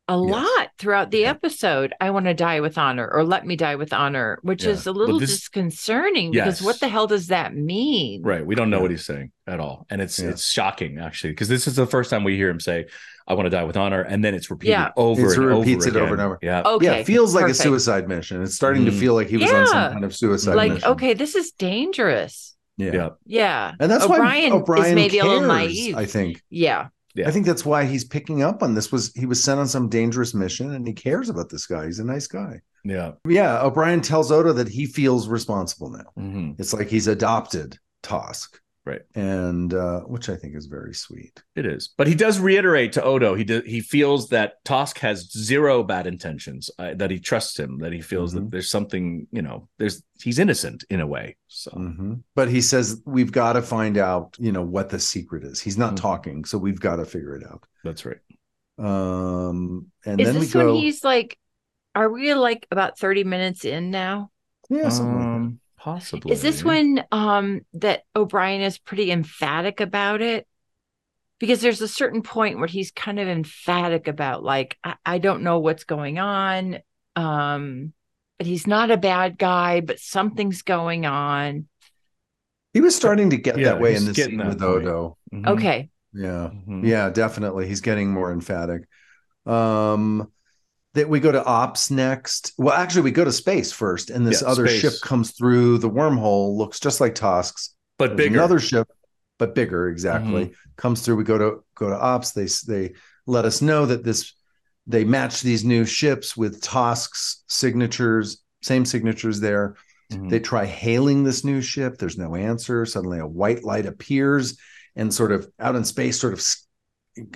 Speaker 3: a
Speaker 2: Yes.
Speaker 3: lot throughout the
Speaker 1: Yeah.
Speaker 3: episode. I want to die with honor or let me die with honor, which
Speaker 1: Yeah.
Speaker 3: is a little
Speaker 1: this-
Speaker 3: disconcerting because what
Speaker 1: Yes.
Speaker 3: the hell does that mean?
Speaker 1: Right. We don't know
Speaker 2: Yeah.
Speaker 1: what he's saying at all. And it's
Speaker 2: Yeah.
Speaker 1: it's shocking actually, because this is the first time we hear him say, I want to die with honor. And then it's repeated
Speaker 3: Yeah. Oh.
Speaker 1: over
Speaker 2: It's-
Speaker 1: and
Speaker 2: repeats
Speaker 1: over
Speaker 2: it over
Speaker 1: again.
Speaker 2: and over.
Speaker 1: Yeah.
Speaker 3: Okay.
Speaker 2: yeah, it feels like
Speaker 3: perfect.
Speaker 2: a suicide mission. It's starting to
Speaker 1: Mm.
Speaker 2: feel like he was on
Speaker 3: Yeah.
Speaker 2: some kind of suicide
Speaker 3: Like,
Speaker 2: mission.
Speaker 3: okay, this is dangerous.
Speaker 2: yeah.
Speaker 1: Yeah.
Speaker 3: Yeah.
Speaker 2: and that's
Speaker 3: O'Brien
Speaker 2: why
Speaker 3: is
Speaker 2: O'Brien
Speaker 3: maybe a
Speaker 2: cares,
Speaker 3: little naive.
Speaker 2: I think.
Speaker 3: Yeah.
Speaker 1: Yeah.
Speaker 2: I think that's why he's picking up on this. Was he was sent on some dangerous mission, and he cares about this guy. He's a nice guy.
Speaker 1: Yeah.
Speaker 2: Yeah, O'Brien tells Odo that he feels responsible now.
Speaker 1: Mhm.
Speaker 2: It's like he's adopted Tosk.
Speaker 1: Right.
Speaker 2: And uh, which I think is very sweet.
Speaker 1: It is. But he does reiterate to Odo, he do, he feels that Tosk has zero bad intentions, uh, that he trusts him, that he feels that
Speaker 2: Mhm.
Speaker 1: there's something, you know, there's he's innocent in a way. So
Speaker 2: Mhm. But he says we've got to find out, you know, what the secret is. He's not
Speaker 1: Mhm.
Speaker 2: talking, so we've got to figure it out.
Speaker 1: that's right.
Speaker 2: Um, and
Speaker 3: Is
Speaker 2: then
Speaker 3: this
Speaker 2: we go.
Speaker 3: when he's like, are we like about 30 minutes in now?
Speaker 2: yeah, something like that.
Speaker 1: Um, possibly.
Speaker 3: Is this when um that O'Brien is pretty emphatic about it? Because there's a certain point where he's kind of emphatic about like I, I don't know what's going on. Um but he's not a bad guy, but something's going on.
Speaker 2: He was starting to get
Speaker 1: Yeah,
Speaker 2: that way
Speaker 1: he's
Speaker 2: in the
Speaker 1: getting
Speaker 2: scene
Speaker 1: that
Speaker 2: with
Speaker 1: point.
Speaker 2: Odo.
Speaker 1: Mhm.
Speaker 3: Okay.
Speaker 2: Yeah.
Speaker 1: Mhm.
Speaker 2: Yeah, definitely. He's getting more emphatic. Um that we go to ops next. Well, actually, we go to space first, and this
Speaker 1: Yeah,
Speaker 2: other
Speaker 1: space.
Speaker 2: ship comes through the wormhole, looks just like Tosk's.
Speaker 1: But
Speaker 2: There's
Speaker 1: bigger. Mm-hmm.
Speaker 2: Another ship, but bigger, exactly. Comes through. We go to go to ops. They they let us know that this they match these new ships with Tosk's signatures, same signatures there.
Speaker 1: Mhm.
Speaker 2: They try hailing this new ship. There's no answer. Suddenly, a white light appears and sort of out in space, sort of s-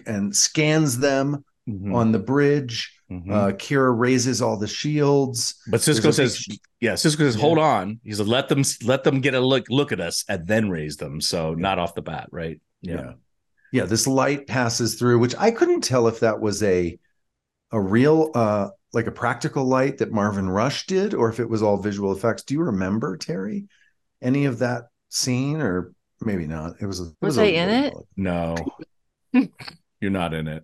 Speaker 2: and scans them
Speaker 1: Mhm.
Speaker 2: on the bridge.
Speaker 1: Mhm.
Speaker 2: Uh, Kira raises all the shields.
Speaker 1: But
Speaker 2: There's
Speaker 1: Cisco
Speaker 2: a big
Speaker 1: says,
Speaker 2: sh-
Speaker 1: "Yeah." Cisco says,
Speaker 2: Yeah.
Speaker 1: "Hold on." He said, "Let them, let them get a look, look at us, and then raise them." So not off the bat, right?
Speaker 2: yeah, yeah. This light passes through, which I couldn't tell if that was a a real uh like a practical light that Marvin Rush did, or if it was all visual effects. Do you remember Terry any of that scene, or maybe not? It was. A, it
Speaker 3: Was
Speaker 2: was a
Speaker 3: I in
Speaker 2: little-
Speaker 3: it? (laughs)
Speaker 1: No, you're not in it.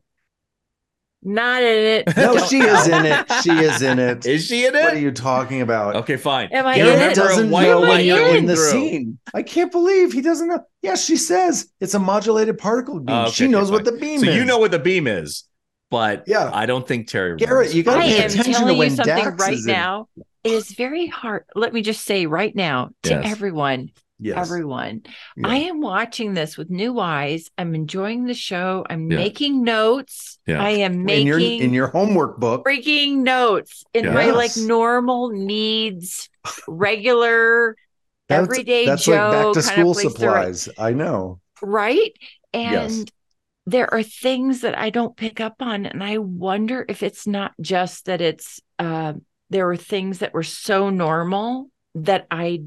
Speaker 3: Not in it.
Speaker 1: (laughs)
Speaker 2: No,
Speaker 3: Don't
Speaker 2: she
Speaker 3: know.
Speaker 2: is in it. She is in it.
Speaker 1: Is she in
Speaker 2: What are
Speaker 1: it?
Speaker 2: you talking about?
Speaker 1: okay, fine.
Speaker 3: Am I
Speaker 1: You
Speaker 3: in
Speaker 1: remember
Speaker 3: it?
Speaker 1: a
Speaker 2: doesn't
Speaker 1: white
Speaker 2: know
Speaker 3: light
Speaker 2: when you're
Speaker 1: going
Speaker 2: in the
Speaker 1: through.
Speaker 2: scene. I can't believe he doesn't know. Yeah, she says it's a modulated particle beam.
Speaker 1: Oh, okay,
Speaker 2: she
Speaker 1: okay,
Speaker 2: knows what
Speaker 1: fine.
Speaker 2: the beam
Speaker 1: So
Speaker 2: is.
Speaker 1: you know what the beam is, but
Speaker 2: Yeah,
Speaker 1: I don't think Terry.
Speaker 2: Garrett,
Speaker 1: remembers.
Speaker 2: you gotta
Speaker 3: (laughs) I
Speaker 2: pay
Speaker 3: am
Speaker 2: attention to
Speaker 3: telling you
Speaker 2: when
Speaker 3: something
Speaker 2: Dax
Speaker 3: right
Speaker 2: is in.
Speaker 3: now. It is very hard. Let me just say right now to
Speaker 1: Yes.
Speaker 3: everyone,
Speaker 2: yes.
Speaker 3: everyone,
Speaker 2: Yeah.
Speaker 3: I am watching this with new eyes. I'm enjoying the show. I'm
Speaker 1: Yeah.
Speaker 3: making notes.
Speaker 1: Yeah.
Speaker 3: I am
Speaker 2: in
Speaker 3: making
Speaker 2: your in your homework book.
Speaker 3: freaking notes in my like
Speaker 2: Yes.
Speaker 3: normal needs, regular,
Speaker 2: That's-
Speaker 3: everyday
Speaker 2: That's
Speaker 3: Joe
Speaker 2: like back to
Speaker 3: kind
Speaker 2: school
Speaker 3: of place to write-
Speaker 2: supplies. I know.
Speaker 3: right?
Speaker 2: Yes.
Speaker 3: And there are things that I don't pick up on, and I wonder if it's not just that it's uh, there were things that were so normal that I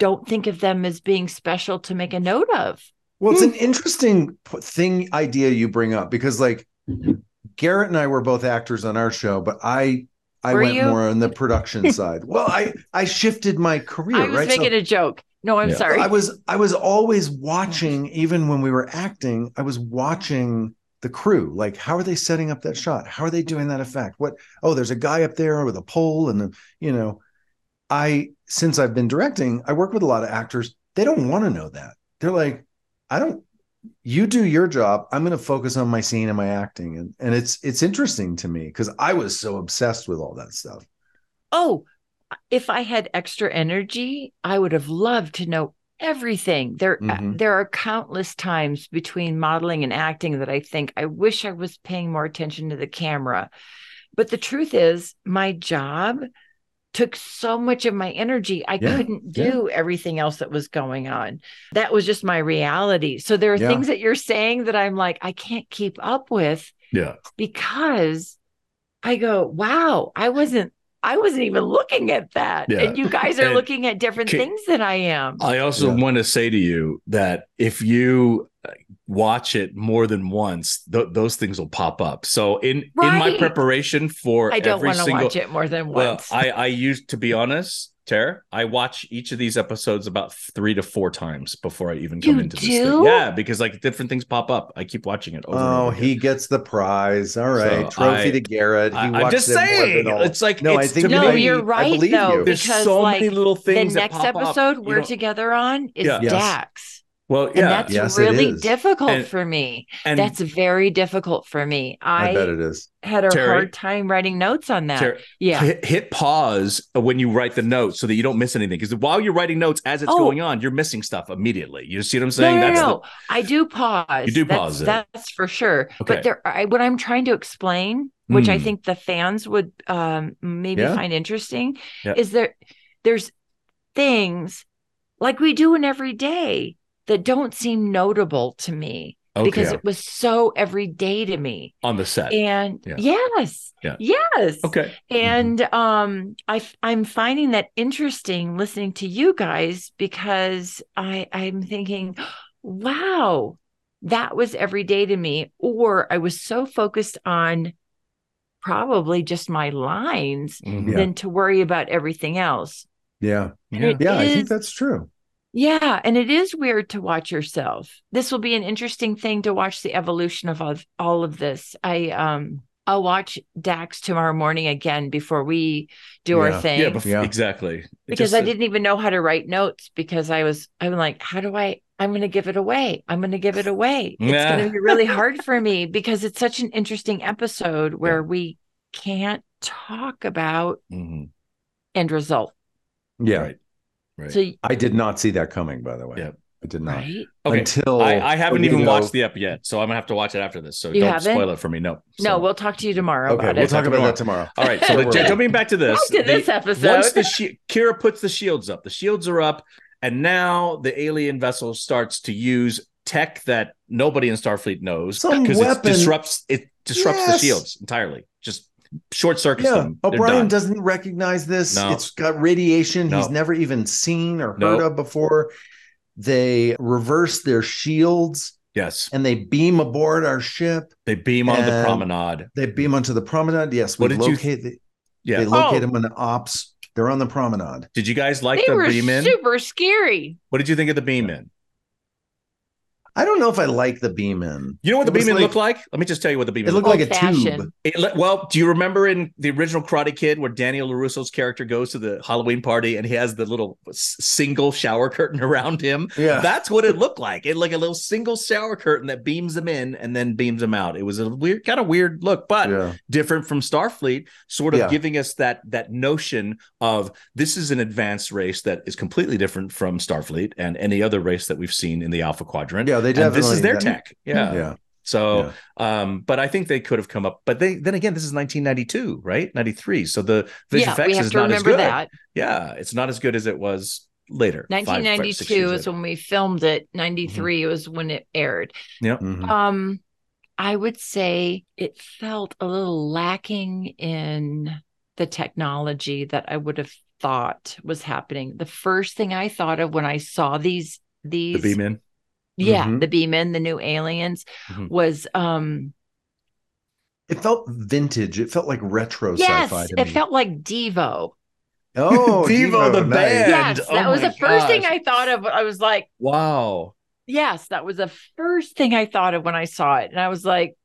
Speaker 3: don't think of them as being special to make a note of.
Speaker 2: Well, it's
Speaker 3: Hmm.
Speaker 2: an interesting p- thing idea you bring up because like Garrett and I were both actors on our show, but I I
Speaker 3: Were
Speaker 2: went
Speaker 3: you?
Speaker 2: more on the production side. Well, I I shifted my career,
Speaker 3: I was
Speaker 2: right? So-
Speaker 3: making a joke. No, I'm
Speaker 1: Yeah.
Speaker 3: sorry.
Speaker 2: I was I was always watching, even when we were acting, I was watching the crew. Like, how are they setting up that shot? How are they doing that effect? What? Oh, there's a guy up there with a pole, and then, you know, I since I've been directing, I work with a lot of actors. They don't want to know that. They're like, I don't. You do your job. I'm going to focus on my scene and my acting, and and it's it's interesting to me because I was so obsessed with all that stuff.
Speaker 3: oh, if I had extra energy, I would have loved to know everything. There, uh,
Speaker 2: Mhm.
Speaker 3: there are countless times between modeling and acting that I think I wish I was paying more attention to the camera. But the truth is, my job took so much of my energy. I
Speaker 2: Yeah,
Speaker 3: couldn't
Speaker 2: yeah.
Speaker 3: do everything else that was going on. That was just my reality. So there are
Speaker 2: Yeah.
Speaker 3: things that you're saying that I'm like, I can't keep up with
Speaker 1: Yeah.
Speaker 3: because I go, wow, I wasn't. I wasn't even looking at that.
Speaker 1: Yeah.
Speaker 3: And you guys are
Speaker 1: And
Speaker 3: looking at different
Speaker 1: ca-
Speaker 3: things that I am.
Speaker 1: I also
Speaker 2: Yeah.
Speaker 1: want to say to you that if you uh, watch it more than once, th- those things will pop up. So in in my
Speaker 3: Right.
Speaker 1: preparation for
Speaker 3: I don't
Speaker 1: every
Speaker 3: want to
Speaker 1: single
Speaker 3: watch it more than
Speaker 1: well,
Speaker 3: once.
Speaker 1: I I used to be honest, Tara, I watch each of these episodes about three to four times before I even come
Speaker 3: You
Speaker 1: into this thing.
Speaker 3: do?
Speaker 1: Yeah, because like different things pop up. I keep watching it over. and
Speaker 2: Oh,
Speaker 1: over
Speaker 2: he
Speaker 1: again.
Speaker 2: gets the prize. All right,
Speaker 1: So
Speaker 2: trophy
Speaker 1: I-
Speaker 2: to Garrett. He
Speaker 1: I, am
Speaker 2: watched
Speaker 1: just
Speaker 2: it more than
Speaker 1: saying,
Speaker 2: all-
Speaker 1: it's like
Speaker 2: No, I
Speaker 1: it's
Speaker 2: think
Speaker 1: to
Speaker 2: you
Speaker 3: no,
Speaker 2: may-
Speaker 1: me,
Speaker 3: you're
Speaker 2: I
Speaker 3: right
Speaker 2: believe
Speaker 3: though.
Speaker 2: you.
Speaker 1: There's
Speaker 3: because
Speaker 1: so
Speaker 3: like,
Speaker 1: many little
Speaker 3: the
Speaker 1: things. that
Speaker 3: next
Speaker 1: pop up.
Speaker 3: episode
Speaker 1: You
Speaker 3: we're
Speaker 1: don't-
Speaker 3: together on is
Speaker 1: Yeah.
Speaker 2: Yes.
Speaker 3: Dax.
Speaker 1: Well,
Speaker 3: And
Speaker 1: yeah,
Speaker 3: that's
Speaker 2: Yes, it
Speaker 3: really
Speaker 2: is.
Speaker 3: difficult
Speaker 1: And-
Speaker 3: for me.
Speaker 1: and
Speaker 3: that's very difficult for me. I,
Speaker 2: I bet it is.
Speaker 3: had a
Speaker 1: Terry-
Speaker 3: hard time writing notes on that.
Speaker 1: Tara,
Speaker 3: yeah.
Speaker 1: hit, hit pause when you write the notes so that you don't miss anything. Because while you're writing notes as it's
Speaker 3: Oh.
Speaker 1: going on, you're missing stuff immediately. You see what I'm
Speaker 3: No,
Speaker 1: saying?
Speaker 3: no,
Speaker 1: that's
Speaker 3: no. I do pause.
Speaker 1: You do
Speaker 3: That's-
Speaker 1: pause it.
Speaker 3: That's for sure.
Speaker 1: Okay.
Speaker 3: But there, I, what I'm trying to explain, which I
Speaker 1: Hmm.
Speaker 3: think the fans would um, maybe
Speaker 2: Yeah.
Speaker 3: find interesting,
Speaker 1: Yeah.
Speaker 3: is there there's things like we do in every day that don't seem notable to me
Speaker 1: the,
Speaker 3: because it was so everyday to me.
Speaker 1: on the set.
Speaker 3: And
Speaker 1: Yeah.
Speaker 3: yes,
Speaker 1: Yeah.
Speaker 3: yes.
Speaker 1: okay.
Speaker 2: Mm-hmm.
Speaker 3: And um, I f- I'm finding that interesting listening to you guys because I I'm thinking, wow, that was every day to me, or I was so focused on probably just my lines
Speaker 1: Mhm.
Speaker 3: than to worry about everything else.
Speaker 2: Yeah,
Speaker 1: Yeah.
Speaker 3: It
Speaker 2: yeah. I think
Speaker 3: is-
Speaker 2: that's true.
Speaker 3: yeah, and it is weird to watch yourself. This will be an interesting thing to watch the evolution of all, all of this. I um I'll watch Dax tomorrow morning again before we do our
Speaker 2: Yeah.
Speaker 3: thing
Speaker 1: Yeah, bef-
Speaker 2: Yeah.
Speaker 1: exactly. It
Speaker 3: because
Speaker 1: just-
Speaker 3: I didn't even know how to write notes because I was I'm like how do I I'm going to give it away. I'm going to give it away. It's
Speaker 1: Yeah.
Speaker 3: going to be really hard for me because it's such an interesting episode where we can't talk about
Speaker 1: Mhm.
Speaker 3: end result.
Speaker 2: Yeah,
Speaker 1: Right. Right.
Speaker 3: So
Speaker 2: I did not see that coming. By the way,
Speaker 1: Yeah.
Speaker 2: I did not
Speaker 3: right?
Speaker 1: okay.
Speaker 2: until
Speaker 1: I, I haven't
Speaker 2: you
Speaker 1: even
Speaker 2: know-
Speaker 1: watched the app yet, so I'm gonna have to watch it after this. So
Speaker 3: You
Speaker 1: don't
Speaker 3: haven't?
Speaker 1: spoil it for me. No.
Speaker 3: No,
Speaker 1: So-
Speaker 3: we'll talk to you tomorrow
Speaker 2: Okay,
Speaker 3: about
Speaker 2: we'll
Speaker 3: it.
Speaker 2: talk about that tomorrow.
Speaker 1: All right. So
Speaker 2: Don't
Speaker 1: the,
Speaker 2: worry.
Speaker 1: jumping back to
Speaker 3: (laughs)
Speaker 1: this,
Speaker 3: Back to
Speaker 1: the-
Speaker 3: this episode.
Speaker 1: once the shi Kira puts the shields up, the shields are up, and now the alien vessel starts to use tech that nobody in Starfleet knows
Speaker 2: Some
Speaker 1: it
Speaker 2: weapon.
Speaker 1: disrupts it disrupts
Speaker 2: Yes.
Speaker 1: the shields entirely. Just short circuits
Speaker 2: Yeah, Oh,
Speaker 1: them. They're
Speaker 2: O'Brien
Speaker 1: done.
Speaker 2: doesn't recognize this.
Speaker 1: No.
Speaker 2: It's got radiation
Speaker 1: No.
Speaker 2: he's never even seen or
Speaker 1: No.
Speaker 2: heard of before. They reverse their shields
Speaker 1: Yes,
Speaker 2: and they beam aboard our ship.
Speaker 1: they beam on the
Speaker 2: And-
Speaker 1: promenade.
Speaker 2: They beam onto the promenade. Yes, we
Speaker 1: What did you-
Speaker 2: locate the,
Speaker 1: Yeah.
Speaker 2: they locate
Speaker 3: Oh.
Speaker 2: them in the ops. They're on the promenade.
Speaker 1: Did you guys like
Speaker 3: they
Speaker 1: the
Speaker 3: were
Speaker 1: beam in?
Speaker 3: super scary.
Speaker 1: What did you think of the beam in?
Speaker 2: I don't know if I like the beam in.
Speaker 1: You know what the
Speaker 2: It
Speaker 1: beam
Speaker 2: was
Speaker 1: in
Speaker 2: like-
Speaker 1: looked like? Let me just tell you what the beam
Speaker 2: It
Speaker 1: in
Speaker 2: looked
Speaker 1: looked
Speaker 2: like a tube.
Speaker 3: Old-fashioned.
Speaker 1: It, le- well, do you remember in the original Karate Kid where Daniel LaRusso's character goes to the Halloween party and he has the little s- single shower curtain (laughs) around him?
Speaker 2: Yeah.
Speaker 1: That's what it looked like. It like a little single shower curtain that beams him in and then beams him out. It was a weird, kind of weird look, but
Speaker 2: yeah.
Speaker 1: different from Starfleet, sort of
Speaker 2: Yeah.
Speaker 1: giving us that that notion of this is an advanced race that is completely different from Starfleet and any other race that we've seen in the Alpha Quadrant.
Speaker 2: Yeah, they
Speaker 1: And
Speaker 2: definitely
Speaker 1: this is their
Speaker 2: that-
Speaker 1: tech. Yeah.
Speaker 2: Yeah.
Speaker 1: So
Speaker 2: Yeah.
Speaker 1: um, but I think they could have come up. But they then again, this is 1992, right? 93. So the visual
Speaker 3: yeah, we
Speaker 1: effects
Speaker 3: have
Speaker 1: is
Speaker 3: to
Speaker 1: not as
Speaker 3: remember
Speaker 1: good.
Speaker 3: that.
Speaker 1: Yeah, it's not as good as it was later. five, five, six
Speaker 3: 1992
Speaker 1: years
Speaker 3: is
Speaker 1: later.
Speaker 3: when we filmed it. 93
Speaker 1: Mm-hmm.
Speaker 3: was when it aired.
Speaker 2: Mhm.
Speaker 3: Um, I would say it felt a little lacking in the technology that I would have thought was happening. The first thing I thought of when I saw these
Speaker 1: the Mm-hmm.
Speaker 3: these
Speaker 1: beam in.
Speaker 3: yeah
Speaker 2: Mhm.
Speaker 3: the beeman the new aliens
Speaker 1: Mhm.
Speaker 3: was um
Speaker 2: It felt vintage. It felt like retro
Speaker 3: yes
Speaker 2: sci-fi. to
Speaker 3: it
Speaker 2: me.
Speaker 3: felt like Devo
Speaker 1: (laughs)
Speaker 2: Oh,
Speaker 1: Devo the
Speaker 2: nice.
Speaker 1: band.
Speaker 3: yes
Speaker 1: Oh
Speaker 3: that was
Speaker 1: my
Speaker 3: the first thing
Speaker 1: gosh.
Speaker 3: I thought of I was like
Speaker 1: Wow.
Speaker 3: Yes, that was the first thing I thought of when I saw it. And I was like,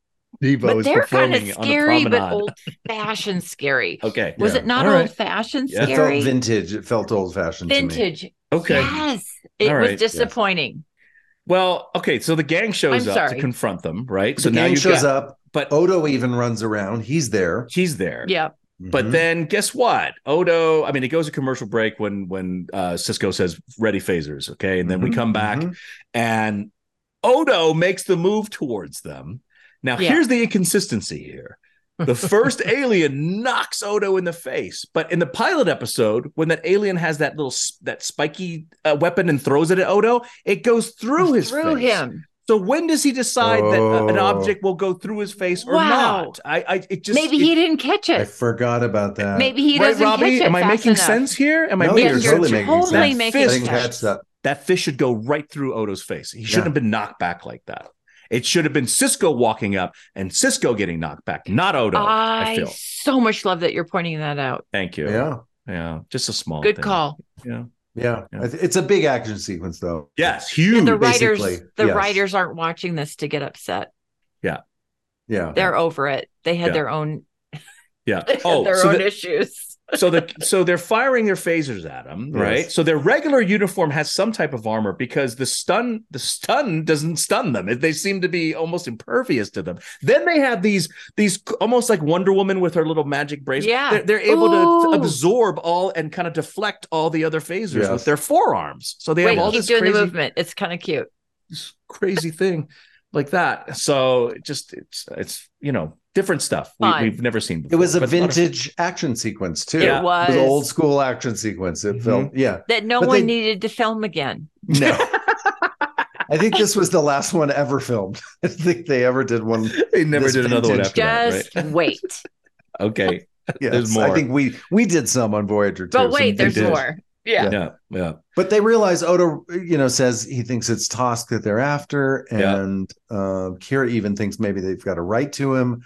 Speaker 1: Devo
Speaker 3: but
Speaker 1: is
Speaker 3: they're kind of
Speaker 1: performing on
Speaker 3: scary,
Speaker 1: the
Speaker 3: but
Speaker 1: promenade. (laughs)
Speaker 3: old fashioned scary.
Speaker 1: okay.
Speaker 3: Was
Speaker 2: Yeah.
Speaker 3: it not
Speaker 1: All right.
Speaker 3: old fashioned
Speaker 1: Yeah.
Speaker 2: It felt
Speaker 3: scary?
Speaker 2: vintage. It felt old-fashioned to me.
Speaker 3: Vintage.
Speaker 1: Okay.
Speaker 3: Yes. It
Speaker 1: All right.
Speaker 3: was disappointing.
Speaker 1: Well, okay, so the gang shows
Speaker 3: I'm
Speaker 1: up to
Speaker 3: sorry.
Speaker 1: confront them, right?
Speaker 2: So
Speaker 1: so
Speaker 2: the
Speaker 1: now
Speaker 2: gang
Speaker 1: you
Speaker 2: shows
Speaker 1: got,
Speaker 2: up. Oh.
Speaker 1: but
Speaker 2: Odo even runs around. He's there.
Speaker 1: he's there.
Speaker 3: Yeah.
Speaker 1: But
Speaker 2: Mhm.
Speaker 1: then guess what? Odo, I mean, it goes a commercial break when when uh, Cisco says ready phasers, okay? And then we
Speaker 2: Mhm,
Speaker 1: come back
Speaker 2: mhm.
Speaker 1: and Odo makes the move towards them. Now,
Speaker 3: Yeah.
Speaker 1: here's the inconsistency here. The
Speaker 3: (laughs)
Speaker 1: first alien knocks Odo in the face, but in the pilot episode, when that alien has that little s- that spiky uh, weapon and throws it at Odo, it goes through his
Speaker 3: through
Speaker 1: face.
Speaker 3: him.
Speaker 1: So when does he decide that uh, an
Speaker 2: Oh.
Speaker 1: object will go through his face or
Speaker 3: Wow.
Speaker 1: not? I, I it just
Speaker 3: Maybe
Speaker 1: it-
Speaker 3: he didn't catch
Speaker 2: I
Speaker 3: it.
Speaker 2: forgot about that.
Speaker 3: Maybe he
Speaker 1: right,
Speaker 3: doesn't
Speaker 1: Robbie.
Speaker 3: catch it.
Speaker 1: Am I
Speaker 3: fast
Speaker 1: making
Speaker 3: enough.
Speaker 1: sense here? Am I
Speaker 2: No,
Speaker 1: making
Speaker 2: you're
Speaker 3: Yes, you're
Speaker 1: sense?
Speaker 2: totally
Speaker 3: totally,
Speaker 2: making sense.
Speaker 3: making
Speaker 2: I
Speaker 1: Fist
Speaker 3: sense.
Speaker 2: didn't catch that.
Speaker 1: that fist should go right through Odo's face. He shouldn't
Speaker 2: Yeah.
Speaker 1: have been knocked back like that. It should have been Cisco walking up and Cisco getting knocked back, not Odo. I,
Speaker 3: I,
Speaker 1: feel.
Speaker 3: so much love that you're pointing that out.
Speaker 1: Thank you.
Speaker 2: Yeah.
Speaker 1: Yeah. Just a small
Speaker 3: Good
Speaker 1: thing.
Speaker 3: call.
Speaker 2: Yeah.
Speaker 1: Yeah.
Speaker 2: I th- It's a big action sequence, though.
Speaker 1: Yes. Huge.
Speaker 3: And the writers,
Speaker 2: basically,
Speaker 3: the
Speaker 2: yes.
Speaker 3: writers aren't watching this to get upset.
Speaker 2: Yeah.
Speaker 3: They're over it. They had
Speaker 1: Yeah.
Speaker 3: their own, (laughs)
Speaker 1: yeah.
Speaker 3: they had
Speaker 1: Oh,
Speaker 3: their
Speaker 1: so
Speaker 3: own
Speaker 1: the-
Speaker 3: issues.
Speaker 1: so the so they're firing their phasers at him,
Speaker 2: Yes.
Speaker 1: right? So their regular uniform has some type of armor because the stun the stun doesn't stun them. They seem to be almost impervious to them. Then they have these these almost like Wonder Woman with her little magic bracelet.
Speaker 3: Yeah.
Speaker 1: they're, they're able
Speaker 3: Ooh.
Speaker 1: to absorb all and kind of deflect all the other phasers
Speaker 2: Yes.
Speaker 1: with their forearms. So they
Speaker 3: Wait,
Speaker 1: have all
Speaker 3: keep
Speaker 1: this
Speaker 3: doing the
Speaker 1: crazy
Speaker 3: movement. It's kind of cute.
Speaker 1: this crazy thing like that. So it just it's it's you know different stuff we,
Speaker 3: Fun.
Speaker 1: we've never seen.
Speaker 2: It
Speaker 1: Before,
Speaker 2: was a
Speaker 1: But lot of- (laughs)
Speaker 2: vintage action sequence, too.
Speaker 1: Yeah.
Speaker 3: It
Speaker 2: It
Speaker 3: was,
Speaker 2: was an old school action sequence. It
Speaker 1: Mhm.
Speaker 2: felt, yeah.
Speaker 3: that no
Speaker 2: but
Speaker 3: one
Speaker 2: they-
Speaker 3: needed to film again.
Speaker 2: No. I think this was the last one ever filmed. (laughs) I don't think they ever did one.
Speaker 1: They never
Speaker 2: This
Speaker 1: did another one
Speaker 2: vintage
Speaker 1: after that, right?
Speaker 3: Just
Speaker 1: (laughs)
Speaker 3: wait.
Speaker 1: Okay.
Speaker 2: (laughs) Yes.
Speaker 1: There's more.
Speaker 2: I think we we did some on Voyager too. some
Speaker 3: But wait, there's
Speaker 2: vintage.
Speaker 3: more. Yeah.
Speaker 1: yeah yeah
Speaker 2: But they realize Odo, you know, says he thinks it's Tosk that they're after,
Speaker 1: Yeah.
Speaker 2: and uh, Kira even thinks maybe they've got a right to him.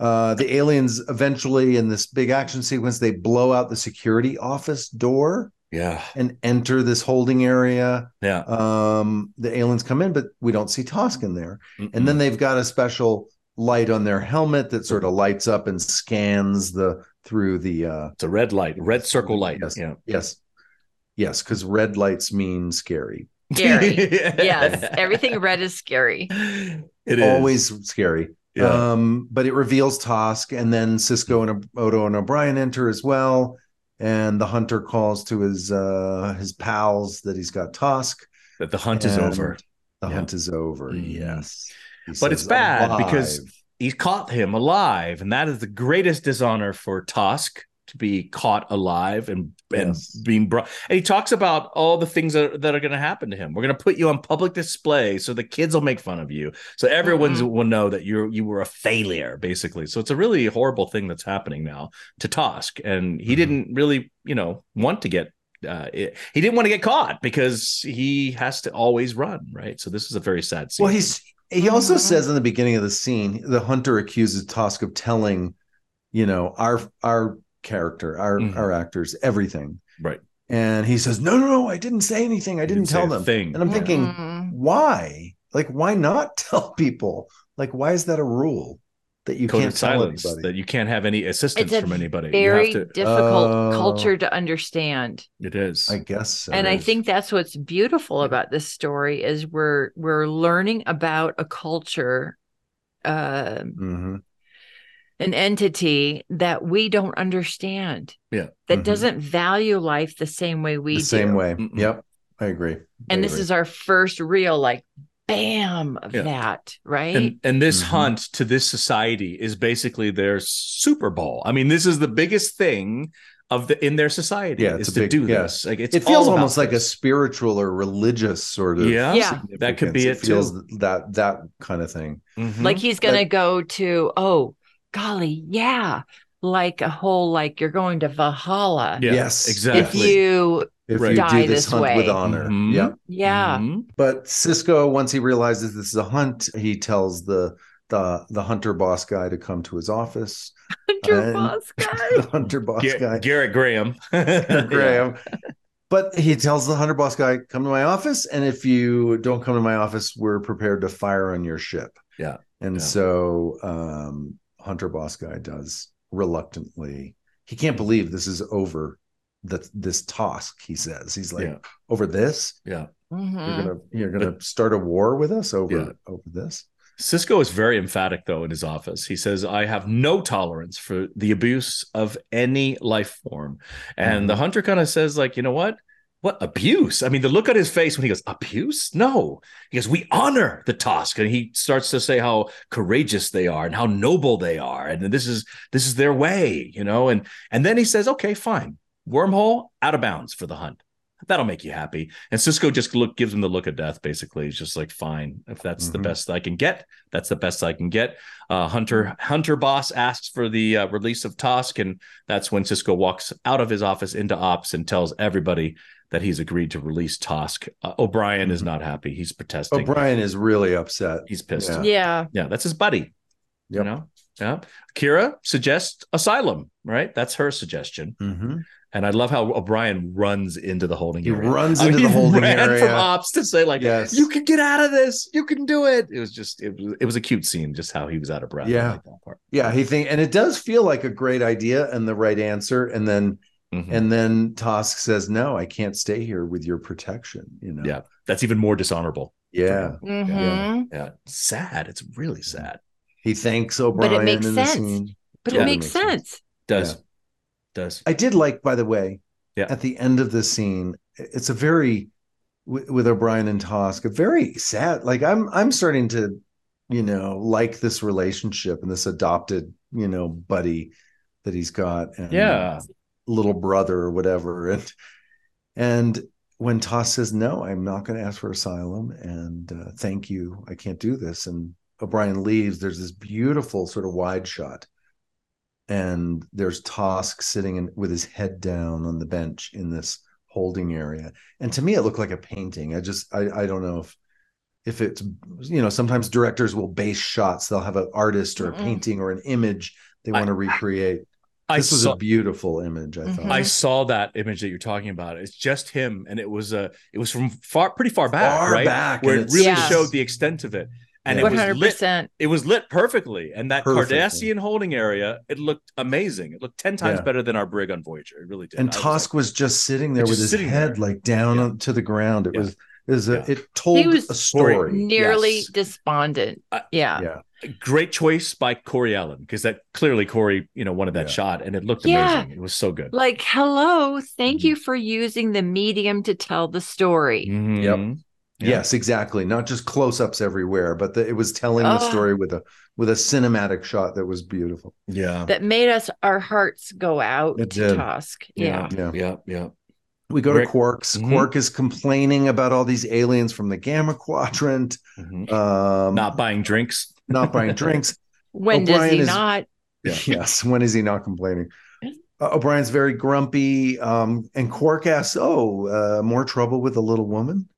Speaker 2: Uh, the aliens eventually, in this big action sequence, they blow out the security office door
Speaker 1: yeah
Speaker 2: and enter this holding area.
Speaker 1: yeah
Speaker 2: Um, the aliens come in, but we don't see Tosk in there. And
Speaker 1: Hmm.
Speaker 2: then they've got a special light on their helmet that sort of lights up and scans the through the uh,
Speaker 1: it's a red light red circle light
Speaker 2: Yes.
Speaker 1: yeah
Speaker 2: yes, yes, because red lights mean scary.
Speaker 1: (laughs)
Speaker 3: Scary. yes. Everything red is scary.
Speaker 1: it is
Speaker 2: always scary.
Speaker 1: yeah
Speaker 2: Um, but it reveals Tosk, and then Cisco and Odo and O'Brien enter as well. And the hunter calls to his uh his pals that he's got Tosk.
Speaker 1: But the hunt is
Speaker 2: and
Speaker 1: over
Speaker 2: The
Speaker 1: Yeah.
Speaker 2: hunt is over.
Speaker 1: Mm.
Speaker 2: Yes. He
Speaker 1: But it's
Speaker 2: says,
Speaker 1: bad because-
Speaker 2: "Alive."
Speaker 1: he caught him alive and that is the greatest dishonor for tosk to be caught alive and and
Speaker 2: Yes.
Speaker 1: being brought and he talks about all the things that, that are going to happen to him we're going to put you on public display so the kids will make fun of you so everyone's will know that you're you were a failure basically so it's a really horrible thing that's happening now to tosk and he
Speaker 2: Mhm.
Speaker 1: didn't really you know want to get uh, it, he didn't want to get caught because he has to always run, right? So this is a very sad scene.
Speaker 2: well, he's he also
Speaker 3: Mhm.
Speaker 2: says in the beginning of the scene, the hunter accuses Tosk of telling, you know, our our character, our
Speaker 1: Mhm.
Speaker 2: our actors, everything.
Speaker 1: Right.
Speaker 2: And he says, No, no, no, I didn't say anything. I
Speaker 1: He
Speaker 2: didn't,
Speaker 1: didn't say
Speaker 2: tell
Speaker 1: a
Speaker 2: them.
Speaker 1: thing.
Speaker 2: And I'm
Speaker 1: Yeah.
Speaker 2: thinking,
Speaker 3: Mm-mm.
Speaker 2: why? Like, why not (laughs) tell people? Like, why is that a rule that you
Speaker 1: code
Speaker 2: can't
Speaker 1: of
Speaker 2: tell
Speaker 1: silence
Speaker 2: anybody?
Speaker 1: that you can't have any assistance
Speaker 3: It's a
Speaker 1: from anybody.
Speaker 3: Very
Speaker 1: you have to,
Speaker 3: difficult
Speaker 2: Oh.
Speaker 3: culture to understand.
Speaker 1: it is.
Speaker 2: I guess so.
Speaker 3: and I think that's what's beautiful about this story is we're we're learning about a culture um
Speaker 2: Mhm.
Speaker 3: an entity that we don't understand.
Speaker 1: Yeah. Mm-hmm.
Speaker 3: That
Speaker 2: Mhm.
Speaker 3: doesn't value life the same way we
Speaker 2: the same
Speaker 3: do.
Speaker 2: way.
Speaker 1: Mm-mm.
Speaker 2: Yep, I agree. I
Speaker 3: And this
Speaker 2: agree.
Speaker 3: is our first real like bam of
Speaker 1: Yeah.
Speaker 3: that, right?
Speaker 1: and, and this
Speaker 2: Mhm.
Speaker 1: hunt to this society is basically their Super Bowl. I mean, this is the biggest thing of the in their society
Speaker 2: Yeah,
Speaker 1: is
Speaker 2: it's a
Speaker 1: to
Speaker 2: big-
Speaker 1: do
Speaker 2: yeah.
Speaker 1: this. Like it's
Speaker 2: it feels
Speaker 1: all about
Speaker 2: almost like a
Speaker 1: this.
Speaker 2: spiritual or religious sort of.
Speaker 1: yeah,
Speaker 3: Yeah.
Speaker 1: that could be it,
Speaker 2: significance. feels that that kind of thing.
Speaker 1: too. Mhm.
Speaker 3: like he's gonna go to oh golly yeah like a whole like you're going to valhalla
Speaker 1: Yeah,
Speaker 2: yes,
Speaker 1: exactly.
Speaker 3: if you
Speaker 2: If
Speaker 1: Right.
Speaker 2: you
Speaker 3: Die
Speaker 2: do this
Speaker 3: this
Speaker 2: hunt with
Speaker 3: way.
Speaker 2: honor,
Speaker 1: Mhm.
Speaker 2: yeah.
Speaker 3: yeah
Speaker 2: Mm-hmm.
Speaker 1: Mhm.
Speaker 2: But Cisco, once he realizes this is a hunt, he tells the the the hunter boss guy to come to his office. (laughs)
Speaker 3: Hunter
Speaker 2: And-
Speaker 3: Boss guy.
Speaker 2: the hunter boss
Speaker 1: Gar-
Speaker 2: guy.
Speaker 1: Garrett
Speaker 2: (laughs)
Speaker 1: Graham.
Speaker 2: Graham. But he tells the hunter boss guy, "Come to my office, and if you don't come to my office, we're prepared to fire on your ship."
Speaker 1: Yeah.
Speaker 2: And
Speaker 1: Yeah.
Speaker 2: so, um, hunter boss guy does reluctantly. He can't believe this is over. That this task, he says, he's like,
Speaker 1: Yeah.
Speaker 2: "Over this,
Speaker 3: Mhm.
Speaker 2: you're gonna you're gonna start a war with us over
Speaker 1: Yeah.
Speaker 2: over this."
Speaker 1: Cisco is very emphatic, though, in his office. He says, I have no tolerance for the abuse of any life form. And the hunter kind of says, like, you know what? What abuse? I mean, the look on his face when he goes, abuse? No. He goes, we honor the Tosk. And he starts to say how courageous they are and how noble they are. And this is this is their way, you know. And and then he says, okay, fine. Wormhole out of bounds for the hunt. That'll make you happy. And Cisco just look gives him the look of death, basically. He's just like, fine, if that's the
Speaker 2: Mhm.
Speaker 1: best I can get, that's the best I can get. Uh, Hunter Hunter Boss asks for the uh, release of Tosk, and that's when Cisco walks out of his office into ops and tells everybody that he's agreed to release Tosk. Uh, O'Brien is
Speaker 2: Mhm.
Speaker 1: not happy. He's protesting.
Speaker 2: O'Brien Oh, is really upset.
Speaker 1: he's pissed.
Speaker 2: Yeah.
Speaker 1: Yeah,
Speaker 3: yeah.
Speaker 1: that's his buddy. You
Speaker 2: Yep.
Speaker 1: know. Yeah. Kira suggests asylum. Right. That's her suggestion. And I love how O'Brien runs into the holding
Speaker 2: Mm-hmm. He
Speaker 1: area.
Speaker 2: runs
Speaker 1: I
Speaker 2: into
Speaker 1: mean,
Speaker 2: the
Speaker 1: he
Speaker 2: holding
Speaker 1: ran
Speaker 2: area.
Speaker 1: from ops to say like,
Speaker 2: yes.
Speaker 1: "You can get out of this. You can do it." It was just it was it was a cute scene, just how he was out of breath. I
Speaker 2: Yeah.
Speaker 1: like that part.
Speaker 2: yeah, he think and it does feel like a great idea and the right answer. And then
Speaker 1: Mhm.
Speaker 2: and then Tosk says, No, I can't stay here with your protection, you know.
Speaker 1: Yeah. That's even more dishonorable.
Speaker 2: Yeah.
Speaker 3: hmm
Speaker 1: Yeah, sad. It's really sad.
Speaker 2: He thanks O'Brien
Speaker 3: makes
Speaker 2: in the
Speaker 3: sense.
Speaker 2: scene.
Speaker 3: But
Speaker 1: Yeah.
Speaker 3: it makes sense.
Speaker 1: Does
Speaker 2: Yeah.
Speaker 1: does
Speaker 2: I did like, by the way,
Speaker 1: Yeah.
Speaker 2: at the end of the scene, it's a very with, with O'Brien and Tosk, a very sad. Like I'm, I'm starting to, you know, like this relationship and this adopted, you know, buddy that he's got. And
Speaker 1: yeah
Speaker 2: little brother or whatever, (laughs) and and when Tosk says no, I'm not going to ask for asylum, and uh, thank you, I can't do this, and O'Brien leaves. There's this beautiful sort of wide shot. And there's Tosk sitting in, with his head down on the bench in this holding area. And to me, it looked like a painting. I just, I, I don't know if, if it's, you know, sometimes directors will base shots. They'll have an artist or a
Speaker 3: Mm-mm.
Speaker 2: painting or an image they
Speaker 1: I-
Speaker 2: want to recreate.
Speaker 1: I
Speaker 2: this was
Speaker 1: saw
Speaker 2: a beautiful image. I thought.
Speaker 3: Mhm.
Speaker 1: I saw that image that you're talking about. It's just him, and it was a it was from far pretty far back,
Speaker 2: Far
Speaker 1: right?
Speaker 2: back,
Speaker 1: Where
Speaker 2: and
Speaker 1: it
Speaker 2: it's
Speaker 1: really
Speaker 3: Yeah.
Speaker 1: showed the extent of it, and
Speaker 2: Yeah.
Speaker 1: it was lit.
Speaker 3: 100%.
Speaker 1: It was lit perfectly, and that
Speaker 2: Perfectly.
Speaker 1: Cardassian holding area, it looked amazing. It looked ten times
Speaker 2: Yeah.
Speaker 1: better than our brig on Voyager. It really did.
Speaker 2: and
Speaker 1: I was
Speaker 2: Tosk was just sitting there
Speaker 1: Just
Speaker 2: with his
Speaker 1: sitting
Speaker 2: head like down
Speaker 1: Yeah.
Speaker 2: on, to the ground. It
Speaker 1: Yeah.
Speaker 2: was it was a,
Speaker 1: Yeah.
Speaker 2: it told
Speaker 3: was
Speaker 2: a story.
Speaker 3: Nearly
Speaker 1: Yes.
Speaker 3: despondent.
Speaker 1: Uh,
Speaker 3: yeah.
Speaker 2: yeah.
Speaker 1: like, great choice by Corey Allen because that clearly Corey, you know, wanted that
Speaker 2: Yeah.
Speaker 1: shot, and it looked
Speaker 3: Yeah.
Speaker 1: amazing. It was so good.
Speaker 3: Like, hello, thank
Speaker 1: Mhm.
Speaker 3: you for using the medium to tell the story.
Speaker 1: Mhm. Yeah.
Speaker 2: Yes, exactly. Not just close ups everywhere, but the, it was telling the
Speaker 3: Oh.
Speaker 2: story with a with a cinematic shot that was beautiful.
Speaker 1: Yeah.
Speaker 3: That made us our hearts go out
Speaker 2: It
Speaker 3: to
Speaker 2: did.
Speaker 3: Tosk. Yeah.
Speaker 1: Yeah. Yeah. Yeah.
Speaker 2: We go
Speaker 1: Rick-
Speaker 2: to Quark's.
Speaker 1: Mhm.
Speaker 2: Quark is complaining about all these aliens from the Gamma Quadrant,
Speaker 1: Mhm.
Speaker 2: um,
Speaker 1: Not buying drinks.
Speaker 2: not buying drinks.
Speaker 3: When does
Speaker 2: O'Brien
Speaker 3: he
Speaker 2: is-
Speaker 3: not?
Speaker 1: Yeah.
Speaker 2: (laughs) Yes. When is he not complaining? Uh, O'Brien's very grumpy. Um, and Quark asks, Oh, uh, more trouble with the little woman?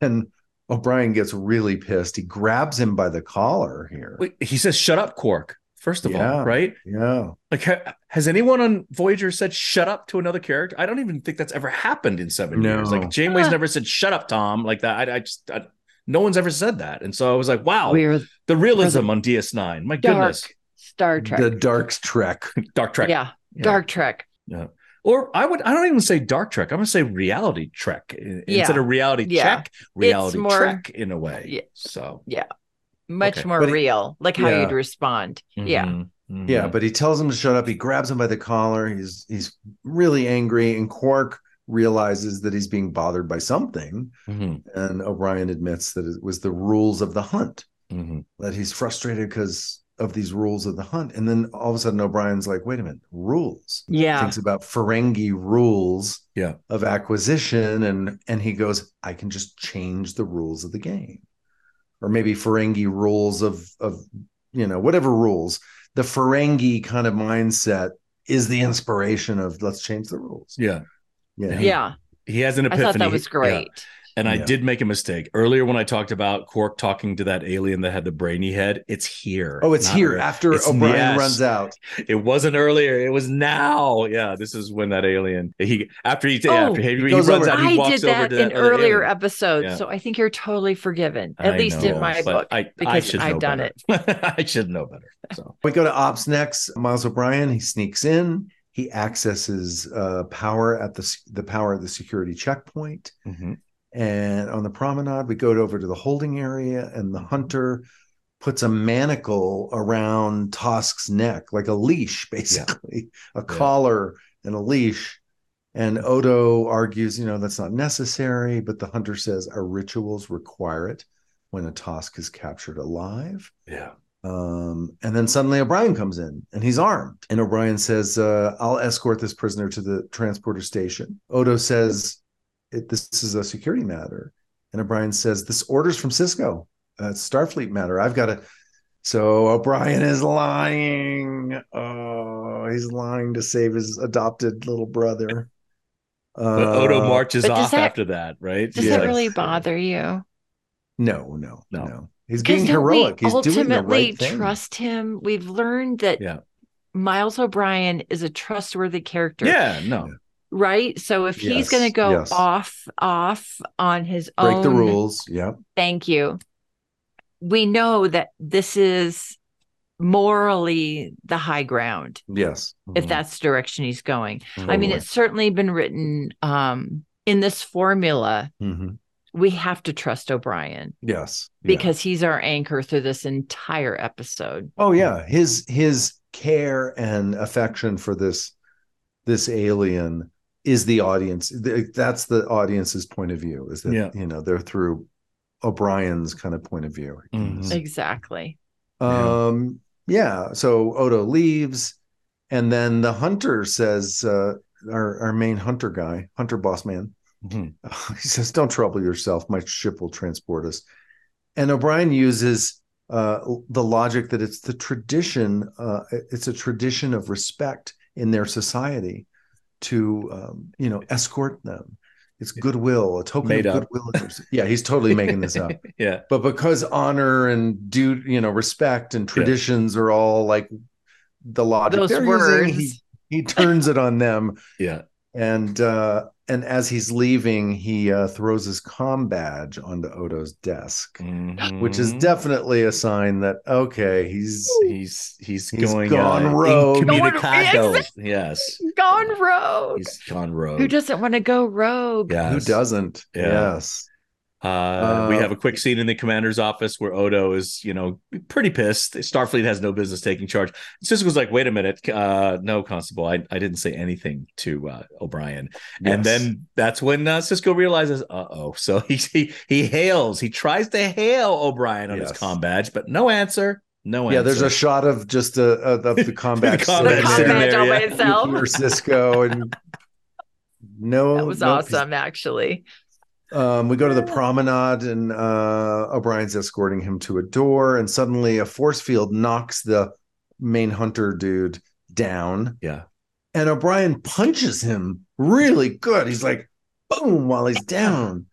Speaker 2: And O'Brien gets really pissed. He grabs him by the collar here.
Speaker 1: Wait, he says, "Shut up, Quark." First of all,
Speaker 2: Yeah.
Speaker 1: right?
Speaker 2: Yeah.
Speaker 1: Like, ha- has anyone on Voyager said "shut up" to another character? I don't even think that's ever happened in seven
Speaker 2: No.
Speaker 1: years. Like, Janeway's
Speaker 3: Huh.
Speaker 1: never said "shut up, Tom" like that. I, I just, I, no one's ever said that, and so I was like, "Wow,
Speaker 3: We're
Speaker 1: the realism on DS9." My
Speaker 3: dark
Speaker 1: goodness,
Speaker 3: Star Trek.
Speaker 2: The Dark Trek.
Speaker 1: Dark Trek.
Speaker 3: Yeah.
Speaker 1: Yeah.
Speaker 3: Dark Trek.
Speaker 1: Or I would, I don't even say Dark Trek. I'm gonna say Reality Trek In-
Speaker 3: Yeah.
Speaker 1: instead of Reality
Speaker 3: Yeah.
Speaker 1: Check. Reality
Speaker 3: more-
Speaker 1: Trek in a way.
Speaker 3: Yeah.
Speaker 1: So
Speaker 3: Much
Speaker 1: Okay.
Speaker 3: more
Speaker 2: But it-
Speaker 3: real, like how
Speaker 2: Yeah.
Speaker 3: you'd respond. Yeah.
Speaker 1: mhm, mhm.
Speaker 2: Yeah, but he tells him to shut up. He grabs him by the collar. He's he's really angry. And Quark realizes that he's being bothered by something.
Speaker 1: Mhm,
Speaker 2: And O'Brien admits that it was the rules of the hunt.
Speaker 1: mhm.
Speaker 2: that he's frustrated because of these rules of the hunt. And then all of a sudden, O'Brien's like, wait a minute, rules.
Speaker 3: Yeah.
Speaker 2: Thinks about Ferengi rules
Speaker 1: Yeah.
Speaker 2: of acquisition. And and he goes, I can just change the rules of the game. Or maybe Ferengi rules of of you know, whatever rules. The Ferengi kind of mindset is the inspiration of let's change the rules.
Speaker 1: yeah.
Speaker 2: Yeah.
Speaker 3: Yeah.
Speaker 1: He has an
Speaker 3: I
Speaker 1: epiphany.
Speaker 3: thought that was
Speaker 1: Yeah.
Speaker 3: great.
Speaker 1: And I
Speaker 2: Yeah.
Speaker 1: did make a mistake earlier when I talked about Quark talking to that alien that had the brainy head. It's here.
Speaker 2: Oh, it's
Speaker 1: not
Speaker 2: here
Speaker 1: earlier.
Speaker 2: after
Speaker 1: It's-
Speaker 2: O'Brien
Speaker 1: yes.
Speaker 2: runs out.
Speaker 1: It wasn't earlier. It was now. Yeah, this is when that alien he after he yeah,
Speaker 3: Oh,
Speaker 1: after he, he
Speaker 2: goes
Speaker 1: runs
Speaker 2: over.
Speaker 1: out. He
Speaker 3: I
Speaker 1: walks
Speaker 3: did that
Speaker 1: over to
Speaker 3: in
Speaker 1: that other
Speaker 3: earlier
Speaker 1: alien.
Speaker 3: episodes,
Speaker 1: Yeah.
Speaker 3: so I think you're totally forgiven,
Speaker 1: I
Speaker 3: at least
Speaker 1: know,
Speaker 3: in my
Speaker 1: but
Speaker 3: book.
Speaker 1: I, I
Speaker 3: because
Speaker 1: should
Speaker 3: I've
Speaker 1: know
Speaker 3: done
Speaker 1: better. (laughs) I should know better. So
Speaker 2: We go to ops next. Miles O'Brien. He sneaks in. He accesses uh, power at the the power at the security checkpoint. And on the promenade, we go over to the holding area, and the hunter puts a manacle around Tosk's neck, like a leash, (laughs) basically, a
Speaker 1: Yeah.
Speaker 2: collar and a leash. And Odo argues, you know, that's not necessary, but the hunter says our rituals require it when a Tosk is captured alive.
Speaker 1: Yeah.
Speaker 2: Um, and then suddenly O'Brien comes in and he's armed. And O'Brien says, uh, I'll escort this prisoner to the transporter station. Odo says, it, This is a security matter. And O'Brien says, This order's from Cisco. Uh, it's Starfleet matter. I've got to. So O'Brien is lying. Oh, he's lying to save his adopted little brother.
Speaker 1: But
Speaker 2: Uh,
Speaker 1: Odo marches
Speaker 3: But does
Speaker 1: off
Speaker 3: that-
Speaker 1: after that, right?
Speaker 3: Does
Speaker 1: He's
Speaker 2: Yeah.
Speaker 3: that
Speaker 1: like,
Speaker 3: really bother you?
Speaker 2: No, no,
Speaker 1: No.
Speaker 2: no. He's
Speaker 3: Because
Speaker 2: being
Speaker 3: don't
Speaker 2: heroic.
Speaker 3: We
Speaker 2: He's doing the
Speaker 3: ultimately
Speaker 2: right thing.
Speaker 3: trust him. We've learned that
Speaker 1: Yeah.
Speaker 3: Miles O'Brien is a trustworthy character.
Speaker 1: yeah, no.
Speaker 3: Right. So if he's going to
Speaker 2: Yes,
Speaker 3: go
Speaker 2: yes.
Speaker 3: off off on his
Speaker 2: Break
Speaker 3: own,
Speaker 2: the rules. Yep.
Speaker 3: Thank you. We know that this is morally the high ground.
Speaker 2: Yes.
Speaker 1: Mm-hmm.
Speaker 3: If that's the direction he's going, I mean,
Speaker 2: Totally.
Speaker 3: it's certainly been written um, in this formula.
Speaker 2: Mhm.
Speaker 3: We have to trust O'Brien
Speaker 2: Yes. Yeah.
Speaker 3: because he's our anchor through this entire episode.
Speaker 2: Oh yeah, his his care and affection for this this alien is the audience. Th- That's the audience's point of view. Is that
Speaker 1: Yeah.
Speaker 2: you know they're through O'Brien's kind of point of view. I
Speaker 3: Mm-hmm.
Speaker 2: guess.
Speaker 1: Mhm.
Speaker 3: Exactly.
Speaker 1: Yeah.
Speaker 2: Um, yeah. So Odo leaves, and then the hunter says, uh, our our main hunter guy, hunter boss man, Mm-hmm.
Speaker 1: Mhm.
Speaker 2: (laughs) he says, "Don't trouble yourself. My ship will transport us." And O'Brien uses uh, the logic that it's the tradition. Uh, it's a tradition of respect in their society to um, you know escort them. It's goodwill, a token
Speaker 1: Made
Speaker 2: of
Speaker 1: up.
Speaker 2: goodwill. yeah, he's totally making
Speaker 1: (laughs)
Speaker 2: this up.
Speaker 1: Yeah.
Speaker 2: But because honor and due, you know, respect and traditions are all like the
Speaker 1: Uh,
Speaker 2: logic
Speaker 3: Those
Speaker 2: they're
Speaker 3: words.
Speaker 2: using, he, he turns it on them
Speaker 1: Yeah.
Speaker 2: and uh and as he's leaving he uh throws his com badge onto odo's desk which is
Speaker 1: Mhm.
Speaker 2: definitely a sign that okay he's
Speaker 1: He's he's,
Speaker 2: He's
Speaker 1: going
Speaker 2: gone
Speaker 1: uh,
Speaker 2: rogue.
Speaker 1: incommunicado. Yes.
Speaker 3: Gone rogue.
Speaker 1: He's gone rogue.
Speaker 3: Who doesn't want to go rogue?
Speaker 1: Yes.
Speaker 2: who doesn't
Speaker 1: Yeah.
Speaker 2: yes
Speaker 1: Uh, we
Speaker 2: Uh,
Speaker 1: have a quick scene in the commander's office where Odo is, you know, pretty pissed. Starfleet has no business taking charge. Cisco's like, "Wait a minute, uh, no, Constable, I, I didn't say anything to uh, O'Brien." And
Speaker 2: Yes.
Speaker 1: then that's when uh, Cisco realizes, "Uh oh!" (laughs) So he, he he hails. He tries to hail O'Brien on his
Speaker 2: Yes.
Speaker 1: com badge, but no answer. No answer.
Speaker 2: yeah there's a shot of just a, a of
Speaker 1: (laughs)
Speaker 2: the com badge
Speaker 1: The com
Speaker 3: The
Speaker 1: badge
Speaker 2: sitting
Speaker 1: sitting
Speaker 2: there
Speaker 3: combat
Speaker 1: there,
Speaker 3: all by
Speaker 1: yeah. (laughs)
Speaker 3: itself.
Speaker 2: with Cisco
Speaker 3: (laughs)
Speaker 2: and no
Speaker 3: That was
Speaker 2: no-
Speaker 3: awesome, actually.
Speaker 2: Um, we go to the promenade, and uh, O'Brien's escorting him to a door, and suddenly a force field knocks the main hunter dude down.
Speaker 1: Yeah.
Speaker 2: and O'Brien punches him really good. He's like, boom, while he's down,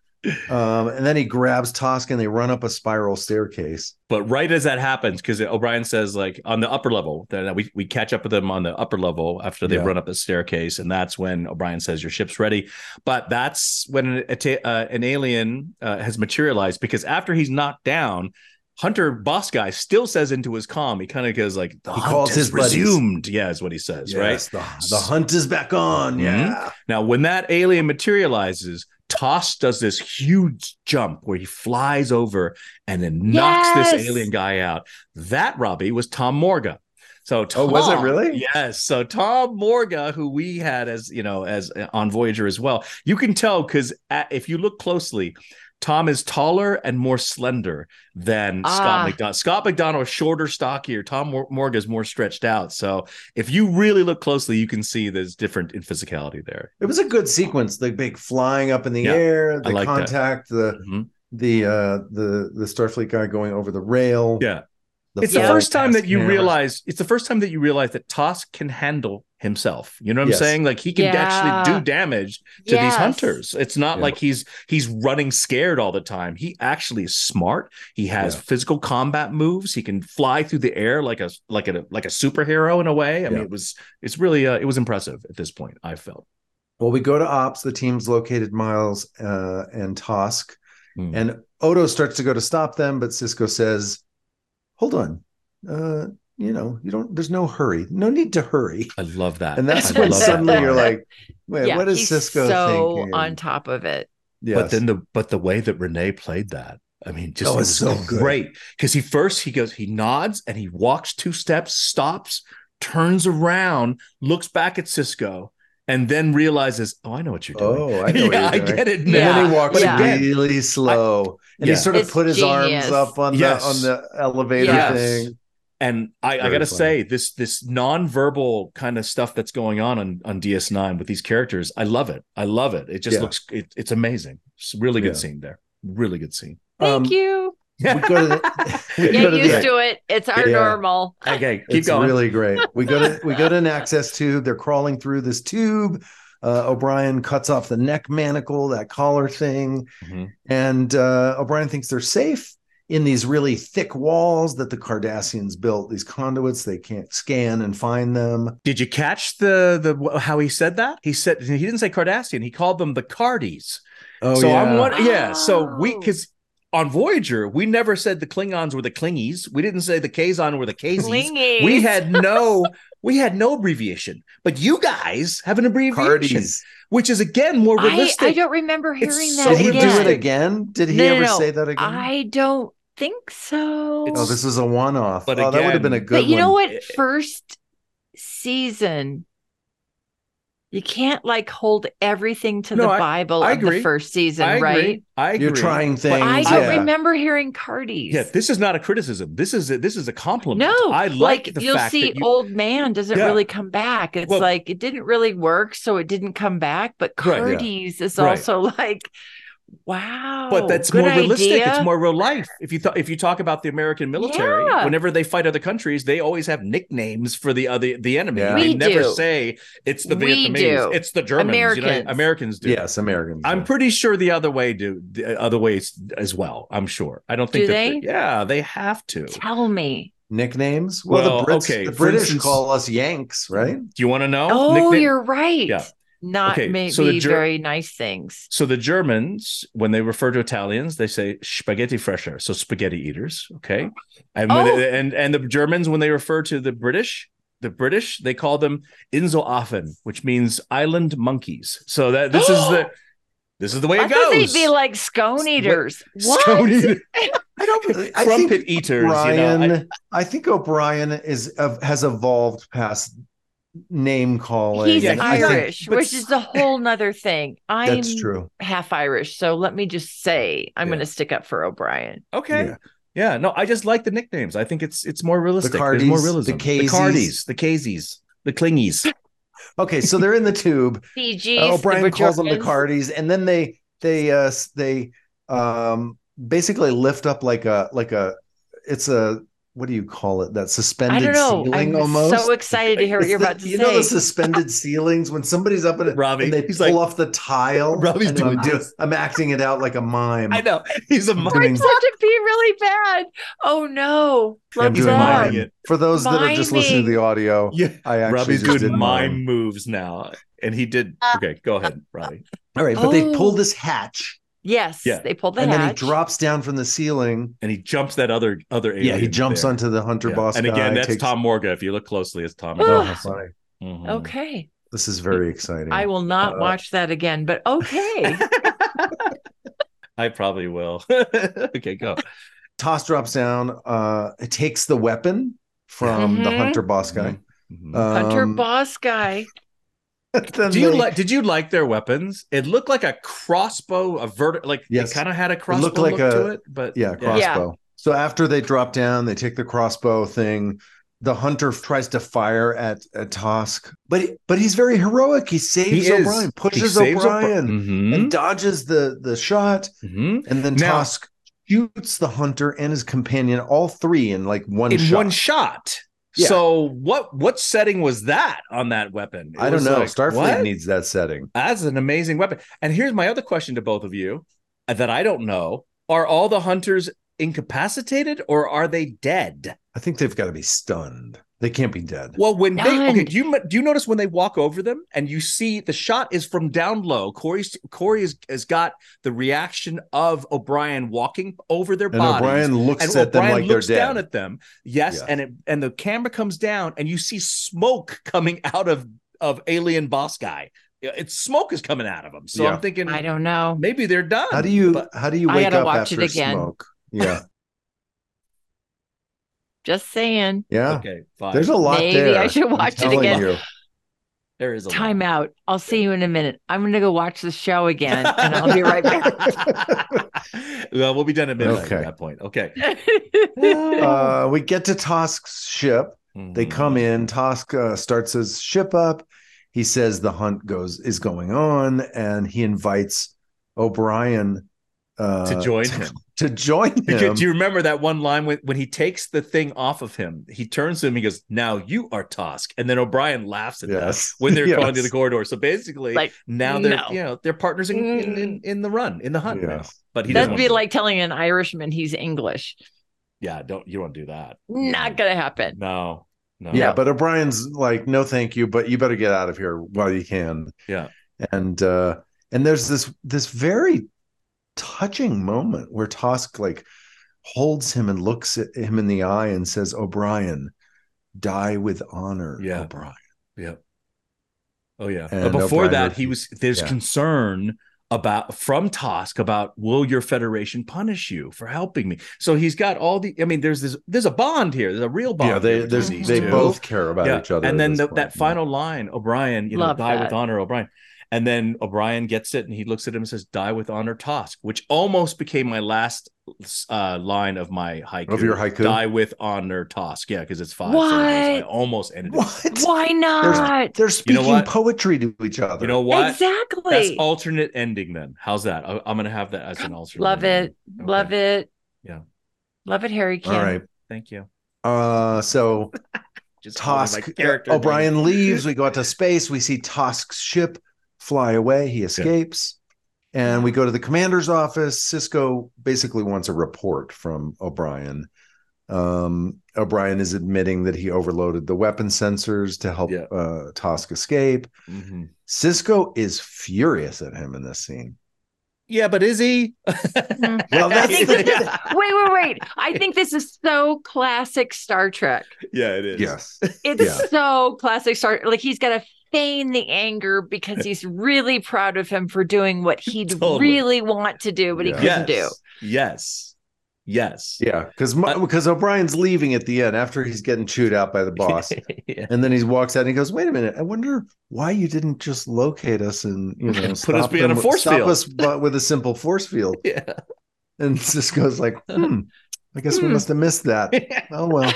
Speaker 2: um, and then he grabs Tosk, and they run up a spiral staircase.
Speaker 1: But right as that happens, because O'Brien says like on the upper level, that we, we catch up with them on the upper level after they
Speaker 2: Yeah.
Speaker 1: run up the staircase, and that's when O'Brien says your ship's ready. But that's when an, a ta- uh, an alien uh, has materialized because after he's knocked down, Hunter boss guy still says into his comm, he kind of goes like the
Speaker 2: He
Speaker 1: hunt
Speaker 2: calls
Speaker 1: is
Speaker 2: his buddies.
Speaker 1: resumed, yeah, is what he says, right?
Speaker 2: the, the hunt is back on.
Speaker 1: Mhm.
Speaker 2: Yeah,
Speaker 1: Now, when that alien materializes, Toss does this huge jump where he flies over and then knocks
Speaker 3: Yes!
Speaker 1: this alien guy out. That Robbie was Tom Morga. So
Speaker 2: Oh,
Speaker 1: Tom,
Speaker 2: was it really?
Speaker 1: Yes. So Tom Morga, who we had as you know as uh, on Voyager as well, you can tell because if you look closely, Tom is taller and more slender than
Speaker 3: Ah.
Speaker 1: Scott McDonald. Scott McDonald is shorter, stockier. Tom Mor- Morga is more stretched out. So if you really look closely, you can see there's different in physicality there.
Speaker 2: it was a good sequence. The big flying up in the
Speaker 1: Yeah,
Speaker 2: air, the
Speaker 1: like that.
Speaker 2: contact, the
Speaker 1: Mhm.
Speaker 2: the uh
Speaker 3: Mm-hmm.
Speaker 2: the the starfleet guy going over the rail
Speaker 1: Yeah.
Speaker 2: the
Speaker 1: It's
Speaker 3: Yeah.
Speaker 1: the
Speaker 2: fall
Speaker 1: first time
Speaker 2: past
Speaker 1: that you
Speaker 2: cameras.
Speaker 1: realize it's the first time that you realize that Toss can handle himself. You know what I'm
Speaker 2: Yes.
Speaker 1: saying? Like he can actually
Speaker 3: Yeah.
Speaker 1: do damage to these hunters. It's not
Speaker 2: Yeah.
Speaker 1: like he's he's running scared all the time. He actually is smart. He has
Speaker 2: Yeah.
Speaker 1: physical combat moves. He can fly through the air like a like a like a superhero in a way. I mean,
Speaker 2: Yeah.
Speaker 1: it was it's really uh, it was impressive at this point. I felt.
Speaker 2: well we go to ops the team's located miles uh and tosk
Speaker 1: Hmm.
Speaker 2: and odo starts to go to stop them but cisco says hold on uh you know you don't there's no hurry no need
Speaker 1: (laughs)
Speaker 2: to hurry
Speaker 1: I love that.
Speaker 2: and that's
Speaker 1: I
Speaker 2: when
Speaker 1: love that
Speaker 2: suddenly
Speaker 1: line.
Speaker 2: you're like wait
Speaker 3: yeah,
Speaker 2: what is
Speaker 3: he's
Speaker 2: cisco
Speaker 3: so
Speaker 2: thinking
Speaker 3: on top of it.
Speaker 1: But
Speaker 2: Yes.
Speaker 1: then the but the way that Renee played that, I mean, just
Speaker 2: That
Speaker 1: it was
Speaker 2: was so good.
Speaker 1: great. Because he first he goes, he nods and he walks two steps, stops, turns around, looks back at Cisco, and then realizes, oh, I know what you're doing.
Speaker 2: Oh, I know what
Speaker 1: (laughs) yeah,
Speaker 2: you're
Speaker 1: I
Speaker 2: doing.
Speaker 1: get it
Speaker 2: And
Speaker 1: now.
Speaker 2: then he walks
Speaker 3: Yeah.
Speaker 2: really slow, and
Speaker 1: Yeah.
Speaker 2: he sort of
Speaker 3: It's
Speaker 2: put his
Speaker 3: genius.
Speaker 2: arms up on
Speaker 1: Yes.
Speaker 2: the on the elevator
Speaker 3: Yes.
Speaker 2: thing.
Speaker 1: And I, I
Speaker 2: Very
Speaker 1: gotta
Speaker 2: funny.
Speaker 1: say, this this non-verbal kind of stuff that's going on, on on DS9 with these characters, I love it. I love it. It just
Speaker 2: Yeah.
Speaker 1: looks it, it's amazing. It's a really good
Speaker 2: Yeah.
Speaker 1: scene there. Really good
Speaker 2: (sighs)
Speaker 1: scene.
Speaker 3: Thank
Speaker 2: Um,
Speaker 3: you.
Speaker 2: We
Speaker 3: (laughs)
Speaker 2: go to the, (laughs) we go
Speaker 3: Get
Speaker 2: to
Speaker 3: used
Speaker 2: the,
Speaker 3: to it. It's our
Speaker 2: Yeah.
Speaker 3: normal.
Speaker 1: Okay, keep
Speaker 2: it's
Speaker 1: going.
Speaker 2: really great. We go to we go to an access tube. They're crawling through this tube. Uh, O'Brien cuts off the neck manacle, that collar thing,
Speaker 1: Mhm.
Speaker 2: and uh, O'Brien thinks they're safe in these really thick walls that the Cardassians built. These conduits, they can't scan and find them.
Speaker 1: Did you catch the the how he said that? He said he didn't say Cardassian. He called them the Cardies.
Speaker 2: Oh,
Speaker 1: so I'm
Speaker 2: yeah.
Speaker 1: wondering, yeah. So we
Speaker 3: Oh.
Speaker 1: because on Voyager we never said the Klingons were the Klingies. We didn't say the Kazon were the Kazies.
Speaker 3: Clingy.
Speaker 1: We had no we had no abbreviation, but you guys have an abbreviation,
Speaker 2: Cardies.
Speaker 1: which is again more
Speaker 3: I,
Speaker 1: realistic.
Speaker 3: I don't remember
Speaker 1: It's
Speaker 3: hearing
Speaker 1: so
Speaker 3: that.
Speaker 2: Did he do
Speaker 3: again.
Speaker 2: it again? Did he
Speaker 3: Oh, No, no,
Speaker 2: ever
Speaker 3: no.
Speaker 2: say that again?
Speaker 3: I don't think so.
Speaker 1: It's-
Speaker 2: Oh, this is a one-off.
Speaker 1: But
Speaker 2: oh, that would have been a
Speaker 1: again-
Speaker 2: good
Speaker 3: but you
Speaker 2: one.
Speaker 3: know what?
Speaker 1: It-
Speaker 3: First season, you can't like hold everything to
Speaker 1: No,
Speaker 3: the
Speaker 1: I-
Speaker 3: Bible
Speaker 1: I
Speaker 3: of the
Speaker 1: agree.
Speaker 3: first season,
Speaker 1: I agree.
Speaker 3: right?
Speaker 1: I agree.
Speaker 2: You're trying things.
Speaker 3: I
Speaker 1: Yeah.
Speaker 3: don't
Speaker 2: yeah.
Speaker 3: remember hearing Cardies.
Speaker 1: Yeah, this is not a criticism. This is a, this is a compliment.
Speaker 3: no,
Speaker 1: I like, the
Speaker 3: you'll
Speaker 1: fact
Speaker 3: see
Speaker 1: that you,
Speaker 3: old man doesn't
Speaker 1: Yeah.
Speaker 3: really come back. It's
Speaker 1: Well-
Speaker 3: like it didn't really work, so it didn't come back. But
Speaker 1: Right. Yeah.
Speaker 3: Cardies is
Speaker 1: Right.
Speaker 3: also like, wow,
Speaker 1: but that's
Speaker 3: Oh, good
Speaker 1: more realistic. It's
Speaker 3: idea.
Speaker 1: more real life. If you th- if you talk about the American military,
Speaker 3: Yeah.
Speaker 1: whenever they fight other countries, they always have nicknames for the other the enemy.
Speaker 2: Yeah.
Speaker 1: They
Speaker 3: We
Speaker 1: never
Speaker 3: do.
Speaker 1: say it's the
Speaker 3: We
Speaker 1: Vietnamese,
Speaker 3: do.
Speaker 1: it's the Germans. You know,
Speaker 3: Americans.
Speaker 1: Americans do.
Speaker 2: Yes, Americans.
Speaker 1: I'm pretty sure the other way do the other ways as well. I'm sure. I don't think
Speaker 3: Do
Speaker 1: that
Speaker 3: they?
Speaker 1: yeah, they have to. Do
Speaker 3: Tell me.
Speaker 2: nicknames. Well,
Speaker 1: Well,
Speaker 2: the Brits,
Speaker 1: okay,
Speaker 2: the
Speaker 1: for
Speaker 2: British
Speaker 1: instance-
Speaker 2: call us Yanks, right?
Speaker 1: you want to know?
Speaker 3: Oh,
Speaker 1: Nickname-
Speaker 3: you're right.
Speaker 1: Yeah.
Speaker 3: Not
Speaker 1: Okay,
Speaker 3: maybe
Speaker 1: so the Ger-
Speaker 3: very nice things.
Speaker 1: So the Germans, when they refer to Italians, they say spaghetti fresher, so spaghetti eaters. Okay, and when
Speaker 3: Oh.
Speaker 1: and and the Germans, when they refer to the British, the British, they call them Inselhafen, which means island monkeys. So that this is
Speaker 3: (gasps)
Speaker 1: the this is the way it
Speaker 3: I thought
Speaker 1: goes.
Speaker 3: they'd be like scone
Speaker 1: What-
Speaker 3: eaters. What?
Speaker 1: Stone
Speaker 3: (laughs)
Speaker 1: eater-
Speaker 2: I don't. I
Speaker 1: crumpet
Speaker 2: think
Speaker 1: eaters.
Speaker 2: O'Brien.
Speaker 1: you know, I-
Speaker 2: I, think O'Brien is of has evolved past name calling.
Speaker 3: He's
Speaker 1: Yeah,
Speaker 2: I think
Speaker 3: Irish,
Speaker 1: but
Speaker 3: which is a whole nother thing. I'm
Speaker 2: That's true.
Speaker 3: half Irish, so let me just say I'm
Speaker 2: Yeah.
Speaker 3: going to stick up for O'Brien.
Speaker 1: okay. Yeah.
Speaker 2: Yeah.
Speaker 1: no, I just like the nicknames. I think it's it's more realistic. There's
Speaker 2: Cardies,
Speaker 1: more realism.
Speaker 2: the Kazies.
Speaker 1: the Cardies, the Kazies, the Klingies.
Speaker 2: Okay, so they're in the tube.
Speaker 3: CG.
Speaker 2: Uh, O'Brien calls them the Cardies, and then they they uh s- they um basically lift up like a like a it's a what do you call it that
Speaker 3: I
Speaker 2: suspended
Speaker 3: don't know.
Speaker 2: ceiling
Speaker 3: I'm
Speaker 2: almost
Speaker 3: so excited to hear what
Speaker 2: It's
Speaker 3: you're
Speaker 2: the-
Speaker 3: about
Speaker 2: (laughs)
Speaker 3: to
Speaker 2: you
Speaker 3: say.
Speaker 2: know the
Speaker 3: (laughs)
Speaker 2: suspended ceilings when somebody's up in it
Speaker 1: Robbie,
Speaker 2: and they
Speaker 1: he's
Speaker 2: pull
Speaker 1: like-
Speaker 2: off the tile.
Speaker 1: Robbie's
Speaker 2: and
Speaker 1: doing
Speaker 2: I'm, do-
Speaker 1: this.
Speaker 2: I'm acting it out like a mime.
Speaker 1: I know he's a
Speaker 2: I'm
Speaker 1: monk.
Speaker 2: doing,
Speaker 3: It's such a be really bad. Oh no,
Speaker 2: I'm
Speaker 3: love
Speaker 2: doing
Speaker 1: that.
Speaker 2: mime. For those that are just listening to the audio,
Speaker 1: Yeah.
Speaker 2: I actually
Speaker 1: Robbie's
Speaker 2: just
Speaker 1: good
Speaker 2: did
Speaker 1: mime, moves now, and he did. Okay, go ahead, Robbie.
Speaker 2: All right, but they
Speaker 3: Oh.
Speaker 2: pull this hatch,
Speaker 3: Yes,
Speaker 1: Yeah.
Speaker 3: they pulled the
Speaker 2: and then he
Speaker 3: hatch.
Speaker 2: drops down from the ceiling.
Speaker 1: And he jumps that other other alien.
Speaker 2: Yeah, he jumps
Speaker 1: there.
Speaker 2: onto the hunter
Speaker 1: Yeah.
Speaker 2: boss
Speaker 1: And again,
Speaker 2: guy,
Speaker 1: that's
Speaker 2: takes-
Speaker 1: Tom Morga. If you look closely, it's Tom.
Speaker 3: Oh,
Speaker 2: Oh,
Speaker 1: Morga.
Speaker 2: how funny.
Speaker 1: Mhm.
Speaker 3: Okay,
Speaker 2: This is very exciting.
Speaker 3: I will not
Speaker 2: Uh,
Speaker 3: watch that again. But
Speaker 2: (laughs)
Speaker 3: okay,
Speaker 1: I probably will. (laughs) okay, go.
Speaker 2: Toss drops down. Uh, it takes the weapon from the
Speaker 3: Mhm.
Speaker 2: hunter boss guy.
Speaker 1: Mhm.
Speaker 3: Hunter
Speaker 2: Um,
Speaker 3: Boss guy.
Speaker 2: (laughs) then
Speaker 1: Do you
Speaker 2: they-
Speaker 1: like? Did you like their weapons? It looked like a crossbow, a vert. Like
Speaker 2: Yes.
Speaker 1: it kind of had a crossbow
Speaker 2: looked like
Speaker 1: look
Speaker 2: a-
Speaker 1: to it, but
Speaker 2: Yeah, crossbow. So after they drop down, they take the crossbow thing. The hunter tries to fire at, at Tosk, but but he's very heroic. He saves
Speaker 1: is.
Speaker 2: O'Brien,
Speaker 1: He
Speaker 2: pushes
Speaker 1: saves O'Bri-
Speaker 2: O'Brien,
Speaker 1: Mhm,
Speaker 2: and dodges the the shot,
Speaker 1: mhm.
Speaker 2: and then
Speaker 1: Now-
Speaker 2: Tosk shoots the hunter and his companion, all three in like one
Speaker 1: in
Speaker 2: shot.
Speaker 1: one shot.
Speaker 2: Yeah.
Speaker 1: So what what setting was that on that weapon? It
Speaker 2: I don't
Speaker 1: was
Speaker 2: know.
Speaker 1: like,
Speaker 2: Starfleet
Speaker 1: what?
Speaker 2: needs that setting.
Speaker 1: That's an amazing weapon. And here's my other question to both of you uh, that I don't know. Are all the hunters incapacitated or are they dead?
Speaker 2: I think they've got to be stunned. They can't be dead.
Speaker 1: Well, when they okay,
Speaker 3: Stunned.
Speaker 1: do you do you notice when they walk over them and you see the shot is from down low? Corey's Corey has, has got the reaction of O'Brien walking over their
Speaker 2: and
Speaker 1: bodies.
Speaker 2: O'Brien looks
Speaker 1: and
Speaker 2: at
Speaker 1: O'Brien
Speaker 2: them like
Speaker 1: looks
Speaker 2: they're dead.
Speaker 1: down at them. Yes,
Speaker 2: Yeah.
Speaker 1: and it and the camera comes down and you see smoke coming out of of alien boss guy. It's smoke is coming out of him. So
Speaker 2: Yeah.
Speaker 1: I'm thinking
Speaker 3: I don't know.
Speaker 1: maybe they're done.
Speaker 2: how do you
Speaker 1: But-
Speaker 2: how do you
Speaker 3: I
Speaker 2: wake
Speaker 3: gotta
Speaker 2: up
Speaker 3: watch it
Speaker 2: after
Speaker 3: again.
Speaker 2: smoke?
Speaker 1: (laughs)
Speaker 2: Yeah,
Speaker 3: Just saying.
Speaker 2: yeah.
Speaker 1: Okay, fine.
Speaker 2: There's a lot
Speaker 1: Oh,
Speaker 3: Maybe
Speaker 2: there.
Speaker 3: I should
Speaker 2: I'm
Speaker 3: watch it
Speaker 2: telling
Speaker 3: again.
Speaker 2: you.
Speaker 1: There is a line.
Speaker 3: Time out. I'll see you in a minute. I'm going to go watch the show again and I'll be
Speaker 2: (laughs)
Speaker 3: right back.
Speaker 1: (laughs)
Speaker 3: (laughs)
Speaker 1: well, we'll be done at midnight
Speaker 2: Okay.
Speaker 1: at that point. Okay. (laughs)
Speaker 2: uh, we get to Tosk's ship. They
Speaker 1: Mhm.
Speaker 2: come in. Tosk uh, starts his ship up. He says the hunt goes is going on, and he invites O'Brien uh,
Speaker 1: to join him.
Speaker 2: (laughs) to join him.
Speaker 1: Do you remember that one line when, when he takes the thing off of him? He turns to him. He goes, "Now you are Tosk," and then O'Brien laughs at that
Speaker 2: yes, (laughs)
Speaker 1: when they're
Speaker 2: Yes.
Speaker 1: going to the corridor. So basically,
Speaker 3: Like,
Speaker 1: now they're
Speaker 3: no. Mm.
Speaker 1: you know they're partners in, in, in, in the run in the hunt. now.
Speaker 2: Yes.
Speaker 1: But he doesn't
Speaker 3: That'd
Speaker 1: wanna
Speaker 3: be
Speaker 1: do it.
Speaker 3: like telling an Irishman he's English.
Speaker 1: yeah, don't you don't do that?
Speaker 3: Not going to happen.
Speaker 1: No, no.
Speaker 2: Yeah, but O'Brien's like, no, thank you, but you better get out of here while you can.
Speaker 1: Yeah.
Speaker 2: And uh and there's this this very touching moment where Tosk like holds him and looks at him in the eye and says, O'Brien, die with honor,
Speaker 1: Yeah.
Speaker 2: O'Brien.
Speaker 1: Yeah. Oh yeah.
Speaker 2: And
Speaker 1: but before
Speaker 2: O'Brien
Speaker 1: that, he was
Speaker 2: refused.
Speaker 1: there's
Speaker 2: Yeah.
Speaker 1: concern about from Tosk about will your federation punish you for helping me? So he's got all the I mean, there's this there's a bond here. There's a real bond.
Speaker 2: Yeah, they
Speaker 1: here
Speaker 2: they,
Speaker 1: between these
Speaker 3: Mhm.
Speaker 2: they
Speaker 1: two.
Speaker 2: both care about
Speaker 1: Yeah.
Speaker 2: each other.
Speaker 1: And
Speaker 2: at
Speaker 1: then
Speaker 2: this
Speaker 1: the,
Speaker 2: point.
Speaker 1: that final line, O'Brien, you know,
Speaker 3: Love
Speaker 1: die with
Speaker 3: that.
Speaker 1: honor, O'Brien. And then O'Brien gets it and he looks at him and says, die with honor, Tosk, which almost became my last uh, line of my haiku.
Speaker 2: of your haiku.
Speaker 1: Die with honor, Tosk. Yeah, because it's five.
Speaker 3: What?
Speaker 1: syllables. I almost ended it.
Speaker 2: What?
Speaker 3: Why not?
Speaker 2: They're speaking
Speaker 1: what?
Speaker 2: poetry to each other.
Speaker 1: You know what?
Speaker 3: Exactly.
Speaker 1: That's alternate ending then. How's that? I, am gonna have that as an alternate.
Speaker 3: Love
Speaker 1: ending.
Speaker 3: it.
Speaker 1: Okay.
Speaker 3: Love it.
Speaker 1: Yeah.
Speaker 3: Love it, Harry Kim.
Speaker 2: all (laughs) right.
Speaker 1: Thank you.
Speaker 2: Uh so
Speaker 1: Just holding my
Speaker 2: Tosk
Speaker 1: character. (laughs)
Speaker 2: uh, O'Brien leaves. We go out to space. We see Tosk's ship fly away. He escapes. And we go to the commander's office. Cisco basically wants a report from O'Brien. Um, O'Brien is admitting that he overloaded the weapon sensors to help
Speaker 1: Yeah.
Speaker 2: uh, Tosk escape.
Speaker 1: Mhm.
Speaker 2: Cisco is furious at him in this scene.
Speaker 1: Yeah, but is he?
Speaker 2: Well, Oh,
Speaker 3: (laughs)
Speaker 2: that's
Speaker 1: (laughs)
Speaker 3: think
Speaker 2: the-
Speaker 3: that- Wait, wait, wait. I think this is so classic Star Trek.
Speaker 1: yeah, it is.
Speaker 2: yes.
Speaker 3: It's
Speaker 2: Yeah.
Speaker 3: so classic Star Like he's got to feign the anger
Speaker 1: (laughs)
Speaker 3: because he's really proud of him for doing what he'd
Speaker 1: Totally.
Speaker 3: really want to do, but he
Speaker 1: Yes.
Speaker 3: couldn't do.
Speaker 1: Yes. Yes.
Speaker 2: Yeah, because
Speaker 1: Uh,
Speaker 2: because O'Brien's leaving at the end after he's getting chewed out by the boss.
Speaker 1: (laughs) yeah.
Speaker 2: And then he walks out and he goes, "Wait a minute! I wonder why you didn't just locate us and you know
Speaker 1: (laughs) Put us
Speaker 2: stop
Speaker 1: beyond
Speaker 2: them-
Speaker 1: a force
Speaker 2: stop
Speaker 1: field."
Speaker 2: us but with a simple force field."
Speaker 1: (laughs) Yeah.
Speaker 2: And Cisco's like, "Hmm, I guess we
Speaker 3: Hmm.
Speaker 2: must have missed that." Oh well.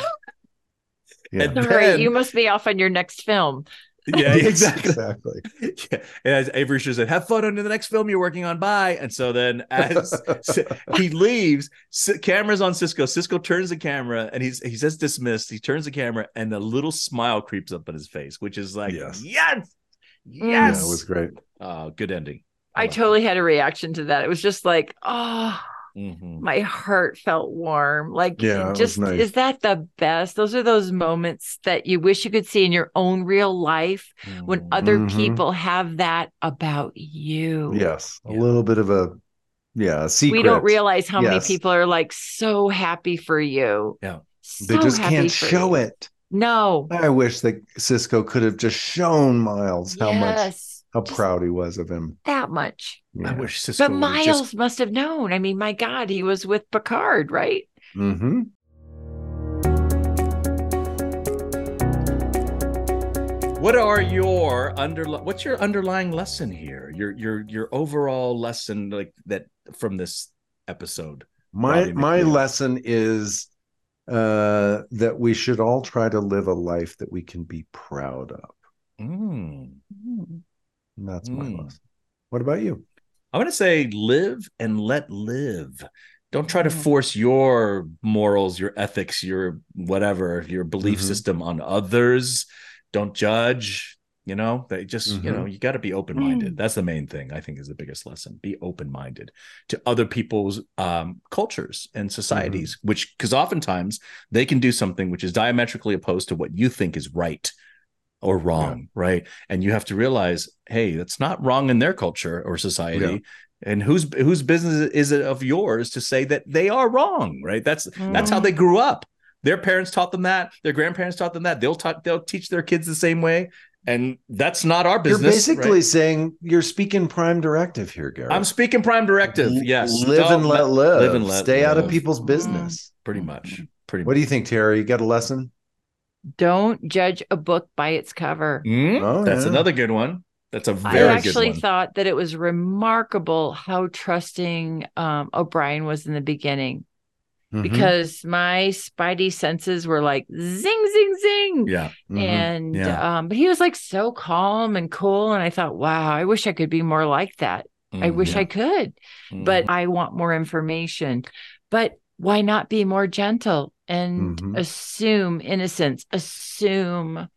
Speaker 2: Yeah.
Speaker 1: And-
Speaker 3: Sorry,
Speaker 1: Then-
Speaker 3: you must be off on your next film.
Speaker 1: (laughs) yeah,
Speaker 2: Yes,
Speaker 1: exactly.
Speaker 2: exactly.
Speaker 1: Yeah. And as Avery Fisher said, have fun on the next film you're working on. Bye. And so then
Speaker 2: (laughs)
Speaker 1: as Si- he leaves. Si- Camera's on Cisco. Cisco turns the camera and he's he says dismissed. He turns the camera and a little smile creeps up on his face, which is like yes,
Speaker 2: Yes.
Speaker 1: yes.
Speaker 2: Yeah,
Speaker 3: Yes.
Speaker 2: it was great.
Speaker 1: Uh, good ending.
Speaker 3: I
Speaker 1: like
Speaker 3: totally had a reaction to that. It was just like, oh,
Speaker 1: it. Mhm.
Speaker 3: my heart felt warm. Like,
Speaker 2: Yeah, it was
Speaker 3: just
Speaker 2: nice.
Speaker 3: is that the best? Those are those moments that you wish you could see in your own real life when
Speaker 1: Mm-hmm.
Speaker 3: other
Speaker 2: Mhm.
Speaker 3: people have that about you.
Speaker 2: Yes, a
Speaker 1: Oh, Yeah.
Speaker 2: little bit of a yeah a secret.
Speaker 3: We don't realize how many
Speaker 2: Yes.
Speaker 3: people are like so happy for you.
Speaker 1: Yeah.
Speaker 2: They
Speaker 3: So
Speaker 2: just
Speaker 3: happy
Speaker 2: can't
Speaker 3: for
Speaker 2: show
Speaker 3: you.
Speaker 2: it.
Speaker 3: No.
Speaker 2: I wish that Cisco could have just shown Miles how much
Speaker 3: yes.
Speaker 2: how
Speaker 3: Just
Speaker 2: proud he was of him.
Speaker 3: that much.
Speaker 1: I
Speaker 2: Yeah.
Speaker 1: wish Cisco.
Speaker 3: But Miles must have known. I mean, my God, he was with Picard, right?
Speaker 2: Mm-hmm.
Speaker 1: What are your under? What's your underlying lesson here? Your your your overall lesson, like that from this episode.
Speaker 2: my
Speaker 1: Robbie
Speaker 2: my
Speaker 1: McNeil.
Speaker 2: lesson is uh that we should all try to live a life that we can be proud of
Speaker 1: Mm.
Speaker 2: and that's my
Speaker 3: Hmm.
Speaker 1: Mm.
Speaker 2: lesson what about you
Speaker 1: I'm going to say live and let live. Don't try to
Speaker 3: Mm.
Speaker 1: force your morals, your ethics, your whatever, your belief
Speaker 2: Mhm.
Speaker 1: system on others. Don't judge. You know, they just, you know, you got to be open minded. That's the main thing I think is the biggest lesson. Be open minded to other people's um, cultures and societies, which, because oftentimes they can do something which is diametrically opposed to what you think is right or wrong, right? And you have to realize, hey, that's not wrong in their culture or society. And whose whose business is it of yours to say that they are wrong, right? That's that's
Speaker 3: Mm.
Speaker 1: how they grew up. Their parents taught them that. Their grandparents taught them that. They'll taught they'll teach their kids the same way, and that's not our business.
Speaker 2: you're basically
Speaker 1: right?
Speaker 2: saying you're speaking prime directive here Garrett.
Speaker 1: I'm speaking prime directive.
Speaker 2: L-
Speaker 1: Yes,
Speaker 2: live and
Speaker 1: Don't-
Speaker 2: let live,
Speaker 1: live and let
Speaker 2: stay out of
Speaker 3: Hmm.
Speaker 1: live.
Speaker 2: people's business
Speaker 1: Pretty much. Pretty
Speaker 2: what
Speaker 1: much.
Speaker 2: do you think terry you got a lesson
Speaker 3: don't judge a book by its cover.
Speaker 1: Mm,
Speaker 2: Oh,
Speaker 1: that's
Speaker 2: yeah.
Speaker 1: another good one. That's a
Speaker 3: I
Speaker 1: very
Speaker 3: actually
Speaker 1: good one.
Speaker 3: thought that it was remarkable how trusting um, O'Brien was in the beginning
Speaker 2: Mhm,
Speaker 1: Mm-hmm.
Speaker 3: because my spidey senses were like zing, zing, zing.
Speaker 1: yeah.
Speaker 2: mhm.
Speaker 3: And
Speaker 1: Mm-hmm. yeah.
Speaker 3: um, but he was like so calm and cool. And I thought, wow, I wish I could be more like that. I
Speaker 1: Mm,
Speaker 3: wish
Speaker 1: yeah.
Speaker 3: I could.
Speaker 1: Mm.
Speaker 3: but I want more information. But why not be more gentle and
Speaker 2: Mhm.
Speaker 3: assume innocence, assume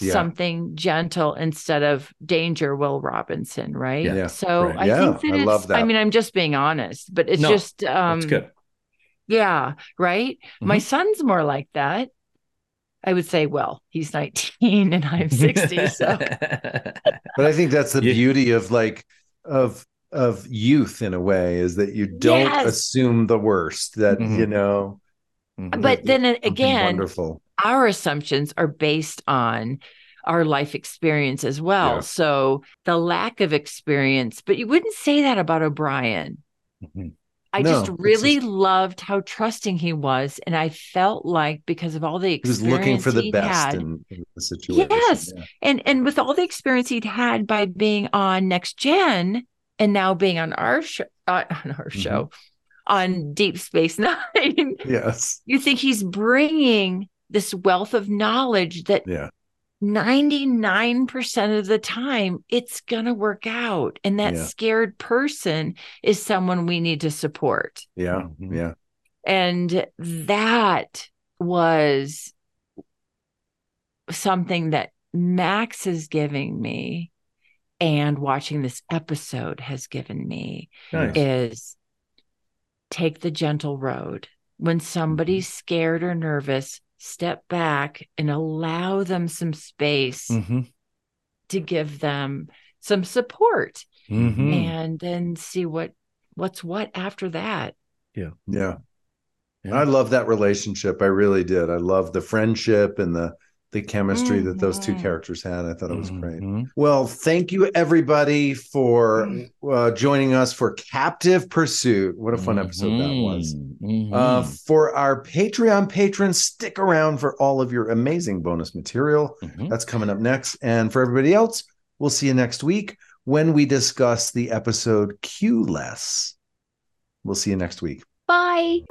Speaker 2: Yeah.
Speaker 3: something gentle instead of danger, Will Robinson, right?
Speaker 2: Yeah.
Speaker 3: So
Speaker 1: Right.
Speaker 3: I
Speaker 2: Yeah,
Speaker 3: think that
Speaker 2: I
Speaker 3: it's,
Speaker 2: love that.
Speaker 3: I mean, I'm just being honest, but it's
Speaker 1: No,
Speaker 3: just, um,
Speaker 1: that's good.
Speaker 3: yeah, right. My
Speaker 2: Mm-hmm.
Speaker 1: Mhm.
Speaker 3: son's more like that. I would say, well, he's 19
Speaker 2: (laughs)
Speaker 3: and I'm
Speaker 1: (laughs)
Speaker 3: 60. so
Speaker 2: But I think that's the
Speaker 1: You-
Speaker 2: beauty of like of of youth in a way is that you don't
Speaker 3: Yes.
Speaker 2: assume the worst. That
Speaker 1: Mhm.
Speaker 2: you know
Speaker 1: Mhm.
Speaker 3: but then
Speaker 2: would be
Speaker 3: again,
Speaker 2: wonderful.
Speaker 3: our assumptions are based on our life experience as well.
Speaker 2: Yeah.
Speaker 3: So the lack of experience, but you wouldn't say that about O'Brien.
Speaker 1: Mhm.
Speaker 3: I
Speaker 2: No,
Speaker 3: just
Speaker 2: it's
Speaker 3: really
Speaker 2: just-
Speaker 3: loved how trusting he was. And I felt like because of all the
Speaker 2: He was
Speaker 3: experience
Speaker 2: looking for the
Speaker 3: he'd
Speaker 2: best
Speaker 3: had,
Speaker 2: in, in the situation.
Speaker 3: Yes.
Speaker 2: Yeah.
Speaker 3: and and with all the experience he'd had by being on Next Gen and now being on our show, uh, (laughs) on our
Speaker 2: Mhm.
Speaker 3: show, on Deep Space (laughs) Nine,
Speaker 2: Yes.
Speaker 3: you think he's bringing this wealth of knowledge that
Speaker 2: Yeah.
Speaker 3: 99% of the time it's going to work out and that
Speaker 2: Yeah.
Speaker 3: scared person is someone we need to support
Speaker 2: Yeah. Yeah.
Speaker 3: and that was something that max is giving me and watching this episode has given me
Speaker 1: Nice.
Speaker 3: is take the gentle road. When somebody's scared or nervous, step back and allow them some space
Speaker 1: Mhm.
Speaker 3: to give them some support
Speaker 1: Mhm.
Speaker 3: and then see what what's what after that.
Speaker 2: Yeah.
Speaker 1: Yeah.
Speaker 2: I love that relationship. I really did. I love the friendship and the the chemistry that those two
Speaker 3: Mhm.
Speaker 2: characters had. I thought it was great.
Speaker 1: Mhm.
Speaker 2: Well, thank you everybody for
Speaker 3: Mm-hmm.
Speaker 2: uh, joining us for Captive Pursuit. What a fun episode that was.
Speaker 1: Mhm.
Speaker 2: Uh, for our Patreon patrons, stick around for all of your amazing bonus material.
Speaker 1: Mhm.
Speaker 2: That's coming up next. And for everybody else, we'll see you next week when we discuss the episode Q Less. We'll see you next week.
Speaker 3: Bye.